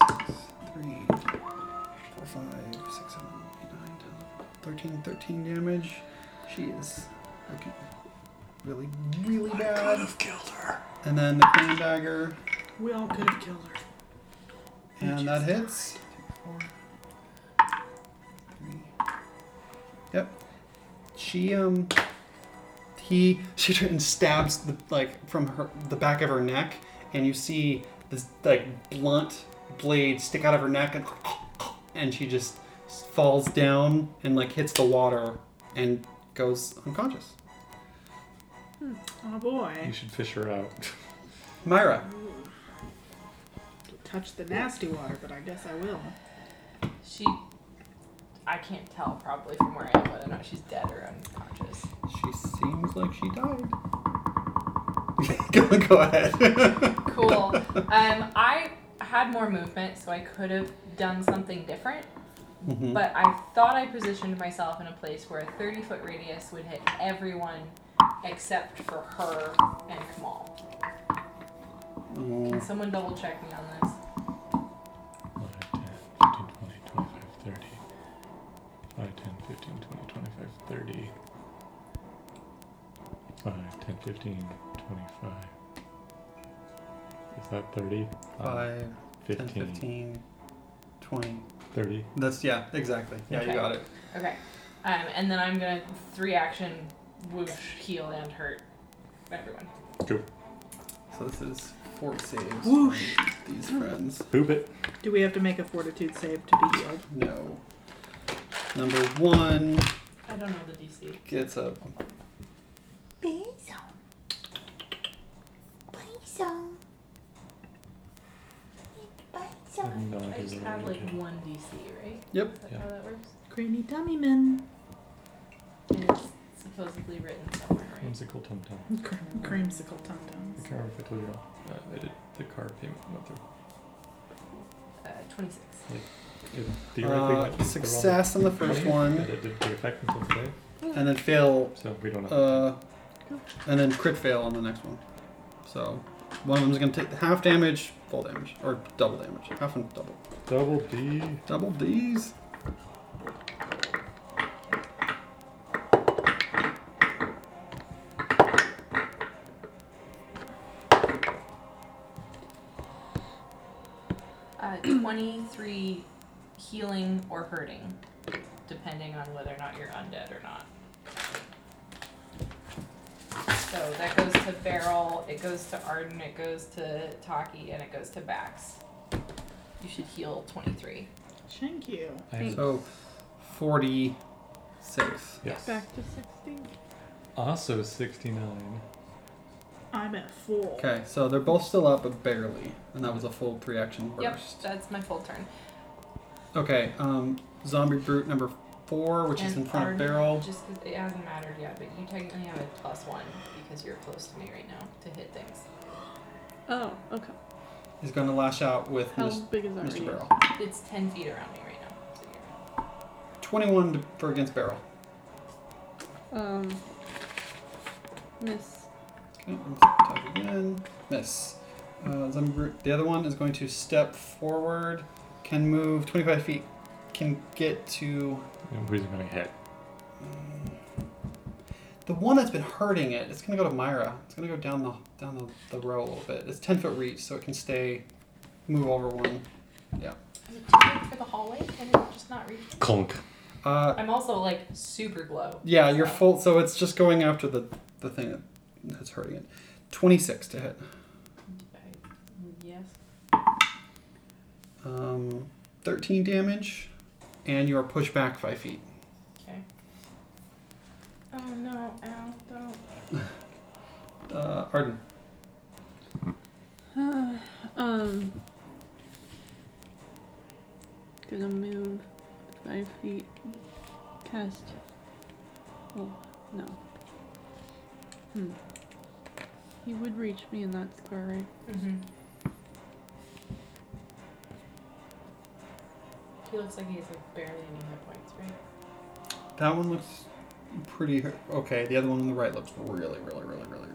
Speaker 5: 26, 3, 4, 5, 6, 7, 8, 9, 10, 13, 13 damage. She is okay. really, really
Speaker 10: Could
Speaker 5: bad.
Speaker 10: have killed her.
Speaker 5: And then the Queen Dagger,
Speaker 1: We all could have killed her.
Speaker 5: and that hits.
Speaker 10: Four.
Speaker 5: Three. Yep. She um. He she turns and stabs the like from her the back of her neck, and you see this like blunt blade stick out of her neck, and and she just falls down and like hits the water and goes unconscious.
Speaker 1: Oh
Speaker 2: You
Speaker 1: boy.
Speaker 2: should fish her out.
Speaker 5: Myra,
Speaker 1: Touch the nasty water, but I guess I will.
Speaker 3: She. I can't tell probably from where I am whether or not she's dead or unconscious.
Speaker 5: she seems like she died. go, go ahead.
Speaker 3: Cool. um, I had more movement, so I could have done something different,
Speaker 5: Mhm.
Speaker 3: but I thought I positioned myself in a place where a 30 foot radius would hit everyone except for her and Kamal.
Speaker 5: Mm.
Speaker 3: Can someone double check me on this?
Speaker 2: 5, 10, 15, 20, 25, 30. 5, 10, 15, 20, 25, 30. 5, 10, 15, 25. Is that 30?
Speaker 5: 5, 10,
Speaker 2: 15,
Speaker 5: 15, 20.
Speaker 2: 30.
Speaker 5: That's, yeah, exactly. Yeah,
Speaker 3: Okay.
Speaker 5: you got it.
Speaker 3: Okay. Um, and then I'm gonna three action whoosh, heal, and hurt everyone.
Speaker 5: So this is fort saves.
Speaker 1: Whoosh.
Speaker 5: from These friends.
Speaker 2: Boop it.
Speaker 1: Do we have to make a fortitude save to be healed?
Speaker 5: No. Number one
Speaker 3: I don't know the DC.
Speaker 5: gets a
Speaker 6: Basil. Basil. Basil.
Speaker 2: I'm not
Speaker 3: I just
Speaker 2: gonna
Speaker 3: have like
Speaker 2: look at it.
Speaker 3: one DC, right?
Speaker 5: Yep.
Speaker 3: Is that
Speaker 2: Yeah.
Speaker 3: how that works?
Speaker 1: Creamy dummy man.
Speaker 3: And it's supposedly written somewhere, right?
Speaker 2: Whimsical tum tum.
Speaker 1: Cr- creamsicle tum
Speaker 2: I
Speaker 1: tums.
Speaker 2: can't remember if I told you or not. I, I did the card payment went through.
Speaker 3: Uh, 26.
Speaker 2: It theoretically went
Speaker 5: uh,
Speaker 2: through the wrong
Speaker 5: success on the first
Speaker 2: way,
Speaker 5: one,
Speaker 2: but It didn't take effect until today,
Speaker 5: and then fail,
Speaker 2: so we don't know.
Speaker 5: uh, and then crit fail on the next one. So one of them's gonna take half damage, full damage, or double damage. Half and double.
Speaker 2: Double D.
Speaker 5: Double D's.
Speaker 3: Uh, 23 healing or hurting, depending on whether or not you're undead or not. So that goes to Beryl, it goes to Arden, it goes to Taki, and it goes to Bax. You should heal 23.
Speaker 1: Thank you.
Speaker 2: I have
Speaker 5: So 46.
Speaker 2: Yes.
Speaker 4: Back to 16.
Speaker 2: Also 69.
Speaker 1: I'm at full.
Speaker 5: Okay, so they're both still up, but barely. And that was a full three action
Speaker 3: Yep,
Speaker 5: burst.
Speaker 3: that's my full turn.
Speaker 5: Okay, um, zombie brute number four, which is
Speaker 3: And
Speaker 5: in front
Speaker 3: Arden,
Speaker 5: of barrel.
Speaker 3: Just 'cause it hasn't mattered yet, but you technically have a plus one because you're close to me right now to hit things.
Speaker 4: Oh, okay.
Speaker 5: Is going to lash out with
Speaker 4: How
Speaker 5: Miss,
Speaker 4: big is our
Speaker 5: Mr.
Speaker 4: radius?
Speaker 5: Barrel.
Speaker 3: It's 10 feet around me right now. So you're
Speaker 5: 21 to, for against barrel.
Speaker 4: Um, miss.
Speaker 5: Okay, let's type again. Miss. Uh, zombie brute. The other one is going to step forward, can move 25 feet, can get to.
Speaker 2: And who's gonna hit?
Speaker 5: mm, the one that's been hurting it, it's gonna go to Myra. It's gonna go down the down the, the row a little bit. It's ten foot reach, so it can stay, move over one.
Speaker 3: Is it too late for the hallway? Can it just not reach?
Speaker 2: Clunk.
Speaker 5: Uh,
Speaker 3: I'm also like super glow.
Speaker 5: Yeah,
Speaker 3: so-
Speaker 5: you're full. So it's just going after the the thing that, that's hurting it. Twenty six to hit.
Speaker 3: I- mm, Yes.
Speaker 5: Um, Thirteen damage, and you are pushed back five feet.
Speaker 3: Okay. Oh no! Ow! Don't.
Speaker 5: Uh, Arden.
Speaker 4: um, gonna move five feet. Cast. Oh no. Hmm. He would reach me in that square, right?
Speaker 3: Mm-hmm. He looks like he has like barely any hit points, right?
Speaker 5: That one looks pretty hurt. okay. The other one on the right looks really, really, really, really, really,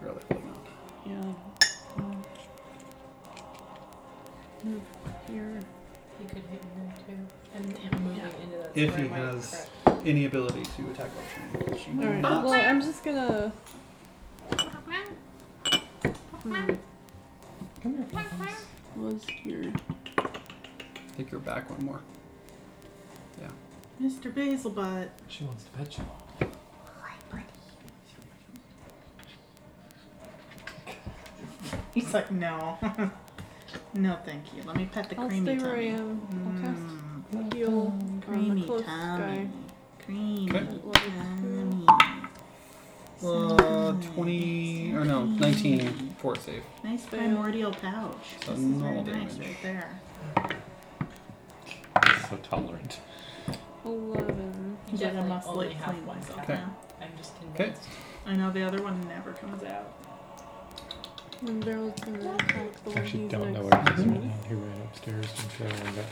Speaker 5: really, really, really not.
Speaker 4: Yeah. Um, move here.
Speaker 3: He could hit you too. And him moving into that.
Speaker 5: If
Speaker 3: square
Speaker 5: he
Speaker 3: might
Speaker 5: has-
Speaker 3: correct.
Speaker 5: any ability to attack options. You do
Speaker 4: Alright,
Speaker 5: not.
Speaker 4: well, I'm just gonna.
Speaker 2: Come here, Fluffies.
Speaker 4: Hmm, Was your.
Speaker 5: I think you're back one more.
Speaker 1: Mr. Basilbutt.
Speaker 2: She wants to pet you.
Speaker 1: He's like, no. no, thank you. Let me pet the
Speaker 4: I'll
Speaker 1: creamy
Speaker 4: stay where I
Speaker 1: tummy.
Speaker 4: am.
Speaker 1: Mm,
Speaker 4: I'll cast heal on the
Speaker 1: creamy
Speaker 4: close
Speaker 1: tummy.
Speaker 4: guy.
Speaker 1: Creamy
Speaker 5: Okay.
Speaker 1: tummy.
Speaker 5: Uh, 20, or no, 19 fort save.
Speaker 1: Nice primordial pouch.
Speaker 5: So
Speaker 1: this is very
Speaker 5: normal
Speaker 1: nice
Speaker 5: damage.
Speaker 1: right there.
Speaker 10: So tolerant.
Speaker 4: Eleven.
Speaker 1: He's like, I
Speaker 3: definitely
Speaker 1: must
Speaker 3: only
Speaker 1: like
Speaker 3: have
Speaker 1: clean
Speaker 3: one
Speaker 1: myself
Speaker 5: Okay.
Speaker 1: now.
Speaker 3: I'm just
Speaker 5: Okay.
Speaker 3: convinced.
Speaker 1: I know the other one never comes out.
Speaker 4: And Daryl's gonna attack the
Speaker 2: I
Speaker 4: one
Speaker 2: actually
Speaker 4: he's
Speaker 2: don't know where it
Speaker 4: next.
Speaker 2: is
Speaker 4: to.
Speaker 2: right now. He ran upstairs and fell and got here.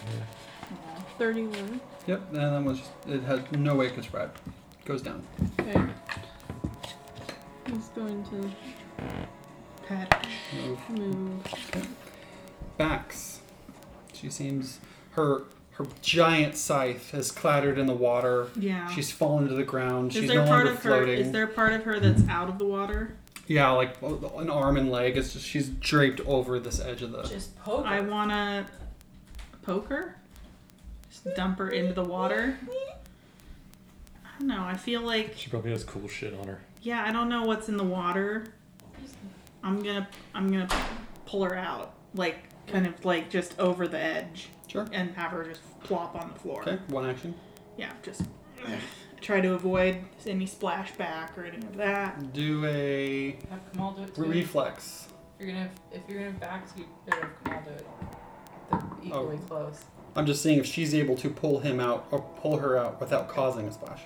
Speaker 1: Yeah.
Speaker 4: Thirty-one.
Speaker 5: Yep, and that one's just, it has no way prescribed. Goes down.
Speaker 4: Okay. He's going to
Speaker 1: Pet.
Speaker 5: Move.
Speaker 4: move.
Speaker 5: Bax. She seems, her her giant scythe has clattered in the water.
Speaker 1: Yeah.
Speaker 5: She's fallen to the ground.
Speaker 1: is
Speaker 5: She's
Speaker 1: there
Speaker 5: no
Speaker 1: part
Speaker 5: longer
Speaker 1: of
Speaker 5: floating.
Speaker 1: her? Is there part of her that's out of the water?
Speaker 5: Yeah, like uh, an arm and leg. It's just she's draped over this edge of the.
Speaker 3: Just poke.
Speaker 1: I
Speaker 3: her.
Speaker 1: wanna poke her, just dump her into the water. I don't know. I feel like
Speaker 10: She probably has cool shit on her.
Speaker 1: yeah. I don't know what's in the water. I'm gonna I'm gonna pull her out, like kind of like just over the edge,
Speaker 5: Sure.
Speaker 1: and have her just plop on the floor.
Speaker 5: Okay, one action.
Speaker 1: Yeah, just try to avoid any splashback or any of that.
Speaker 5: Do a
Speaker 3: Have Kamal do it too.
Speaker 5: reflex.
Speaker 3: If you're gonna if you're gonna back, you better have Kamal do it. They're
Speaker 5: Oh.
Speaker 3: equally close.
Speaker 5: I'm just seeing if she's able to pull him out or pull her out without causing a splash.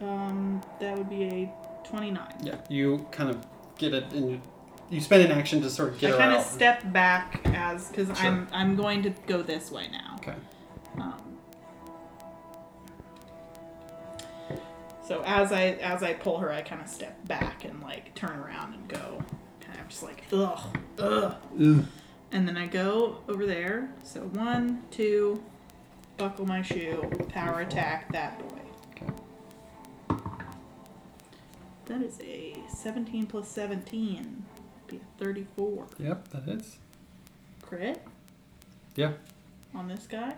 Speaker 1: Um, that would be a twenty-nine.
Speaker 5: Yeah, you kind of get it, and you, you spend an action to sort of get
Speaker 1: I
Speaker 5: her
Speaker 1: kind of
Speaker 5: out.
Speaker 1: step back as because
Speaker 5: Sure.
Speaker 1: I'm I'm going to go this way now.
Speaker 5: okay.
Speaker 1: Um, so as I as I pull her, I kind of step back and like turn around and go, kind of just like ugh, ugh,
Speaker 5: Ugh.
Speaker 1: and then I go over there. So one, two, buckle my shoe, power attack that boy.
Speaker 5: Okay.
Speaker 1: That is a seventeen plus seventeen, be a thirty-four
Speaker 5: Yep, that hits.
Speaker 1: crit.
Speaker 5: Yeah.
Speaker 1: On this guy,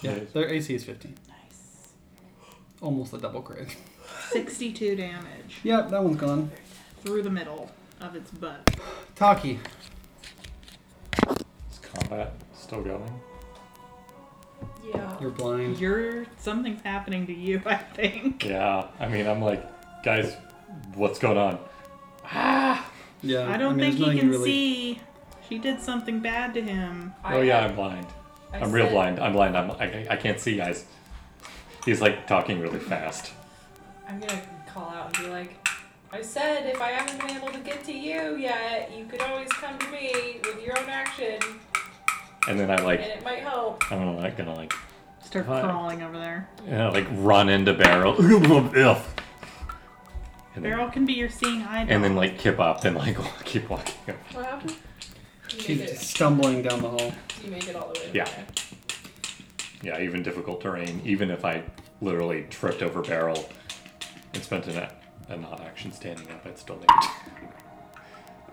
Speaker 5: Yeah,
Speaker 10: Nice.
Speaker 5: their AC is 15.
Speaker 1: nice,
Speaker 5: Almost a double crit.
Speaker 1: sixty-two damage
Speaker 5: Yep, that one's gone.
Speaker 1: through the middle of its butt.
Speaker 5: Taki.
Speaker 10: Is combat still going?
Speaker 3: Yeah.
Speaker 5: You're blind.
Speaker 1: You're something's happening to you, I think.
Speaker 10: Yeah. I mean, I'm like, guys, what's going on?
Speaker 5: Yeah.
Speaker 1: I don't think
Speaker 5: mean, there's
Speaker 1: he
Speaker 5: nothing
Speaker 1: can
Speaker 5: really-
Speaker 1: see. She did something bad to him.
Speaker 10: oh yeah, I'm blind.
Speaker 3: I
Speaker 10: I'm real
Speaker 3: said-
Speaker 10: blind. I'm blind. I'm, I, I can't see, guys. He's like talking really fast.
Speaker 3: I'm gonna call out and be like, I said if I haven't been able to get to you yet, you could always come to me with your own action,
Speaker 10: And then I
Speaker 3: and
Speaker 10: like,
Speaker 3: it might help.
Speaker 10: I'm like gonna like,
Speaker 1: Start
Speaker 10: Hi.
Speaker 1: crawling over there.
Speaker 10: yeah, like run into Barrel. Ugh. and then,
Speaker 1: Beryl can be your seeing eye.
Speaker 10: and then
Speaker 1: dog.
Speaker 10: like kip up and like keep walking. Up.
Speaker 3: What happened? You made
Speaker 5: She's
Speaker 3: it.
Speaker 5: stumbling down the hall.
Speaker 3: You made it all the way.
Speaker 10: Yeah. Yeah, even difficult terrain. Even if I literally tripped over Barrel and spent an, a not action standing up, I'd still need.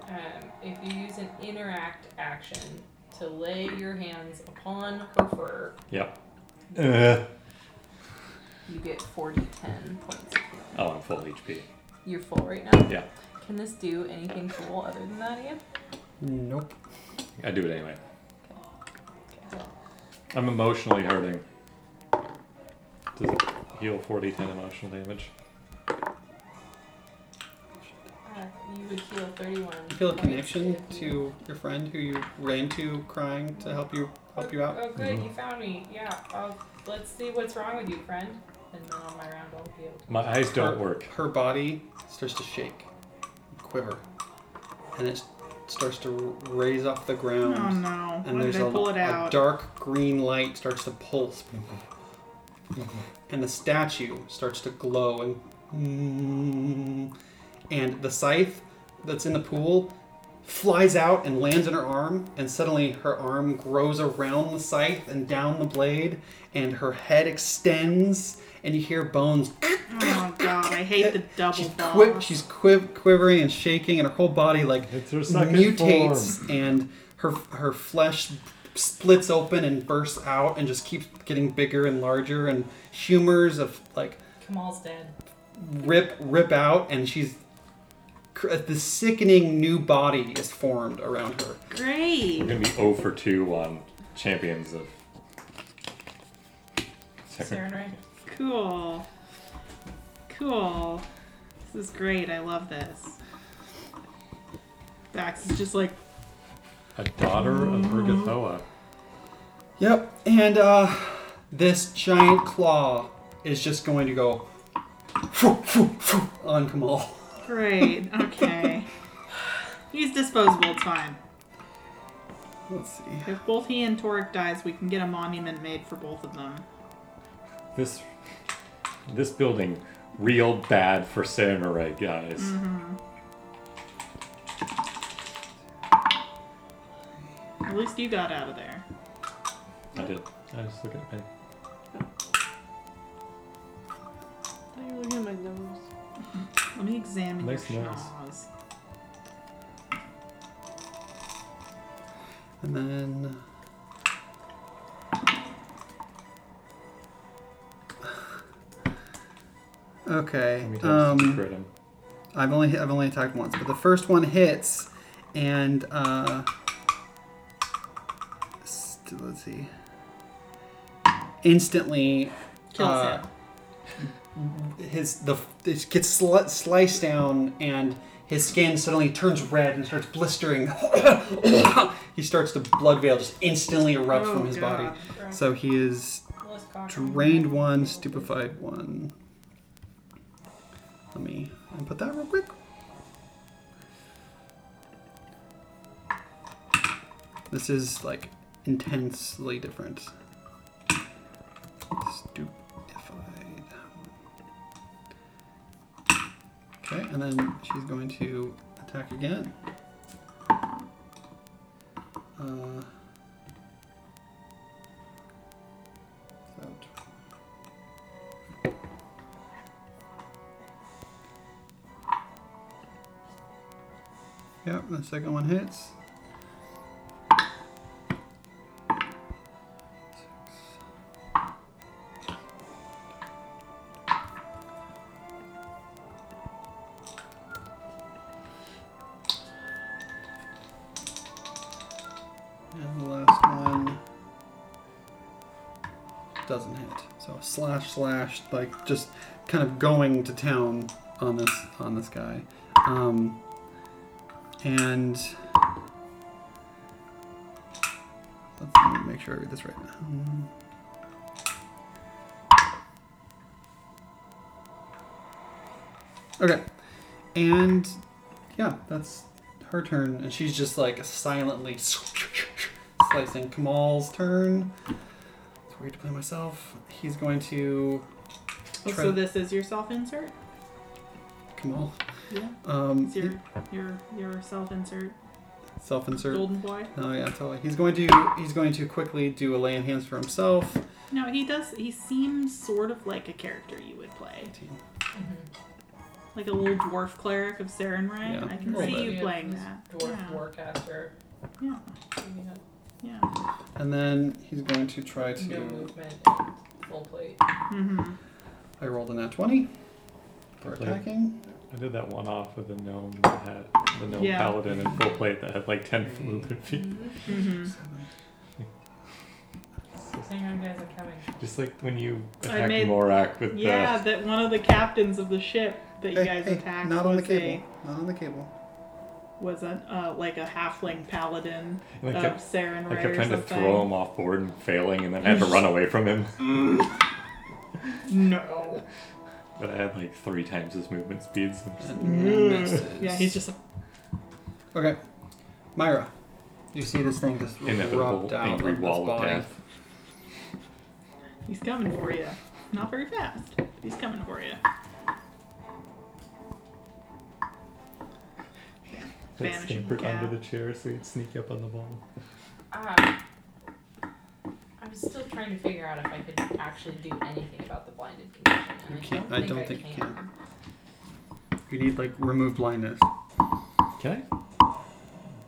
Speaker 3: Um, if you use an interact action to lay your hands upon her fur,
Speaker 10: Yep. Uh,
Speaker 3: you get 4 to 10 points.
Speaker 10: oh, I'm full HP.
Speaker 3: You're full right now.
Speaker 10: Yeah.
Speaker 3: Can this do anything cool other than that, Ian?
Speaker 5: Nope.
Speaker 10: I do it anyway.
Speaker 3: Okay.
Speaker 10: I'm emotionally hurting. Does it heal 40, 10 emotional damage?
Speaker 3: Uh, you would heal 31.
Speaker 5: You feel a
Speaker 3: points
Speaker 5: connection
Speaker 3: if you-
Speaker 5: to your friend who you ran to crying to help you help you out.
Speaker 3: Oh, good,
Speaker 10: Mhm.
Speaker 3: you found me. Yeah. Uh, let's see what's wrong with you, friend. And then on my round, I'll be able
Speaker 10: My eyes don't work.
Speaker 5: Her body starts to shake, quiver, and it starts to raise off the ground.
Speaker 1: Oh no!
Speaker 5: And
Speaker 1: Why
Speaker 5: there's
Speaker 1: did I
Speaker 5: a,
Speaker 1: pull it
Speaker 5: a
Speaker 1: out?
Speaker 5: dark green light starts to pulse, and the statue starts to glow and and the scythe that's in the pool flies out and lands in her arm, and suddenly her arm grows around the scythe and down the blade, and her head extends, and you hear bones.
Speaker 1: Oh god, I hate the double
Speaker 5: She's,
Speaker 1: ball.
Speaker 5: qui- she's quiv- quivering and shaking, and her whole body like
Speaker 2: It's her second
Speaker 5: mutates, and her her flesh splits open and bursts out, and just keeps getting bigger and larger, and humors of like
Speaker 3: Kamal's dead.
Speaker 5: rip rip out and she's cr- the sickening new body is formed around her
Speaker 10: I'm
Speaker 1: Great.
Speaker 10: gonna be 0 for 2 on champions of.
Speaker 3: Saren, right?
Speaker 1: Cool. Cool. This is great. I love this. Dax is just like,
Speaker 10: A daughter of Urgathoa.
Speaker 5: yep and uh this giant claw is just going to go on kamal
Speaker 1: great. Okay. He's disposable. It's fine.
Speaker 5: let's see
Speaker 1: If both he and Toric dies, we can get a monument made for both of them.
Speaker 10: This this building, real bad for samurai guys.
Speaker 1: Mm-hmm. At least you got out of there.
Speaker 10: I did.
Speaker 2: I just look at me.
Speaker 4: I thought you were looking at my nose.
Speaker 1: Let me examine
Speaker 2: Nice
Speaker 1: your
Speaker 2: nose.
Speaker 1: jaws.
Speaker 5: and then okay
Speaker 10: How many times did you
Speaker 5: um
Speaker 10: crit him?
Speaker 5: i've only i've only attacked once but the first one hits and uh st- let's see instantly
Speaker 1: Kills
Speaker 5: uh,
Speaker 1: him.
Speaker 5: his the it gets sli- sliced down and his skin suddenly turns red and starts blistering. he starts to blood veil just instantly erupt
Speaker 1: Oh,
Speaker 5: from his
Speaker 1: God.
Speaker 5: body. So he is
Speaker 3: Willis Cochran.
Speaker 5: drained one, stupefied one. Let me put that real quick. This is like intensely different. Stupefied. Okay, and then she's going to attack again. Uh, so Yep, the second one hits. And the last one doesn't hit. So slash slash, like just kind of going to town on this on this guy. Um, and let's make sure I read this right. Um, Okay, and yeah, that's her turn, and she's just like silently slicing Kamal's turn. It's weird to play myself. He's going to
Speaker 1: Oh, so
Speaker 5: Trent-
Speaker 1: this is your self insert?
Speaker 5: Kamal.
Speaker 1: Yeah.
Speaker 5: Um,
Speaker 1: It's your your your self insert
Speaker 5: self-insert.
Speaker 1: golden boy.
Speaker 5: Oh yeah, totally. He's going to he's going to quickly do a lay on hands for himself.
Speaker 1: No, he does. He seems sort of like a character you would play, like a little dwarf cleric of Sarenrae.
Speaker 5: Yeah.
Speaker 1: I can
Speaker 5: Little
Speaker 1: see
Speaker 5: bit.
Speaker 1: you playing that.
Speaker 8: Dwarf
Speaker 1: yeah.
Speaker 8: Warcaster.
Speaker 1: Yeah.
Speaker 8: Yeah.
Speaker 1: Yeah.
Speaker 5: And then he's going to try
Speaker 8: No
Speaker 5: to.
Speaker 8: movement. Full plate.
Speaker 1: Mm-hmm.
Speaker 5: I rolled a nat twenty for attacking.
Speaker 2: I did that one off with the gnome that had the gnome
Speaker 1: Yeah.
Speaker 2: paladin and full plate that had like ten movement feet.
Speaker 1: Mm-hmm.
Speaker 3: Hang on, guys, I'm coming.
Speaker 2: Just like when you
Speaker 1: I
Speaker 2: attack
Speaker 1: made-
Speaker 2: Morak with
Speaker 1: Yeah,
Speaker 2: the
Speaker 1: that one of the captains of the ship that you
Speaker 5: Hey,
Speaker 1: guys
Speaker 5: hey,
Speaker 1: attacked
Speaker 5: not on the
Speaker 1: was
Speaker 5: cable. Not on the cable.
Speaker 1: a was a uh, like a halfling paladin
Speaker 2: And I
Speaker 1: of
Speaker 2: kept,
Speaker 1: Sarenrae
Speaker 10: I kept
Speaker 1: or
Speaker 10: trying to
Speaker 1: something.
Speaker 10: throw him off board and failing, and then had to run away from him.
Speaker 1: No.
Speaker 10: But I had like three times his movement speeds.
Speaker 1: Yeah, he's just.
Speaker 5: Okay, Myra, you see this thing just
Speaker 10: Inevitable
Speaker 5: erupt out
Speaker 10: angry
Speaker 5: of this
Speaker 10: wall of
Speaker 5: body.
Speaker 10: death.
Speaker 1: He's coming for you. Not very fast. but He's coming for you. Spanish
Speaker 2: scampered
Speaker 1: cat.
Speaker 2: under the chair so he'd sneak up on the ball.
Speaker 3: Uh, I'm still trying to figure out if I could actually do anything about the blinded condition. And
Speaker 5: You can't-
Speaker 3: I
Speaker 5: I
Speaker 3: don't
Speaker 5: don't
Speaker 3: think
Speaker 5: think
Speaker 3: I
Speaker 5: you
Speaker 3: can.
Speaker 5: You need like remove blindness.
Speaker 10: Can I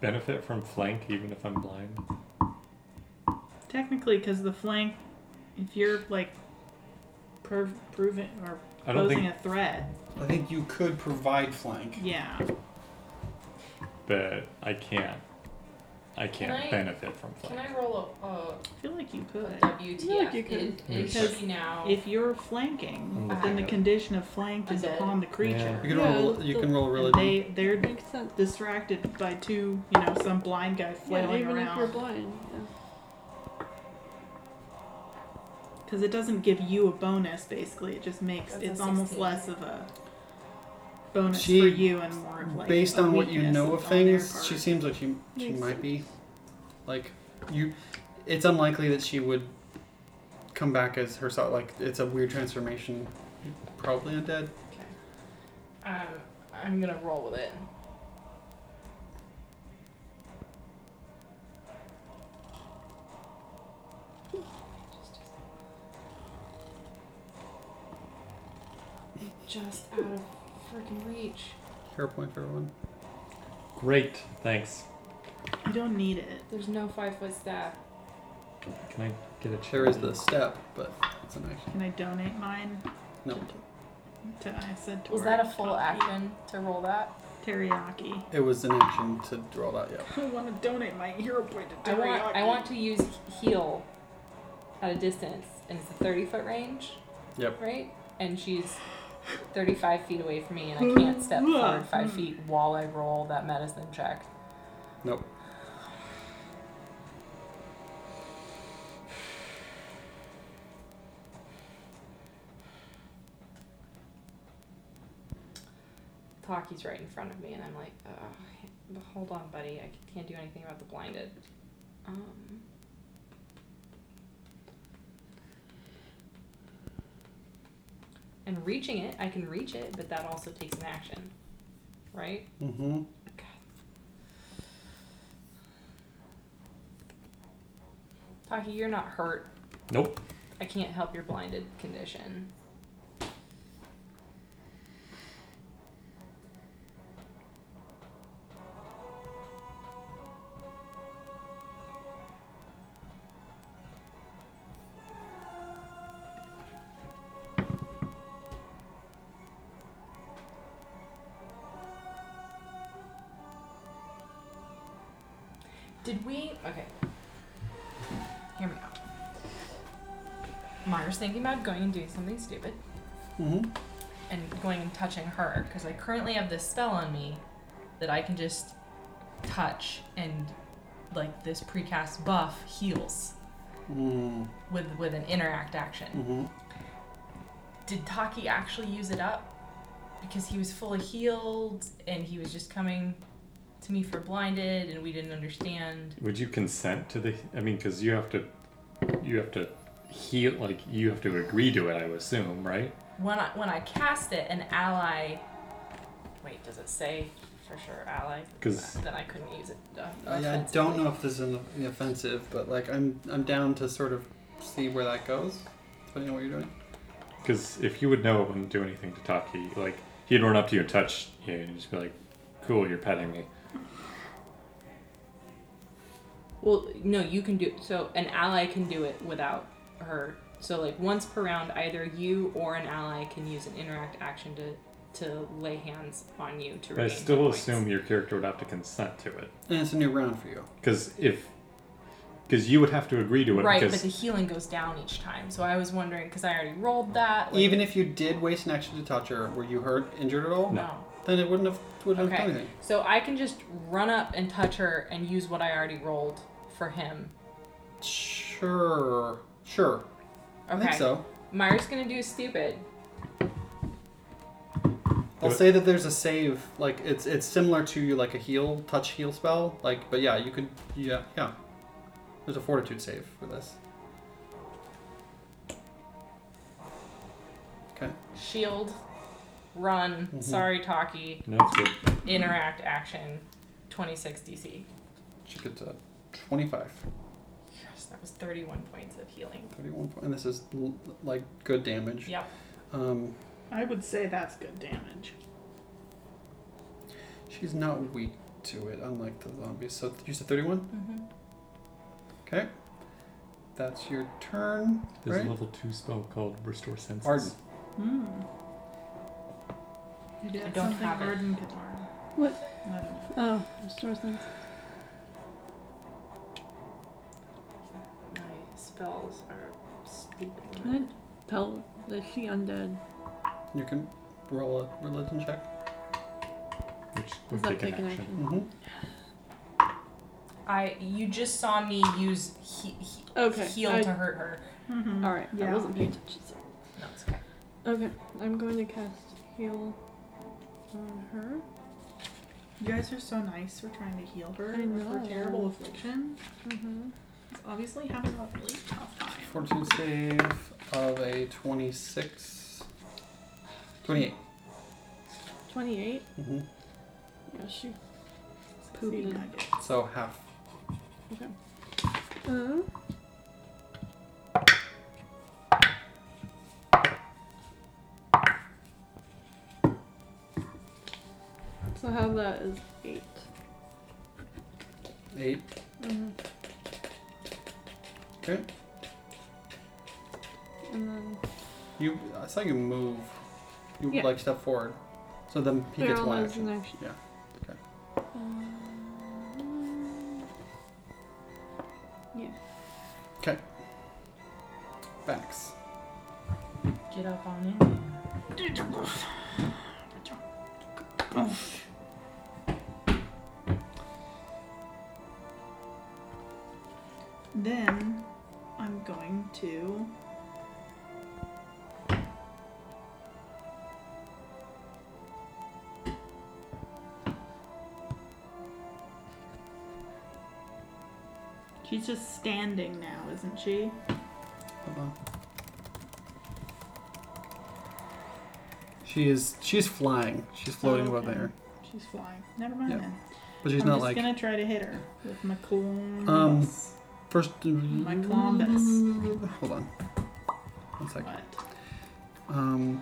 Speaker 10: benefit from flank even if I'm blind?
Speaker 1: Technically, because the flank, if you're like per- proving or
Speaker 10: I don't
Speaker 1: posing
Speaker 10: think,
Speaker 1: a threat,
Speaker 5: I think you could provide flank.
Speaker 1: yeah.
Speaker 10: but I can't. I can't
Speaker 3: I-
Speaker 10: benefit from
Speaker 3: Can
Speaker 10: flank.
Speaker 3: I roll a, oh, a,
Speaker 1: I feel like you
Speaker 3: a
Speaker 1: could.
Speaker 3: WTF?
Speaker 4: Yeah, you could.
Speaker 3: Is- is
Speaker 1: Because
Speaker 3: she now?
Speaker 1: If you're flanking,
Speaker 10: I'm
Speaker 1: then
Speaker 10: looking
Speaker 1: the
Speaker 10: at-
Speaker 1: condition of flanked is
Speaker 3: Undead.
Speaker 1: upon the creature.
Speaker 5: You can
Speaker 4: Yeah,
Speaker 5: roll. You
Speaker 4: the-
Speaker 5: can roll
Speaker 1: And
Speaker 5: religion.
Speaker 1: they they're
Speaker 4: Makes sense.
Speaker 1: distracted by two, you know, some blind guy
Speaker 4: Yeah,
Speaker 1: flailing
Speaker 4: even if you're
Speaker 1: around.
Speaker 4: blind.
Speaker 1: Because it doesn't give you a bonus, basically. It just makes
Speaker 3: That's a
Speaker 1: it's almost
Speaker 3: 16.
Speaker 1: less of a bonus
Speaker 5: She-
Speaker 1: for you and more of like
Speaker 5: Based
Speaker 1: a
Speaker 5: on what you
Speaker 1: weakness
Speaker 5: know of
Speaker 1: on their
Speaker 5: things, she
Speaker 1: part.
Speaker 5: seems like she she
Speaker 4: Makes
Speaker 5: might be. Like you, it's unlikely that she would come back as herself. Like it's a weird transformation. Probably undead.
Speaker 3: Okay. Um, I'm gonna roll with it. Just out of freaking reach.
Speaker 5: Hero point for everyone.
Speaker 10: Great, thanks.
Speaker 1: you don't need it.
Speaker 3: There's no five foot staff.
Speaker 10: Can I get a chair?
Speaker 5: There is the step, but it's an action.
Speaker 1: Can I donate mine
Speaker 5: No,
Speaker 1: to I said to
Speaker 6: Was
Speaker 1: her,
Speaker 6: that a full
Speaker 1: "Fuck
Speaker 3: Uh,
Speaker 6: action to roll that?
Speaker 1: you, Teriyaki.
Speaker 5: it was an action to draw that. Yeah.
Speaker 1: I want to donate my hero point to
Speaker 3: I
Speaker 1: teriyaki.
Speaker 3: want I want to use heal at a distance, and it's a thirty foot range.
Speaker 5: Yep.
Speaker 3: Right, and she's thirty five feet away from me, and I can't step forward five feet while I roll that medicine check.
Speaker 5: Nope.
Speaker 3: Taki's right in front of me, and I'm like, oh, hold on, buddy, I can't do anything about the blinded. Um, and reaching it, I can reach it, but that also takes an action, right?
Speaker 5: Mm-hmm.
Speaker 3: Taki, you're not hurt.
Speaker 10: Nope.
Speaker 3: I can't help your blinded condition. Did we? Okay. Hear me out. Myra's thinking about going and doing something stupid
Speaker 5: Mm-hmm.
Speaker 3: and going and touching her because I currently have this spell on me that I can just touch and like this precast buff heals
Speaker 5: Mm-hmm.
Speaker 3: with with an interact
Speaker 5: Hmm.
Speaker 3: action. Did Taki actually use it up? Because he was fully healed and he was just coming to me for blinded and we didn't understand.
Speaker 10: Would you consent to the? I mean, because you have to, you have to heal. Like you have to agree to it. I would assume, right?
Speaker 3: When I when I cast it, an ally. Wait, does it say for sure ally?
Speaker 10: 'Cause-
Speaker 3: then I couldn't use it. Uh,
Speaker 5: Oh, I, I don't know if this is in the, the offensive, but like I'm I'm down to sort of see where that goes, depending on what you're doing.
Speaker 10: Because if you would know it wouldn't do anything to Taki, like he'd run up to you and touch you and just be like, "Cool, you're petting me."
Speaker 3: Well, no, you can do so. An ally can do it without her. So like once per round, either you or an ally can use an interact action to to lay hands on you
Speaker 10: But
Speaker 3: to.
Speaker 10: I
Speaker 3: regain hit
Speaker 10: still
Speaker 3: points.
Speaker 10: assume your character would have to consent to it.
Speaker 5: And it's a new round for you.
Speaker 10: Because if, because you would have to agree to it.
Speaker 3: Right,
Speaker 10: because
Speaker 3: but the healing goes down each time. So I was wondering because I already rolled that. like-
Speaker 5: Even if you did waste an action to touch her, were you hurt, injured at all?
Speaker 3: no.
Speaker 5: Then it wouldn't have wouldn't have
Speaker 3: Okay.
Speaker 5: done anything.
Speaker 3: So I can just run up and touch her and use what I already rolled for him.
Speaker 5: Sure, sure. I
Speaker 3: Okay.
Speaker 5: think so.
Speaker 3: Myra's gonna do stupid.
Speaker 5: I'll
Speaker 10: Do it.
Speaker 5: say that there's a save, like it's it's similar to like a heal touch heal spell, like but yeah, you could yeah yeah. There's a fortitude save for this. Okay. Mm-hmm.
Speaker 3: Shield, run. Sorry, talkie.
Speaker 10: no, it's good.
Speaker 3: Interact action.
Speaker 8: 26 DC.
Speaker 5: She gets a 25,
Speaker 8: Yes, that was 31 points of healing.
Speaker 5: 31, point- and this is l- like good damage.
Speaker 8: Yep.
Speaker 5: Um,
Speaker 1: I would say that's good damage.
Speaker 5: she's not weak to it, unlike the zombies. So you said 31?
Speaker 1: Mm-hmm.
Speaker 5: Okay. That's your turn,
Speaker 2: There's
Speaker 5: right?
Speaker 2: a level two spell called Restore Senses.
Speaker 5: Pardon.
Speaker 1: Hmm.
Speaker 8: I don't have it.
Speaker 1: Arden could learn.
Speaker 4: What?
Speaker 1: I don't know.
Speaker 4: Oh, restore sense.
Speaker 8: My spells are stupid.
Speaker 4: Can I tell that she undead?
Speaker 5: You can roll a religion check.
Speaker 2: Which
Speaker 4: Does
Speaker 2: would
Speaker 4: that
Speaker 2: take an
Speaker 4: take an
Speaker 2: action.
Speaker 4: action?
Speaker 5: Mm-hmm.
Speaker 3: I you just saw me use he, he,
Speaker 4: Okay,
Speaker 3: heal
Speaker 4: I-
Speaker 3: to hurt her.
Speaker 1: Mhm.
Speaker 4: All right, I
Speaker 1: Yeah.
Speaker 4: wasn't paying attention. Sorry.
Speaker 3: No, it's okay.
Speaker 4: Okay, I'm going to cast heal on her.
Speaker 1: You guys are so nice for trying to heal her
Speaker 4: I
Speaker 1: with her
Speaker 4: know.
Speaker 1: terrible affliction.
Speaker 4: Mm-hmm.
Speaker 1: It's obviously having a really tough time.
Speaker 5: Fortune save of a 26. 28.
Speaker 4: 28.
Speaker 5: Mm-hmm.
Speaker 4: Yeah, she.
Speaker 1: Poopy
Speaker 4: Succeeded.
Speaker 1: nugget.
Speaker 5: So half.
Speaker 4: Uh, so how that is 8.
Speaker 5: 8.
Speaker 4: Mm-hmm.
Speaker 5: Okay.
Speaker 4: And then
Speaker 5: You, I saw you move. You
Speaker 4: Yeah.
Speaker 5: like step forward. So then he gets
Speaker 4: barrel
Speaker 5: one
Speaker 4: is
Speaker 5: action.
Speaker 4: an action.
Speaker 5: Yeah, okay.
Speaker 4: Um, yeah.
Speaker 5: Backs.
Speaker 3: Get up on it.
Speaker 1: Then I'm going to. She's just standing now, isn't she?
Speaker 5: Uh-uh. She is she's flying. She's floating above
Speaker 1: Oh, okay.
Speaker 5: the air,
Speaker 1: She's flying. Never mind
Speaker 5: Yeah.
Speaker 1: then.
Speaker 5: but she's
Speaker 1: I'm
Speaker 5: not
Speaker 1: just
Speaker 5: like
Speaker 1: gonna try to hit her with my cool.
Speaker 5: Um, first. Um,
Speaker 1: my Columbus.
Speaker 5: Hold on. One second.
Speaker 1: What?
Speaker 5: Um,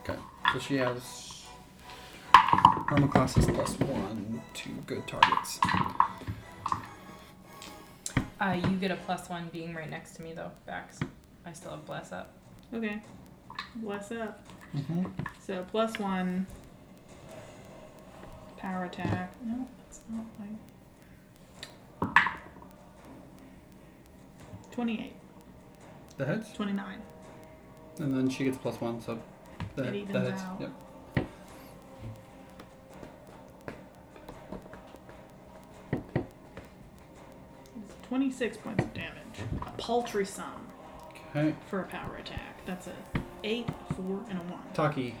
Speaker 5: okay, so she has armor classes plus one to good targets.
Speaker 3: Uh, you get a plus one being right next to me though. Bax, I still have bless up.
Speaker 1: Okay. Bless up.
Speaker 5: Mm-hmm.
Speaker 1: So plus one. Power attack. No, that's not my. Twenty-eight.
Speaker 5: The hits,
Speaker 1: Twenty-nine.
Speaker 5: and then she gets plus one, so the,
Speaker 1: It evens
Speaker 5: the hits.
Speaker 1: out.
Speaker 5: Yep.
Speaker 1: It's Twenty-six points of damage. A paltry sum
Speaker 5: Okay,
Speaker 1: for a power attack. That's a eight, a four, and a one.
Speaker 5: Taki,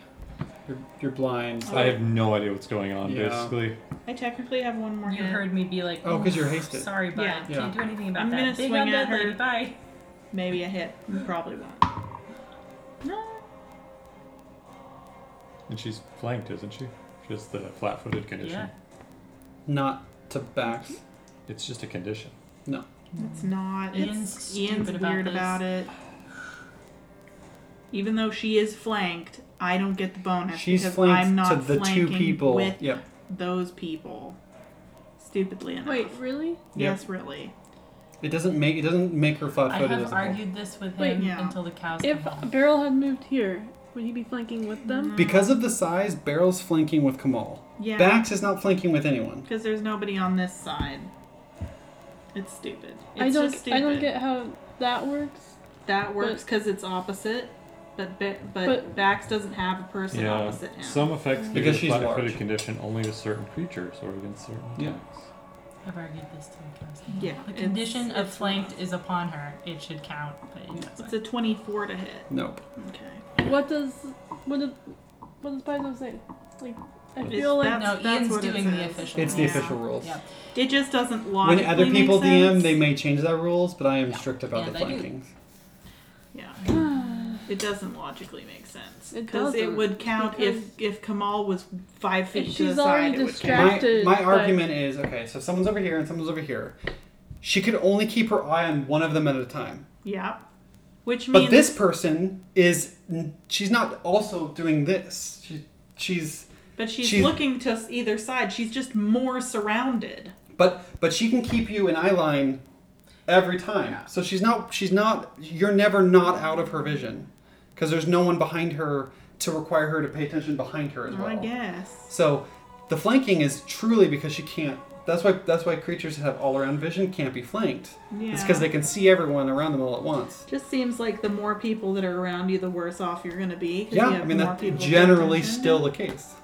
Speaker 5: you're, you're blind.
Speaker 1: Oh.
Speaker 10: I have no idea what's going on,
Speaker 5: Yeah.
Speaker 10: basically.
Speaker 1: I technically have one more.
Speaker 3: You
Speaker 1: hit.
Speaker 3: heard me be like,
Speaker 5: Oh, 'cause you're hasted."
Speaker 3: Sorry, bud.
Speaker 1: Yeah.
Speaker 3: Can't do anything about
Speaker 1: I'm
Speaker 3: that.
Speaker 1: gonna
Speaker 3: Big
Speaker 1: swing at
Speaker 3: undead
Speaker 1: her.
Speaker 3: lady. Bye.
Speaker 1: Maybe a hit. Probably won't. No.
Speaker 10: And she's flanked, isn't she? Just the flat footed condition.
Speaker 3: Yeah.
Speaker 1: Oh.
Speaker 5: Not to backs.
Speaker 10: It's just a condition.
Speaker 1: It's not.
Speaker 3: Ian's
Speaker 1: It's, Ian's
Speaker 3: stupid about
Speaker 1: weird
Speaker 3: this.
Speaker 1: about, it. Even though she is flanked, I don't get the bonus
Speaker 5: She's
Speaker 1: because
Speaker 5: flanked
Speaker 1: I'm not
Speaker 5: to the two
Speaker 1: flanking
Speaker 5: people.
Speaker 1: with
Speaker 5: Yep.
Speaker 1: those people. Stupidly enough.
Speaker 4: Wait, really?
Speaker 1: Yes, really.
Speaker 5: It doesn't make it doesn't make her flat
Speaker 3: I
Speaker 5: footed.
Speaker 3: have argued this with him
Speaker 4: Wait,
Speaker 1: yeah.
Speaker 3: until the cows
Speaker 4: If
Speaker 3: come home.
Speaker 4: Beryl had moved here, would he be flanking with them?
Speaker 5: Because of the size, Barrel's flanking with Kamal.
Speaker 1: Yeah.
Speaker 5: Bax is not flanking with anyone.
Speaker 1: Because there's nobody on this side. It's stupid. It's
Speaker 4: I don't.
Speaker 1: just stupid.
Speaker 4: I don't get how that works.
Speaker 1: that works because it's opposite, but, ba- but
Speaker 4: But-
Speaker 1: Bax doesn't have a person
Speaker 10: yeah.
Speaker 1: opposite him.
Speaker 10: Some effects give
Speaker 5: Because
Speaker 10: a
Speaker 5: she's
Speaker 10: flat footed
Speaker 5: large.
Speaker 10: condition only to certain creatures or against certain
Speaker 5: Yeah.
Speaker 10: attacks.
Speaker 3: I've argued this to him constantly.
Speaker 1: Yeah,
Speaker 3: The
Speaker 1: it's-
Speaker 3: condition of
Speaker 1: it's
Speaker 3: flanked
Speaker 1: wrong.
Speaker 3: is upon her. It should count, but it doesn't.
Speaker 1: it's a 24 to hit.
Speaker 5: Nope.
Speaker 1: Okay.
Speaker 4: What does what did what does Paizo say? Like I feel
Speaker 1: It's-
Speaker 4: like
Speaker 1: that's-
Speaker 3: no,
Speaker 1: that's
Speaker 3: Ian's
Speaker 1: what it
Speaker 3: doing the
Speaker 1: says.
Speaker 3: official.
Speaker 5: It's the
Speaker 1: Yeah.
Speaker 5: official rules.
Speaker 3: Yep.
Speaker 1: It just doesn't
Speaker 5: When
Speaker 1: logically
Speaker 5: other people
Speaker 1: make sense.
Speaker 5: DM, they may change their rules, but I am strict about
Speaker 3: Yeah,
Speaker 5: the
Speaker 3: they do.
Speaker 5: flankings.
Speaker 1: Yeah. It doesn't logically make sense.
Speaker 4: It
Speaker 1: Because it
Speaker 4: doesn't,
Speaker 1: would count if if Kamal was five feet
Speaker 4: If
Speaker 1: to the
Speaker 4: she's
Speaker 1: side.
Speaker 4: already
Speaker 1: It would count.
Speaker 5: My,
Speaker 4: Distracted,
Speaker 5: my
Speaker 4: but-
Speaker 5: argument is okay, so someone's over here and someone's over here. She could only keep her eye on one of them at a time.
Speaker 1: Yeah. Which means
Speaker 5: But this person is, n- she's not also doing this. She, she's,
Speaker 1: but she's,
Speaker 5: she's-
Speaker 1: looking to s- either side. She's just more surrounded.
Speaker 5: but but she can keep you in eye line every time. So she's not, she's not, you're never not out of her vision, because there's no one behind her to require her to pay attention behind her as well.
Speaker 1: I guess.
Speaker 5: So the flanking is truly because she can't. That's why that's why creatures that have all around vision can't be flanked.
Speaker 1: Yeah.
Speaker 5: It's because they can see everyone around them all at once.
Speaker 1: Just seems like the more people that are around you, the worse off you're going to be. 'cause
Speaker 5: Yeah,
Speaker 1: you
Speaker 5: I
Speaker 1: have
Speaker 5: mean
Speaker 1: more
Speaker 5: that's
Speaker 1: people paying
Speaker 5: generally
Speaker 1: attention.
Speaker 5: still the case.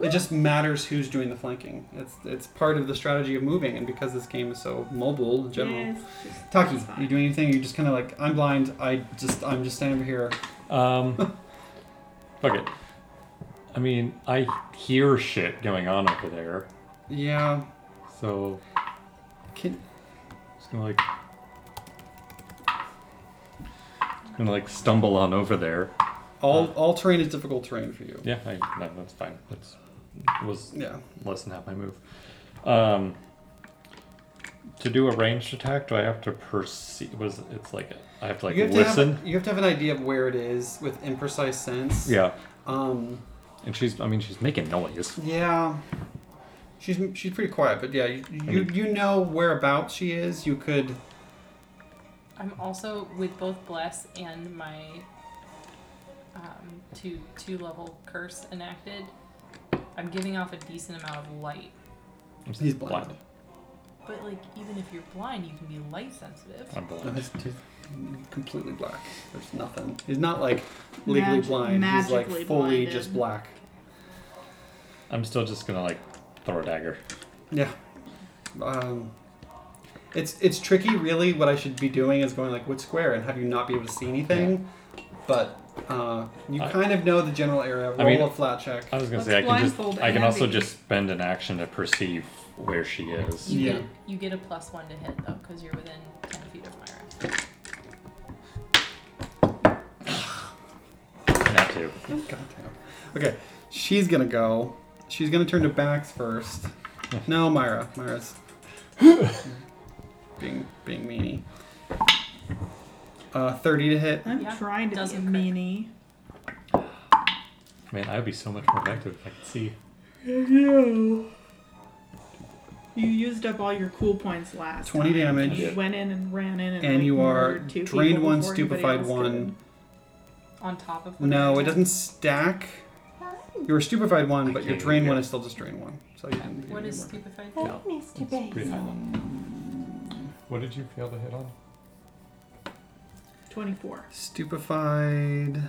Speaker 5: It just matters who's doing the flanking. It's it's part of the strategy of moving, and because this game is so mobile in general.
Speaker 1: Yeah, it's just-
Speaker 5: Taki,
Speaker 1: it's fine.
Speaker 5: you doing anything? You're just kind of like I'm blind. I just I'm just standing over here.
Speaker 10: Um, fuck it. I mean, I hear shit going on over there,
Speaker 5: Yeah.
Speaker 10: so
Speaker 5: Can,
Speaker 10: just gonna like, just gonna like stumble on over there.
Speaker 5: all all terrain is difficult terrain for you.
Speaker 10: Yeah, I, no, that's fine. That's was
Speaker 5: Yeah.
Speaker 10: less than half my move. Um, to do a ranged attack, do I have to perceive? Was it's like I have to like
Speaker 5: you have
Speaker 10: listen?
Speaker 5: to have you have to have an idea of where it is with imprecise sense.
Speaker 10: Yeah,
Speaker 5: Um.
Speaker 10: and she's I mean she's making noise.
Speaker 5: Yeah. She's she's pretty quiet, but yeah, you you, you know whereabouts she is. You could.
Speaker 3: I'm also with both bless and my um, two two level curse enacted. I'm giving off a decent amount of light,
Speaker 5: He's blind.
Speaker 3: but like even if you're blind, you can be light sensitive.
Speaker 10: I'm
Speaker 5: No,
Speaker 10: blind.
Speaker 5: he's, he's completely black. There's nothing. He's not like legally
Speaker 1: Magi-
Speaker 5: blind. He's like
Speaker 1: magically
Speaker 5: fully
Speaker 1: blinded.
Speaker 5: just black.
Speaker 10: I'm still just gonna like throw a dagger.
Speaker 5: Yeah. Um. It's it's tricky, really. What I should be doing is going like what square and have you not be able to see anything, but. Uh, you
Speaker 10: I-
Speaker 5: kind of know the general area. Roll
Speaker 10: I mean-
Speaker 5: a flat check.
Speaker 10: I was gonna
Speaker 8: Let's
Speaker 10: say I can just
Speaker 8: blindfold
Speaker 10: I can also
Speaker 8: Abby.
Speaker 10: just spend an action to perceive where she is.
Speaker 3: You
Speaker 5: Yeah.
Speaker 3: get you get a plus one to hit though, because you're within ten feet of Myra.
Speaker 10: Not to.
Speaker 5: God damn. Okay, she's gonna go. She's gonna turn to Bax first. No, Myra. Myra's being being meanie. Uh, thirty to hit.
Speaker 1: I'm
Speaker 3: Yeah,
Speaker 1: trying to be a
Speaker 3: doesn't crit.
Speaker 1: meanie.
Speaker 10: Man, I'd be so much more effective if I could see.
Speaker 1: You. You used up all your cool points last.
Speaker 5: Twenty
Speaker 1: time.
Speaker 5: damage,
Speaker 1: You went in and ran in and,
Speaker 5: and
Speaker 1: like,
Speaker 5: you are
Speaker 1: murdered two
Speaker 5: drained
Speaker 1: people
Speaker 5: one,
Speaker 1: before anybody
Speaker 5: stupefied
Speaker 1: else
Speaker 5: one.
Speaker 3: On top of
Speaker 5: No,
Speaker 3: Myra.
Speaker 5: it doesn't stack. You were stupefied one, but your
Speaker 10: can't
Speaker 5: drain
Speaker 10: even
Speaker 5: one
Speaker 10: get-
Speaker 5: is still just drain one. So you can.
Speaker 3: What
Speaker 5: you
Speaker 3: is
Speaker 5: work.
Speaker 3: stupefied?
Speaker 10: Yeah.
Speaker 6: Mr.
Speaker 10: Pretty
Speaker 6: Basil.
Speaker 10: high level. What did you fail to hit on?
Speaker 1: could. Twenty-four.
Speaker 5: Stupefied.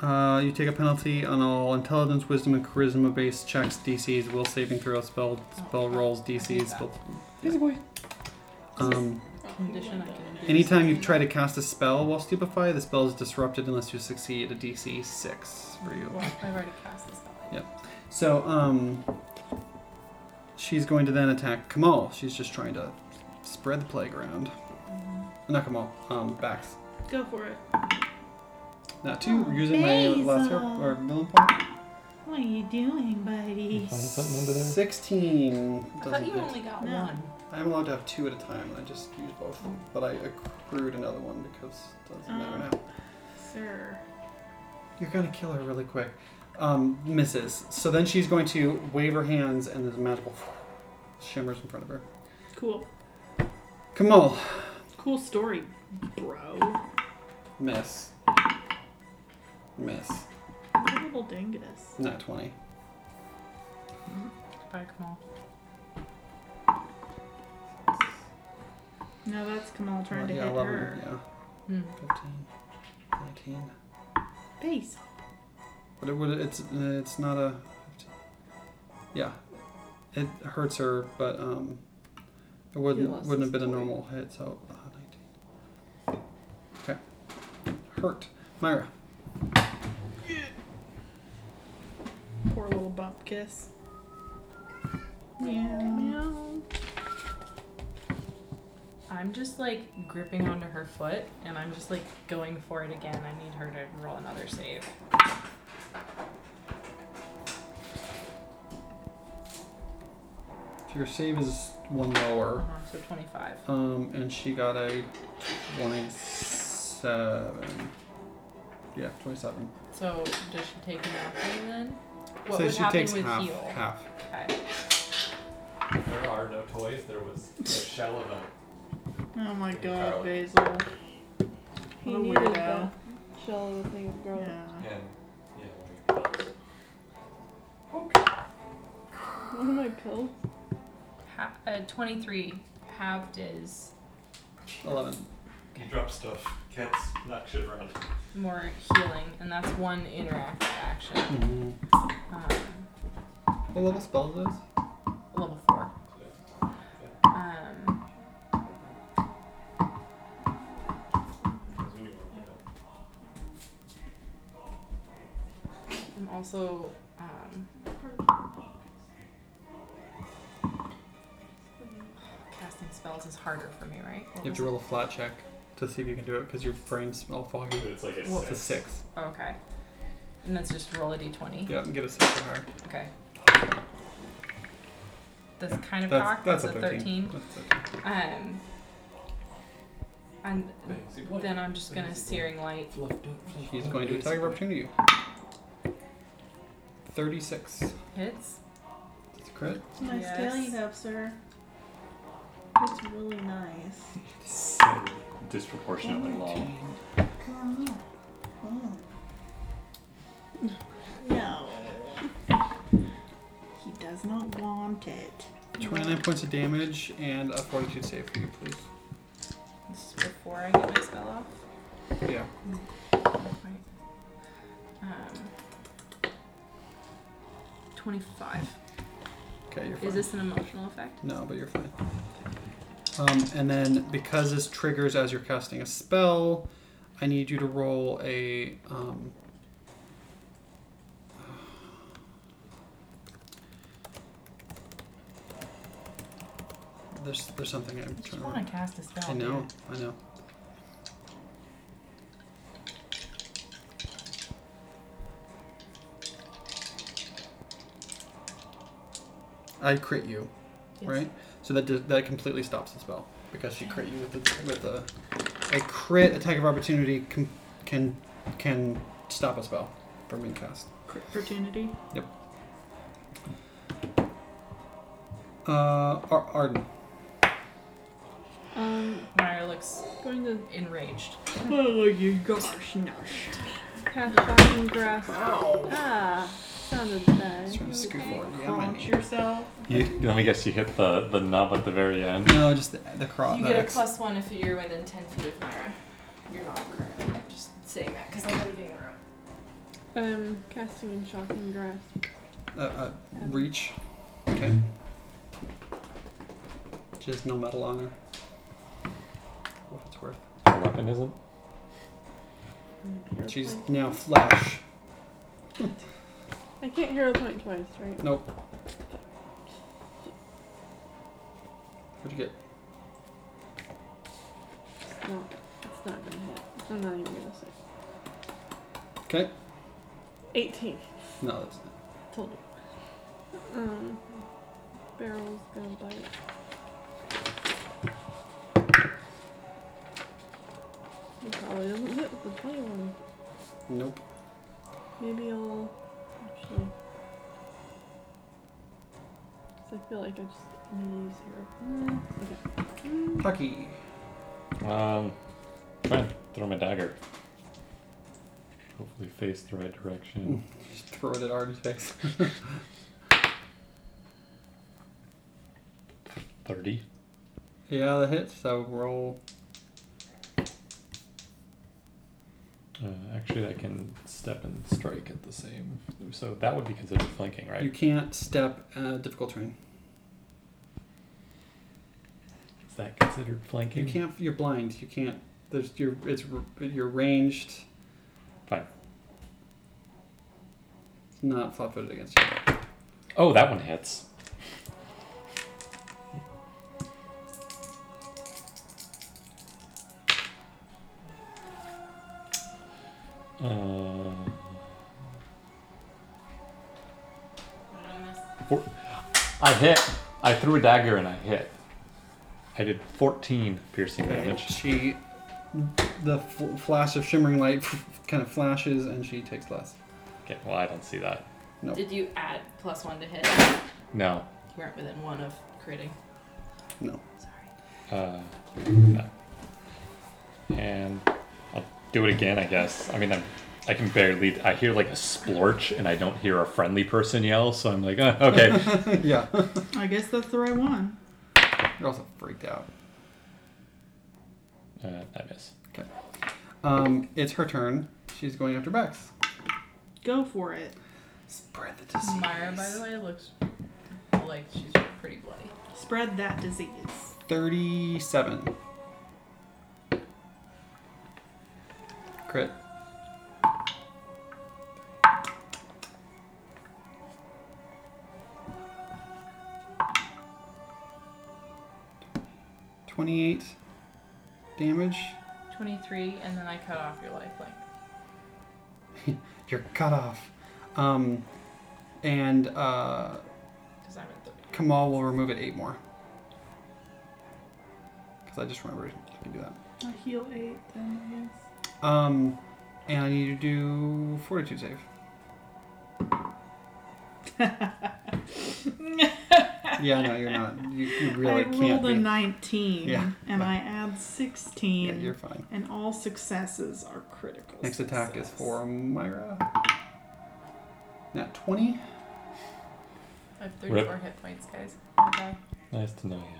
Speaker 5: Uh, you take a penalty on all intelligence, wisdom, and charisma based checks, DCs, will saving throw, spell spell rolls, DCs. Spell,
Speaker 10: Easy boy.
Speaker 5: um,
Speaker 3: Condition I can do.
Speaker 5: anytime you try to cast a spell while stupefied, the spell is disrupted unless you succeed a DC six for you.
Speaker 3: Well, I've already cast this spell.
Speaker 5: So um, she's going to then attack Kamal. She's just trying to spread the plague around. Not Kamal. Um, Bax.
Speaker 4: Go for it.
Speaker 5: Not two.
Speaker 1: Oh,
Speaker 5: using my last
Speaker 1: Basil.
Speaker 5: or villain point.
Speaker 1: What are you doing, buddy?
Speaker 2: Find something under there.
Speaker 5: 16
Speaker 3: I thought
Speaker 5: doesn't
Speaker 3: you
Speaker 5: hit.
Speaker 3: only got
Speaker 1: No.
Speaker 3: one.
Speaker 5: I'm allowed to have two at a time, and I just used both. But I accrued another one because it doesn't matter now.
Speaker 1: Sir.
Speaker 5: You're gonna kill her really quick. Um, misses. So then she's going to wave her hands, and there's a magical shimmers in front of her.
Speaker 1: Cool.
Speaker 5: Kamal,
Speaker 1: Cool story, bro.
Speaker 5: miss. Miss.
Speaker 1: You Little dingus.
Speaker 5: Not 20.
Speaker 3: Bye, Kamal.
Speaker 1: No, that's Kamal trying
Speaker 5: Well,
Speaker 1: to
Speaker 5: yeah,
Speaker 1: hit
Speaker 5: 11,
Speaker 1: her.
Speaker 5: Yeah,
Speaker 3: Hmm.
Speaker 5: 15, 19.
Speaker 1: Base.
Speaker 5: But it would. It's it's not a. Yeah, it hurts her, but um, it wouldn't
Speaker 3: lost
Speaker 5: wouldn't
Speaker 3: his
Speaker 5: have been a
Speaker 3: point.
Speaker 5: normal hit. So uh, nineteen. Okay, hurt, Myra.
Speaker 1: Poor little bump kiss. Yeah.
Speaker 4: Meow.
Speaker 8: I'm just like gripping onto her foot and I'm just like going for it again. I need her to roll another save.
Speaker 5: Your save is one lower,
Speaker 8: Uh-huh, so 25.
Speaker 5: um, and she got a twenty-seven. Yeah, twenty-seven.
Speaker 8: So does she take an action then? What
Speaker 5: so
Speaker 8: would
Speaker 5: she
Speaker 8: happen
Speaker 5: takes
Speaker 8: with
Speaker 5: half.
Speaker 8: heal?
Speaker 5: Half.
Speaker 8: Okay.
Speaker 9: There are no toys. There was a shell of a.
Speaker 1: Oh my
Speaker 9: Garlic.
Speaker 1: god, Basil.
Speaker 4: He
Speaker 1: What a
Speaker 4: needed
Speaker 1: weirdo.
Speaker 4: that shell of a thing of garlic.
Speaker 1: Yeah.
Speaker 10: Uh-huh.
Speaker 9: And yeah. like,
Speaker 4: One of my pills.
Speaker 3: Ha- uh, 23 halved is
Speaker 5: Eleven.
Speaker 9: You drop stuff. Cats knock shit around.
Speaker 3: more healing, and that's one interactive action.
Speaker 5: Mm-hmm.
Speaker 3: Um,
Speaker 5: What level spell is this?
Speaker 3: level 4. Um, I'm also. Um, casting spells is harder for me, right? What
Speaker 5: You have
Speaker 3: was
Speaker 5: to roll a flat check to see if you can do it because your brain's all foggy.
Speaker 9: But it's like a
Speaker 5: It's a
Speaker 9: six.
Speaker 5: six.
Speaker 3: it? Oh, okay. And that's just roll a d20.
Speaker 5: Yeah, and get a six or higher.
Speaker 3: Okay. That's kind of
Speaker 5: That's,
Speaker 3: cocked.
Speaker 5: that's
Speaker 3: That's,
Speaker 5: a
Speaker 3: a
Speaker 5: 13. That's a 13.
Speaker 3: Um, and
Speaker 9: Fancy boy.
Speaker 3: then I'm just gonna searing light.
Speaker 5: He's going to attack of opportunity. 36.
Speaker 3: Hits.
Speaker 5: That's a crit.
Speaker 1: Nice
Speaker 3: Yes.
Speaker 1: tail you have, sir. It's really nice.
Speaker 10: Disproportionately long.
Speaker 1: No. He does not want it.
Speaker 5: 29 points of damage and a fortitude save for you, please.
Speaker 3: This is before I get my spell off.
Speaker 5: Yeah.
Speaker 3: Right. Um, 25.
Speaker 5: Okay, you're fine.
Speaker 3: Is this an emotional effect?
Speaker 5: No, but you're fine. Um, and then because this triggers as you're casting a spell, I need you to roll a. Um, there's there's something I'm
Speaker 3: I just
Speaker 5: trying to.
Speaker 3: want to cast a spell.
Speaker 5: I know,
Speaker 3: dude.
Speaker 5: I know. I crit you,
Speaker 3: Yes.
Speaker 5: right? So that does, that completely stops the spell because she crit you with the, with a a crit attack of opportunity can can can stop a spell from being cast.
Speaker 1: Crit opportunity.
Speaker 5: Uh, Ar- Arden.
Speaker 4: Um,
Speaker 3: Maya looks
Speaker 4: going to
Speaker 3: enraged.
Speaker 1: Oh, you gosh, nosh.
Speaker 4: cast back in grass. Ah, sounded bad.
Speaker 5: Just trying to scoot forward. Yeah, my
Speaker 1: Launch
Speaker 5: knee.
Speaker 1: yourself.
Speaker 10: You, let me guess. You hit the the knob at the very end.
Speaker 5: No, just the, the cross.
Speaker 3: You get a plus one if you're within 10 feet of Myra. You're not currently. I'm just saying that because I'm leaving the room.
Speaker 4: Um, casting and shocking grass.
Speaker 5: Uh, uh, reach. Okay. Just no metal on her. What it's worth.
Speaker 10: Her weapon isn't.
Speaker 5: She's now flash.
Speaker 4: I can't hero point twice, right?
Speaker 5: Nope. What'd you get?
Speaker 4: It's not. It's not gonna hit. I'm not even gonna say.
Speaker 5: Okay.
Speaker 4: 18.
Speaker 5: No, that's not.
Speaker 4: Told you. Um, barrel's gonna bite. It probably doesn't hit with the 21.
Speaker 5: Nope.
Speaker 4: Maybe I'll actually. Cause I feel like I just I'm gonna use hero. Mm, Okay.
Speaker 5: Pucky.
Speaker 10: Um, try and throw my dagger. Hopefully, face the right direction.
Speaker 5: Just throw it at Arden's face.
Speaker 10: Thirty.
Speaker 5: yeah, that hits. So roll.
Speaker 10: Uh, actually, I can step and strike at the same. So that would be considered flanking,
Speaker 5: You
Speaker 10: right?
Speaker 5: can't step uh, difficult terrain.
Speaker 10: Is that considered
Speaker 5: You
Speaker 2: Mm-hmm.
Speaker 10: flanking?
Speaker 5: can't. You're blind. You can't. There's. You're. It's. r- You're ranged.
Speaker 10: Fine.
Speaker 5: It's Not flat-footed against you.
Speaker 10: Oh, that one hits.
Speaker 2: Uh,
Speaker 3: What did I miss?
Speaker 10: I hit. I threw a dagger and I hit. I did 14 piercing
Speaker 5: Okay,
Speaker 10: damage.
Speaker 5: she, the f- flash of shimmering light kind of flashes, and she takes less.
Speaker 10: Okay, well, I don't see that.
Speaker 3: Did you add plus one to hit?
Speaker 10: No.
Speaker 3: You weren't within one of critting.
Speaker 5: No.
Speaker 3: Sorry.
Speaker 10: Uh, no. And I'll do it again, I guess. I mean, I'm, I can barely. I hear like a splorch and I don't hear a friendly person yell, so I'm like, oh, okay.
Speaker 5: yeah,
Speaker 1: I guess that's the right one.
Speaker 5: you're also freaked out.
Speaker 10: uh, I miss.
Speaker 5: Um, it's her turn. She's going after Bex.
Speaker 1: Go for it.
Speaker 5: Spread the
Speaker 8: Myra, by the way, looks like she's pretty bloody.
Speaker 1: Spread that disease.
Speaker 5: Thirty-seven. Crit. Twenty-eight damage.
Speaker 3: 23, and then I cut off your lifelink.
Speaker 5: You're cut off. Um, and uh,
Speaker 3: Because I'm at 30.
Speaker 5: Kamal will remove it eight more. Because I just remembered I can do that.
Speaker 1: I heal eight, then
Speaker 5: Um, and I need to do fortitude save. yeah, no, you're not. You,
Speaker 1: I
Speaker 5: you
Speaker 1: guess.
Speaker 5: really
Speaker 1: I
Speaker 5: can't
Speaker 1: rolled
Speaker 5: be.
Speaker 1: a 19,
Speaker 5: Yeah.
Speaker 1: and I add 16,
Speaker 5: yeah, you're fine.
Speaker 1: and all successes are critical.
Speaker 5: Next attack is
Speaker 1: success.
Speaker 5: for Myra. Nat 20.
Speaker 3: I have
Speaker 10: Rip.
Speaker 3: 34 hit points, guys. Okay.
Speaker 10: Nice to know you.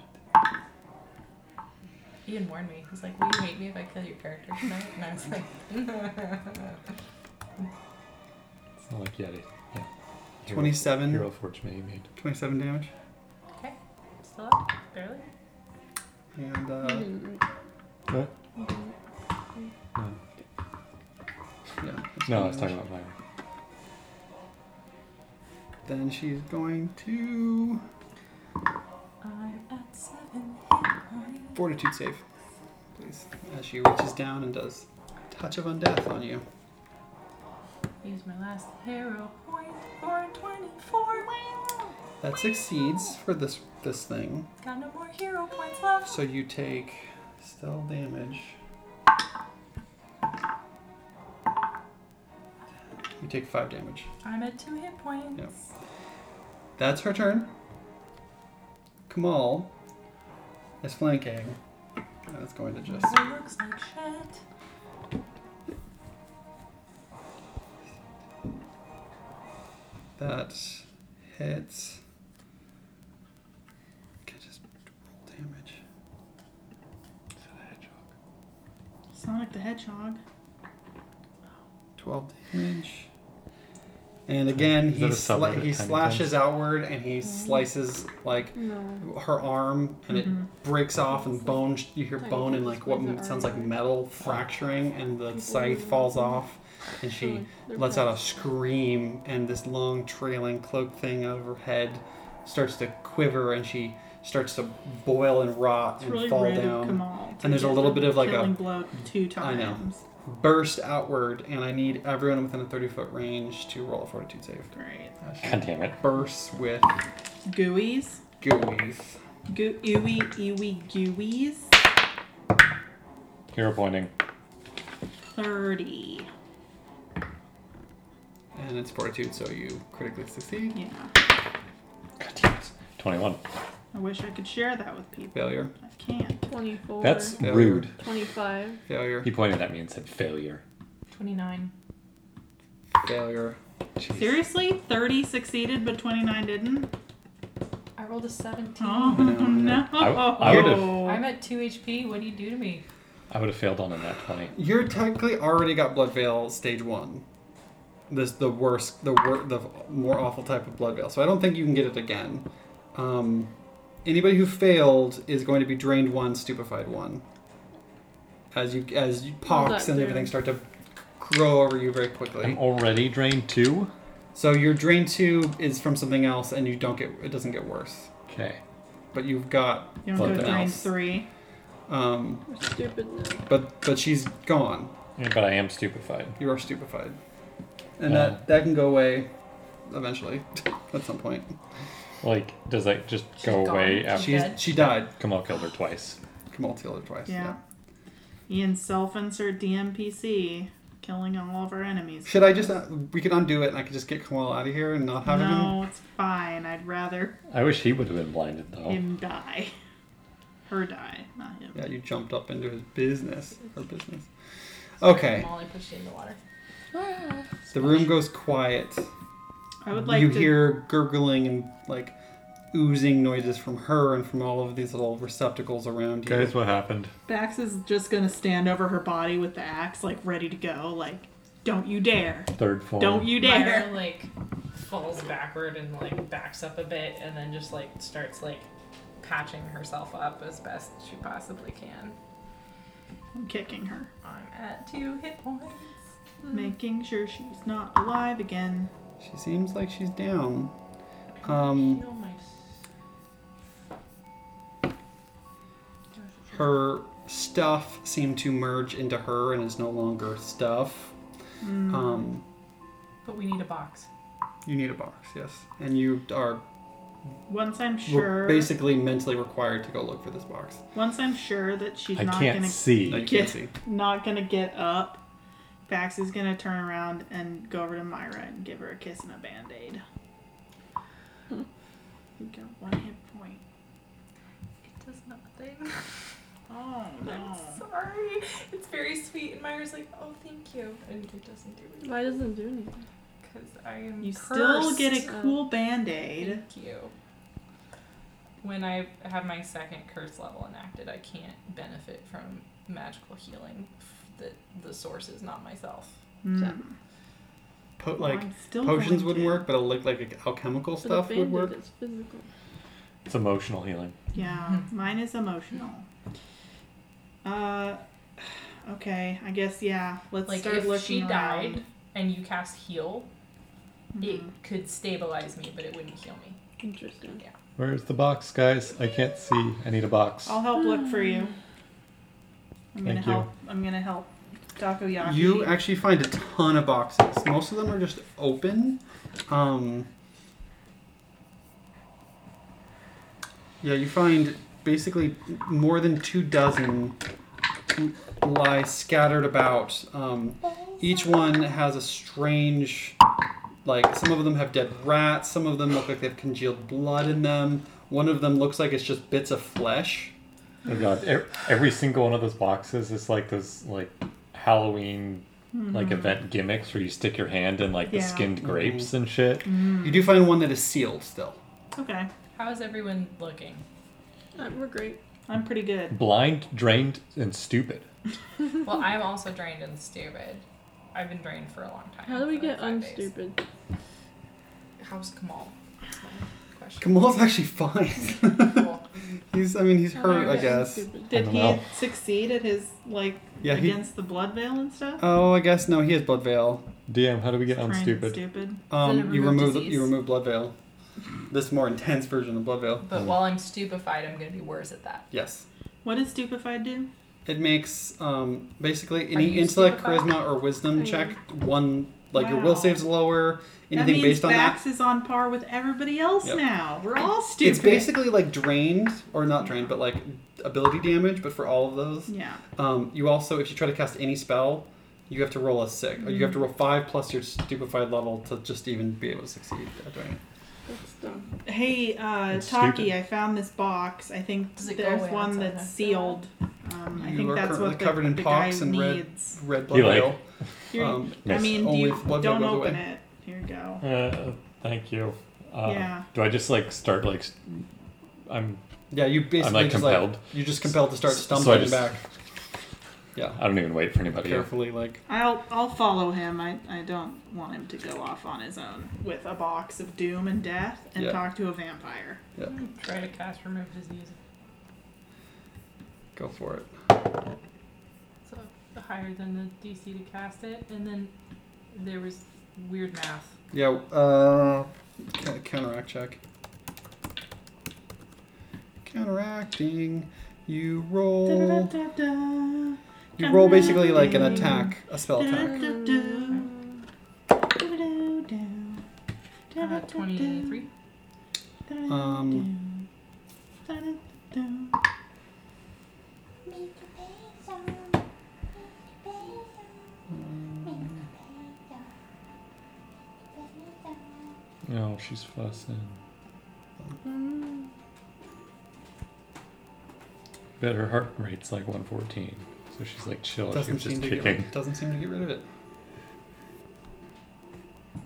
Speaker 3: Ian warned me. He's like, Will you hate me if I kill your character tonight? And I was like,
Speaker 10: It's not like Yeti. Yeah. Hero-
Speaker 5: 27.
Speaker 10: Hero Forge may be made.
Speaker 5: 27 damage.
Speaker 3: Okay. Still up? Barely?
Speaker 5: And, uh,
Speaker 10: What?
Speaker 1: Mm-hmm.
Speaker 5: yeah.
Speaker 10: No, I was talking about Myra.
Speaker 5: Then she's going to
Speaker 3: I'm at 7
Speaker 5: fortitude save, please. As she reaches down and does touch of undeath on you.
Speaker 3: Use my last hero point for 24.
Speaker 5: That succeeds for this this thing.
Speaker 3: Got no more hero points left.
Speaker 5: So you take still damage. You take five damage.
Speaker 3: I'm at 2 hit points.
Speaker 5: That's her turn. Kamal is flanking. And it's going to just
Speaker 3: It looks like shit.
Speaker 5: that hits. Can just roll damage.
Speaker 10: Is that a hedgehog?
Speaker 1: Sonic the Hedgehog.
Speaker 5: Twelve damage. And again,
Speaker 10: Is that
Speaker 5: he
Speaker 10: a
Speaker 5: sli-
Speaker 10: subreddit
Speaker 5: he
Speaker 10: kind of
Speaker 5: slashes outward and he slices like
Speaker 4: No.
Speaker 5: her arm and
Speaker 1: Mm-hmm.
Speaker 5: it breaks off and bone you hear
Speaker 4: Like,
Speaker 5: bone and like what
Speaker 4: squeeze it
Speaker 5: sounds like
Speaker 4: already.
Speaker 5: metal fracturing and the scythe falls off and she lets out a scream and this long trailing cloak thing over her head starts to quiver and she starts to boil and rot
Speaker 1: It's
Speaker 5: and
Speaker 1: really
Speaker 5: fall
Speaker 1: red of
Speaker 5: down
Speaker 1: Kamal. to
Speaker 5: And there's a
Speaker 1: get
Speaker 5: little
Speaker 1: the
Speaker 5: bit of, like, a-
Speaker 1: killing blow two
Speaker 5: I
Speaker 1: times.
Speaker 5: know. burst outward and i need everyone within a 30 foot range to roll a fortitude save
Speaker 1: Great.
Speaker 5: As she
Speaker 10: God damn it.
Speaker 5: bursts with
Speaker 1: Gooeys.
Speaker 5: gooey
Speaker 1: Goo- ooey, ooey, gooeys.
Speaker 10: Hero pointing.
Speaker 1: 30.
Speaker 5: and it's fortitude so you critically succeed
Speaker 1: Yeah.
Speaker 10: God damn it. 21.
Speaker 1: I wish I could share that with people.
Speaker 5: failure
Speaker 1: I can't.
Speaker 4: 24.
Speaker 10: That's
Speaker 5: Yeah.
Speaker 10: rude.
Speaker 4: 25.
Speaker 5: failure
Speaker 10: He pointed at me and said failure.
Speaker 3: 29.
Speaker 5: failure
Speaker 10: Jeez.
Speaker 1: Seriously? 30 succeeded, but 29 didn't?
Speaker 3: I rolled a 17.
Speaker 1: Oh,
Speaker 5: No,
Speaker 1: no.
Speaker 5: no.
Speaker 10: I- I
Speaker 3: I'm at 2 HP. What do you do to me?
Speaker 10: I would have failed on a nat 20.
Speaker 5: You're technically already got blood veil stage one. This the worst, the wor- the more awful type of blood veil. So I don't think you can get it again. Um, anybody who failed is going to be drained one, stupefied one. As you as you pox
Speaker 4: that
Speaker 5: and
Speaker 4: do?
Speaker 5: everything start to grow over you very quickly.
Speaker 10: I'm already drained two.
Speaker 5: So your drain two is from something else, and you don't get it doesn't get worse.
Speaker 10: Okay.
Speaker 5: But you've got
Speaker 1: You don't go
Speaker 5: Something
Speaker 1: drain
Speaker 5: else.
Speaker 1: three.
Speaker 5: um,
Speaker 4: Stupid.
Speaker 5: but but she's gone.
Speaker 10: Yeah, But I am stupefied.
Speaker 5: You are stupefied. And
Speaker 10: Uh.
Speaker 5: that, that can go away eventually at some point.
Speaker 10: Like, does that just
Speaker 3: She's
Speaker 10: go away
Speaker 3: gone.
Speaker 10: after
Speaker 5: She's,
Speaker 3: dead?
Speaker 5: she died.
Speaker 10: Kamal killed her twice?
Speaker 5: Kamal killed her twice.
Speaker 1: Yeah. Ian self insert DMPC, killing all of our enemies.
Speaker 5: Should I just, uh, we could undo it and I could just get Kamal out of here and not have him?
Speaker 1: No, it's fine. I'd rather
Speaker 10: I wish he would have been blinded though.
Speaker 1: him die. Her die, not him.
Speaker 5: Oh. Yeah, you jumped up into his business. Her business. Okay.
Speaker 3: Molly pushed you in the water.
Speaker 5: The room goes quiet.
Speaker 1: I would like
Speaker 5: you
Speaker 1: to.
Speaker 5: hear gurgling and like oozing noises from her and from all of these little receptacles around you.
Speaker 10: what happened?
Speaker 1: Bax is just gonna stand over her body with the axe, like ready to go. Like, don't you dare!
Speaker 10: Third
Speaker 5: Oh.
Speaker 10: form.
Speaker 1: Don't you
Speaker 8: Myra,
Speaker 1: dare!
Speaker 8: like falls backward and like backs up a bit and then just like starts like patching herself up as best she possibly can.
Speaker 1: I'm kicking her,
Speaker 8: I'm at two hit points.
Speaker 1: making sure she's not alive again.
Speaker 5: She seems like she's down. Um,
Speaker 8: No, Mm. my
Speaker 5: her stuff seemed to merge into her and is no longer stuff. Um,
Speaker 8: But we need a box.
Speaker 5: you need a box, yes, and you are
Speaker 1: Once I'm
Speaker 5: re-
Speaker 1: sure,
Speaker 5: basically mentally required to go look for this box.
Speaker 1: once I'm sure that she's
Speaker 10: I
Speaker 1: not
Speaker 10: can't
Speaker 1: gonna
Speaker 5: No, you
Speaker 10: see.
Speaker 5: can't
Speaker 1: Get-
Speaker 5: see.
Speaker 1: not gonna get up, Bax is gonna turn around and go over to Myra and give her a kiss and a band aid.
Speaker 3: Hmm.
Speaker 1: You got one hit point.
Speaker 3: It does nothing.
Speaker 1: Oh no!
Speaker 3: I'm sorry. It's very sweet. And Myra's like, oh, thank you. And it doesn't do it
Speaker 4: Why doesn't it do anything?
Speaker 3: because I am
Speaker 1: You
Speaker 3: cursed.
Speaker 1: still get a cool band aid.
Speaker 3: Thank you. When I have my second curse level enacted, I can't benefit from magical healing. That the source is not myself.
Speaker 5: Po- like
Speaker 1: I'm Hmm. still
Speaker 5: potions
Speaker 1: going
Speaker 5: wouldn't
Speaker 1: to.
Speaker 5: work, but it looked like alchemical
Speaker 4: But a
Speaker 5: stuff would
Speaker 4: bandit
Speaker 5: work.
Speaker 4: is physical.
Speaker 10: It's emotional healing.
Speaker 1: Yeah,
Speaker 3: Hmm.
Speaker 1: mine is emotional. Uh, okay, I guess yeah. Let's
Speaker 3: Like
Speaker 1: start
Speaker 3: if
Speaker 1: looking
Speaker 3: she
Speaker 1: around.
Speaker 3: died and you cast heal,
Speaker 1: Mhm.
Speaker 3: it could stabilize me, but it wouldn't heal me.
Speaker 4: Interesting.
Speaker 2: Where's the box, guys? I can't see. I need a box.
Speaker 1: I'll help look for you. I'm gonna
Speaker 2: Thank you.
Speaker 1: help. I'm gonna help. Takoyaki.
Speaker 5: You actually find a ton of boxes. Most of them are just open. Um, yeah, you find basically more than two dozen lie scattered about. Um, each one has a strange, like some of them have dead rats. Some of them look like they have congealed blood in them. One of them looks like it's just bits of flesh.
Speaker 10: Oh god, e- every single one of those boxes is like those like Halloween like event gimmicks where you stick your hand in like
Speaker 1: Mm-hmm. Yeah.
Speaker 10: the skinned grapes and shit.
Speaker 5: You do find one that is sealed still.
Speaker 1: okay.
Speaker 3: How is everyone looking?
Speaker 4: Uh, we're great.
Speaker 1: I'm pretty good.
Speaker 10: Blind, drained, and stupid.
Speaker 3: well, I'm also drained and stupid. I've been drained for a long time.
Speaker 4: How do we
Speaker 3: for like
Speaker 4: get
Speaker 3: five days.
Speaker 4: unstupid?
Speaker 3: How's Kamal? That's my question.
Speaker 5: Kamal's actually fine.
Speaker 3: Cool.
Speaker 5: He's, I mean, he's
Speaker 4: How do
Speaker 5: hurt,
Speaker 4: we
Speaker 5: I
Speaker 4: get
Speaker 5: guess.
Speaker 4: unstupid?
Speaker 1: Did
Speaker 10: don't
Speaker 1: he
Speaker 10: know.
Speaker 1: succeed at his like
Speaker 5: Yeah, he.
Speaker 1: against the blood veil and stuff?
Speaker 5: Oh, I guess no. He has blood veil.
Speaker 2: DM, how do we get
Speaker 1: Trying to
Speaker 2: unstupid?
Speaker 1: Stupid.
Speaker 5: Um,
Speaker 3: Then it
Speaker 5: you
Speaker 3: removed
Speaker 5: remove
Speaker 3: disease.
Speaker 5: you remove blood veil. This more intense version of blood veil.
Speaker 3: But while I'm stupefied, I'm gonna be worse at that.
Speaker 5: Yes,
Speaker 1: What does stupefied do?
Speaker 5: it makes um, basically
Speaker 3: Are
Speaker 5: any
Speaker 3: you
Speaker 5: intellect,
Speaker 3: stupefied?
Speaker 5: charisma, or wisdom
Speaker 4: I
Speaker 5: check one like your will
Speaker 1: Wow.
Speaker 5: saves lower.
Speaker 1: that
Speaker 5: Anything
Speaker 1: means
Speaker 5: based on that.
Speaker 1: Bax is on par with everybody else
Speaker 5: Yep.
Speaker 1: now. We're all stupid.
Speaker 5: It's basically like drained or not drained, but like ability damage. But for all of those,
Speaker 1: yeah.
Speaker 5: um, you also if you try to cast any spell, you have to roll a six. Or you have to roll five plus your stupefied level to just even be able to succeed at doing it.
Speaker 4: That's dumb.
Speaker 1: Hey, uh,
Speaker 10: It's
Speaker 1: Taki,
Speaker 10: stupid.
Speaker 1: I found this box. I think
Speaker 3: Does it go
Speaker 1: there's
Speaker 3: away
Speaker 1: one
Speaker 3: outside
Speaker 1: that's
Speaker 3: now?
Speaker 1: sealed. Um, I
Speaker 5: You
Speaker 1: think
Speaker 5: are
Speaker 1: that's
Speaker 5: currently
Speaker 1: what the,
Speaker 5: covered in
Speaker 1: the
Speaker 5: pox
Speaker 1: guy
Speaker 5: and red-
Speaker 1: needs.
Speaker 5: Red blood
Speaker 10: He, like,
Speaker 5: veil.
Speaker 1: Here-
Speaker 5: um,
Speaker 1: I
Speaker 10: Yes.
Speaker 1: mean, do
Speaker 5: Only
Speaker 1: you,
Speaker 5: if blood
Speaker 1: don't
Speaker 5: goes
Speaker 1: open
Speaker 5: away.
Speaker 1: it. Here you
Speaker 10: Uh,
Speaker 1: go.
Speaker 10: thank you. Uh,
Speaker 1: Yeah.
Speaker 10: Do I just like start like? s- I'm.
Speaker 5: Yeah, you basically
Speaker 10: like,
Speaker 5: just
Speaker 10: compelled.
Speaker 5: like you're just compelled to start
Speaker 10: S- so I
Speaker 5: stumbling
Speaker 10: just- Oh,
Speaker 5: back. Yeah,
Speaker 10: I don't even wait for anybody.
Speaker 5: carefully like
Speaker 1: I'll I'll follow him. I, I don't want him to go off on his own with a box of doom and death and
Speaker 5: Yeah.
Speaker 1: talk to a vampire.
Speaker 8: Try to cast remove disease.
Speaker 5: go for it.
Speaker 8: So higher than the DC to cast it, and then there was weird math.
Speaker 5: Yeah, uh, ca- counteract check. Counteracting, you roll
Speaker 10: Oh.
Speaker 1: Da-da-da-da-da.
Speaker 5: You roll basically like an attack, a spell attack.
Speaker 8: Uh, 23.
Speaker 5: Um,
Speaker 2: Oh, she's fussing. But her heart rate's like 114. So she's like chill.
Speaker 10: Oh,
Speaker 2: She
Speaker 5: doesn't
Speaker 2: was
Speaker 5: seem
Speaker 2: just
Speaker 5: to get rid,
Speaker 2: kicking.
Speaker 5: doesn't seem to get rid of it.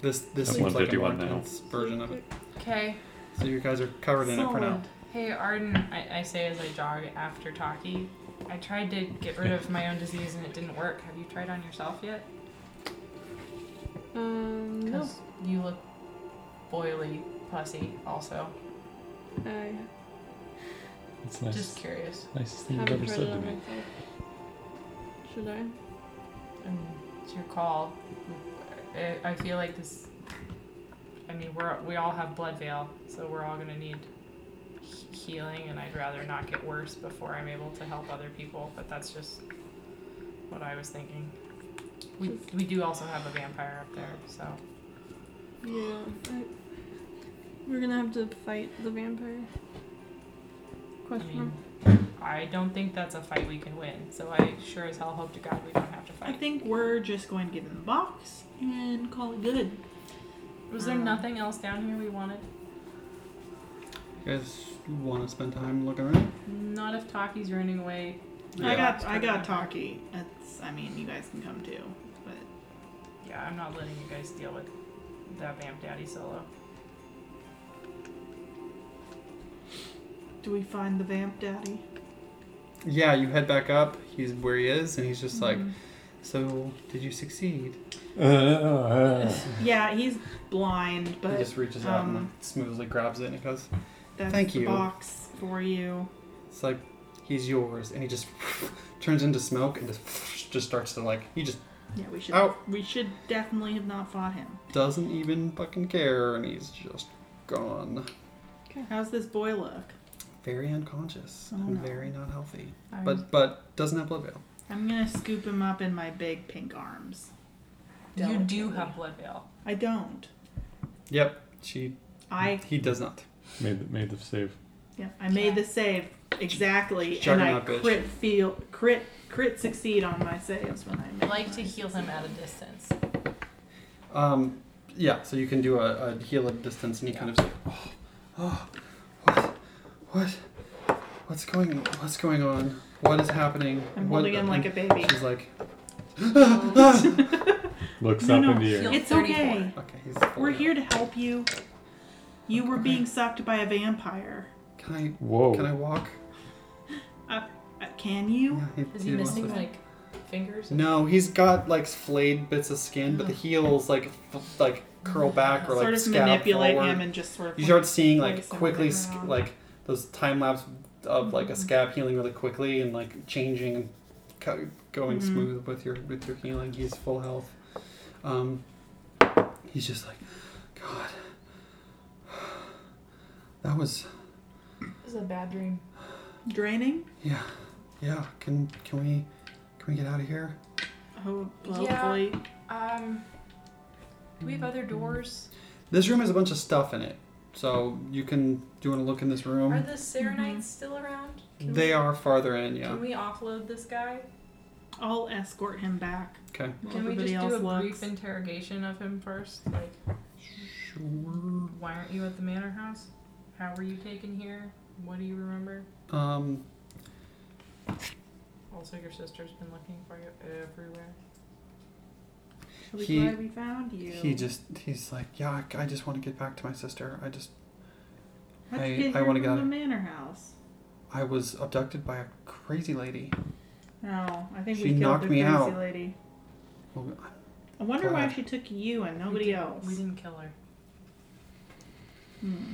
Speaker 5: This this
Speaker 10: At
Speaker 5: seems like a more
Speaker 10: 151 now.
Speaker 5: dense version of it.
Speaker 3: Okay.
Speaker 5: So you guys are covered in it for now.
Speaker 3: Hey, Arden, I, I say as I jog after Taki. I tried to get rid of my own disease and it didn't work. Have you tried on yourself yet?
Speaker 4: Um, no.
Speaker 3: Because you look boily, pussy, also.
Speaker 4: I
Speaker 2: It's nice.
Speaker 3: Just curious.
Speaker 2: nicest thing you've
Speaker 4: haven't
Speaker 2: ever
Speaker 4: tried
Speaker 2: said
Speaker 4: it
Speaker 2: to
Speaker 4: on
Speaker 2: me.
Speaker 4: myself. Should I?
Speaker 3: Um, it's your call. I- I feel like this. I mean, we're we all have blood veil, so we're all gonna need he- healing, and I'd rather not get worse before I'm able to help other people. But that's just what I was thinking. We we do also have a vampire up there, so
Speaker 4: Yeah. I, we're gonna have to fight the vampire.
Speaker 3: I
Speaker 4: Question mark.
Speaker 3: mean, I don't think that's a fight we can win. So I sure as hell hope to God we don't have to
Speaker 1: I
Speaker 3: fight.
Speaker 1: think we're just going to get in the box and call it good.
Speaker 3: Was there
Speaker 1: Um,
Speaker 3: nothing else down here we wanted?
Speaker 5: You guys want to spend time looking around?
Speaker 3: Not if Taki's running away.
Speaker 1: I got I got Taki. That's I mean you guys can come too, but
Speaker 3: Yeah, I'm not letting you guys deal with that vamp daddy solo.
Speaker 1: do we find the vamp daddy?
Speaker 5: Yeah, you head back up. He's where he is, and he's just
Speaker 3: Mm.
Speaker 5: like, "So, did you succeed?"
Speaker 1: Yeah, he's blind,
Speaker 5: he
Speaker 1: but
Speaker 5: just reaches out and
Speaker 1: um,
Speaker 5: like, smoothly grabs it, and it goes.
Speaker 1: that's
Speaker 5: thank
Speaker 1: the
Speaker 5: you.
Speaker 1: box for you.
Speaker 5: It's like he's yours, and he just turns into smoke and just just starts to like he just
Speaker 1: Yeah, we should
Speaker 5: Ow.
Speaker 1: we should definitely have not fought him.
Speaker 5: doesn't even fucking care, and he's just gone.
Speaker 1: How's this boy look?
Speaker 5: Very unconscious
Speaker 1: Oh,
Speaker 5: and
Speaker 1: no.
Speaker 5: very not healthy,
Speaker 3: I was
Speaker 5: but but doesn't have blood veil.
Speaker 1: I'm gonna scoop him up in my big pink arms.
Speaker 3: You do
Speaker 1: Delicately.
Speaker 3: have blood veil.
Speaker 1: I don't.
Speaker 5: Yep, she
Speaker 1: I
Speaker 5: he does not.
Speaker 2: Made the, made the save.
Speaker 1: yeah, I made
Speaker 3: Yeah.
Speaker 1: the save exactly, and I
Speaker 5: Hmm. Juggernaut bitch.
Speaker 1: crit feel crit crit succeed on my saves when I
Speaker 3: I
Speaker 1: make
Speaker 3: like to
Speaker 1: mine.
Speaker 3: heal him at a distance.
Speaker 5: Um, yeah, so you can do a, a heal at distance, and he kind of like, oh, oh, what, what, what's going, what's going on? What is happening?
Speaker 1: I'm
Speaker 5: What-
Speaker 1: holding him like a
Speaker 5: and
Speaker 1: baby.
Speaker 5: She's like,
Speaker 2: Looks
Speaker 1: No,
Speaker 2: up
Speaker 1: no,
Speaker 2: in the air.
Speaker 3: feel-
Speaker 1: It's
Speaker 3: 34.
Speaker 1: okay.
Speaker 5: okay, he's.
Speaker 1: We're here to help you. You were
Speaker 5: Okay.
Speaker 1: being sucked by a vampire.
Speaker 5: Can I,
Speaker 2: Whoa.
Speaker 5: can I walk?
Speaker 1: Uh, can you?
Speaker 5: Yeah,
Speaker 3: Is he
Speaker 5: wants
Speaker 3: missing
Speaker 5: to-
Speaker 3: like fingers?
Speaker 5: No, he's got like flayed bits of skin, but the heels like f- like curl back or like
Speaker 1: Oh. sort of
Speaker 5: scab
Speaker 1: manipulate
Speaker 5: forward.
Speaker 1: him and just sort of.
Speaker 5: you start seeing
Speaker 1: Place
Speaker 5: like
Speaker 1: them
Speaker 5: quickly
Speaker 1: around.
Speaker 5: sc- like those time lapse of like a
Speaker 3: Mm-hmm.
Speaker 5: scab healing really quickly and like changing and co- going
Speaker 1: Mhm.
Speaker 3: Mm-hmm.
Speaker 5: smooth with your with your healing he's full health um he's just like god that was
Speaker 8: This is a bad dream.
Speaker 1: draining.
Speaker 5: yeah yeah can can we can we get out of here
Speaker 1: Oh, well,
Speaker 3: Yeah.
Speaker 1: hopefully.
Speaker 3: Um, do we have other
Speaker 5: Mm-hmm.
Speaker 3: doors?
Speaker 5: this room has a bunch of stuff in it so you can do you want to look in this
Speaker 3: Are
Speaker 5: room
Speaker 3: the
Speaker 8: mm-hmm.
Speaker 3: Serenites still around? Can
Speaker 5: they
Speaker 3: we,
Speaker 5: are farther in yeah
Speaker 3: Can we offload this guy?
Speaker 1: I'll escort him back.
Speaker 5: okay
Speaker 1: while
Speaker 3: Can we just
Speaker 1: everybody
Speaker 3: do a
Speaker 1: else looks.
Speaker 3: brief interrogation of him first? Like,
Speaker 5: sure
Speaker 3: why aren't you at the manor house? How were you taken here? What do you remember?
Speaker 5: um
Speaker 3: Also, your sister's been looking for you everywhere.
Speaker 1: We're
Speaker 5: He-
Speaker 1: glad we found you.
Speaker 5: He just he's like, yeah, I- I just want to get back to my sister. I just
Speaker 1: How'd you
Speaker 5: I-
Speaker 1: get
Speaker 5: I
Speaker 1: here
Speaker 5: wanna
Speaker 1: from
Speaker 5: get out
Speaker 1: the
Speaker 5: of-
Speaker 1: manor house.
Speaker 5: I was abducted by a crazy lady.
Speaker 1: No, I think
Speaker 5: She
Speaker 1: we killed
Speaker 5: knocked
Speaker 1: the
Speaker 5: me
Speaker 1: crazy
Speaker 5: out.
Speaker 1: lady.
Speaker 5: Well,
Speaker 1: I wonder why
Speaker 5: God.
Speaker 1: she took you and nobody
Speaker 3: we did-
Speaker 1: else.
Speaker 3: We didn't kill her.
Speaker 1: Hmm.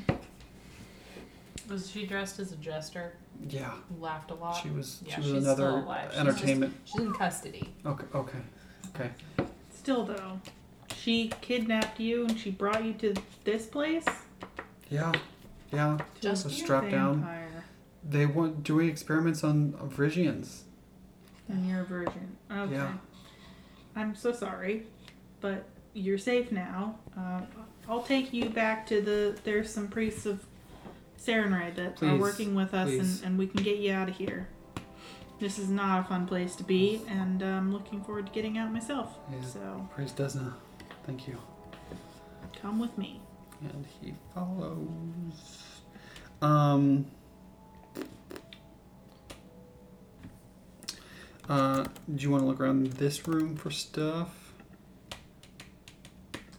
Speaker 3: Was she dressed as a jester?
Speaker 5: yeah,
Speaker 3: Who laughed a lot?
Speaker 5: she was
Speaker 3: Yeah,
Speaker 5: she was
Speaker 3: she's still
Speaker 5: another
Speaker 3: alive. She's just-
Speaker 5: entertainment.
Speaker 3: She's in custody.
Speaker 5: Okay, okay, okay.
Speaker 1: Still though, she kidnapped you and she brought you to this place.
Speaker 5: Yeah, yeah.
Speaker 3: Just
Speaker 5: so
Speaker 3: you,
Speaker 5: strapped down.
Speaker 1: Vampire.
Speaker 5: They want doing experiments on on Frisians.
Speaker 1: and you're a virgin. Okay.
Speaker 5: Yeah.
Speaker 1: I'm so sorry, but you're safe now. Uh, I'll take you back to the. There's some priests of Serenray that are
Speaker 5: Please,
Speaker 1: working with us,
Speaker 5: please.
Speaker 1: and, and we can get you out of here. This is not a fun place to be, and I'm looking forward to getting out myself.
Speaker 5: Yeah.
Speaker 1: So
Speaker 5: Praise Desna. Thank you.
Speaker 1: come with me.
Speaker 5: And he follows. Um. Uh, do you want to look around this room for stuff?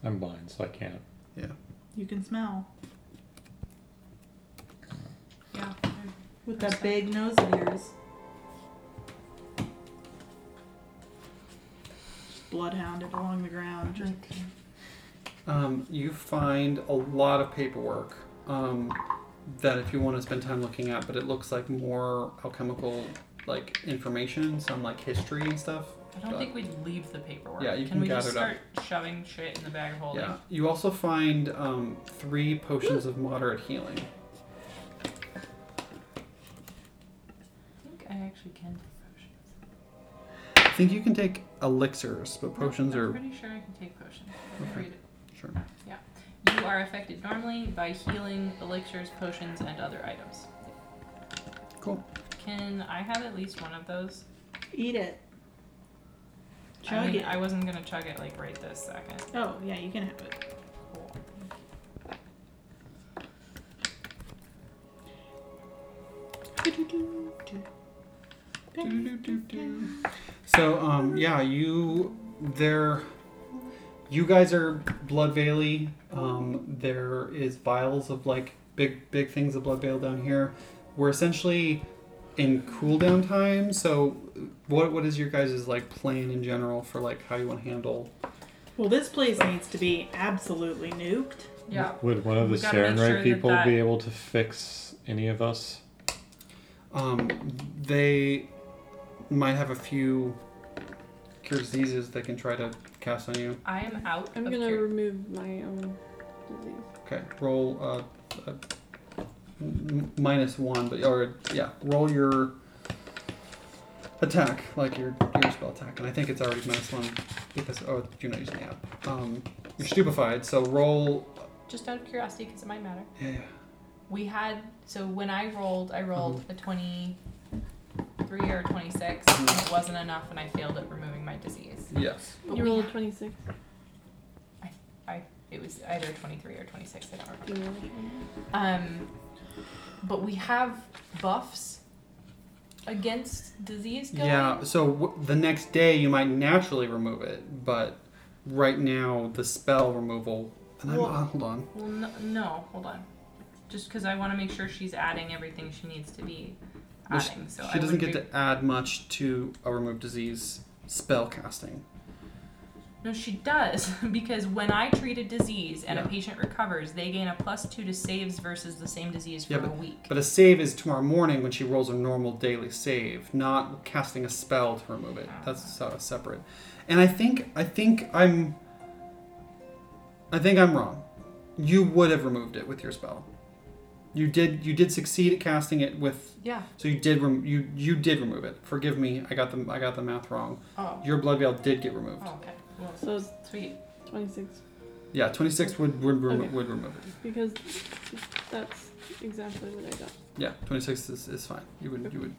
Speaker 2: I'm blind, so I can't.
Speaker 1: You can smell
Speaker 3: Yeah.
Speaker 1: with that big nose of yours. Just bloodhounded along the ground. Just
Speaker 5: Um, you find a lot of paperwork um, that, if you want to spend time looking at, but it looks like more alchemical like information, some like history and stuff.
Speaker 3: I don't think we'd leave the paperwork.
Speaker 5: Yeah, you
Speaker 3: can
Speaker 5: can
Speaker 3: we just
Speaker 5: gather it
Speaker 3: start shoving shit in the bag of holding?
Speaker 5: Yeah. You also find um, three potions of moderate healing.
Speaker 3: I think I actually can do potions.
Speaker 5: I think you can take elixirs, but potions
Speaker 3: I'm
Speaker 5: are
Speaker 3: pretty sure I can take potions. Let me
Speaker 5: Okay.
Speaker 3: read it.
Speaker 5: sure.
Speaker 3: You are affected normally by healing, elixirs, potions, and other items.
Speaker 5: Cool.
Speaker 3: Can I have at least one of those?
Speaker 1: eat it. Chug
Speaker 3: I mean,
Speaker 1: it.
Speaker 3: I wasn't gonna chug it like right this second.
Speaker 1: Oh, yeah, you can have it.
Speaker 3: Cool.
Speaker 5: So um, yeah, you there. You guys are Blood Valley. Um, there is vials of like big big things of Blood Veil down here. We're essentially in cooldown time. So what what is your guys' like plan in general for like how you want to handle?
Speaker 1: Well, this place needs to be absolutely nuked.
Speaker 3: Yeah.
Speaker 2: Would one of the
Speaker 3: We gotta make
Speaker 2: Saren
Speaker 3: sure that
Speaker 2: people
Speaker 3: that-
Speaker 2: be able to fix any of us?
Speaker 5: Um, they might have a few cure diseases they can try to cast on you.
Speaker 3: I am out
Speaker 4: I'm
Speaker 3: of
Speaker 4: gonna
Speaker 3: cure.
Speaker 4: remove my own disease.
Speaker 5: Okay, roll uh, uh, m- minus one, but or yeah, roll your attack, like your your spell attack, and I think it's already minus one because oh you're not using the app. Um, you're stupefied, so roll.
Speaker 3: Just out of curiosity, because it might matter.
Speaker 5: Yeah, yeah.
Speaker 3: We had so when I rolled, I rolled
Speaker 5: Mhm.
Speaker 3: a twenty-three or twenty-six, and
Speaker 5: Mm.
Speaker 3: it wasn't enough, and I failed at removing my disease.
Speaker 5: yes.
Speaker 3: But
Speaker 4: You
Speaker 3: we-
Speaker 4: rolled a 26.
Speaker 3: It was either twenty-three or twenty-six. I don't remember.
Speaker 4: You know.
Speaker 3: Um, but we have buffs against disease going.
Speaker 5: Yeah. So w- the next day you might naturally remove it, but right now the spell removal. And I'm,
Speaker 3: Well-
Speaker 5: uh, hold on.
Speaker 3: Well, no, no hold on. Just because I want to make sure she's adding everything she needs to be
Speaker 5: Well, she-
Speaker 3: adding. so I
Speaker 5: she doesn't
Speaker 3: wouldn't
Speaker 5: get
Speaker 3: be-
Speaker 5: to add much to a remove disease spell casting.
Speaker 3: No, she does because when I treat a disease and
Speaker 5: Yeah.
Speaker 3: a patient recovers, they gain a plus two to saves versus the same disease for
Speaker 5: Yeah,
Speaker 3: a week.
Speaker 5: But a save is tomorrow morning when she rolls a normal daily save, not casting a spell to remove it. That's uh, separate. And I think I think I'm I think I'm wrong. You would have removed it with your spell. You did you did succeed at casting it with
Speaker 3: Yeah.
Speaker 5: so you did rem- you you did remove it. Forgive me. I got the I got the math wrong.
Speaker 3: Oh.
Speaker 5: Your blood veil did get removed.
Speaker 3: oh okay. Well,
Speaker 4: So it's
Speaker 3: sweet.
Speaker 4: 26.
Speaker 5: Yeah, 26 would would, remo-
Speaker 4: Okay.
Speaker 5: would remove it.
Speaker 4: Because that's exactly what I got.
Speaker 5: Yeah, 26 is, is fine. You would you would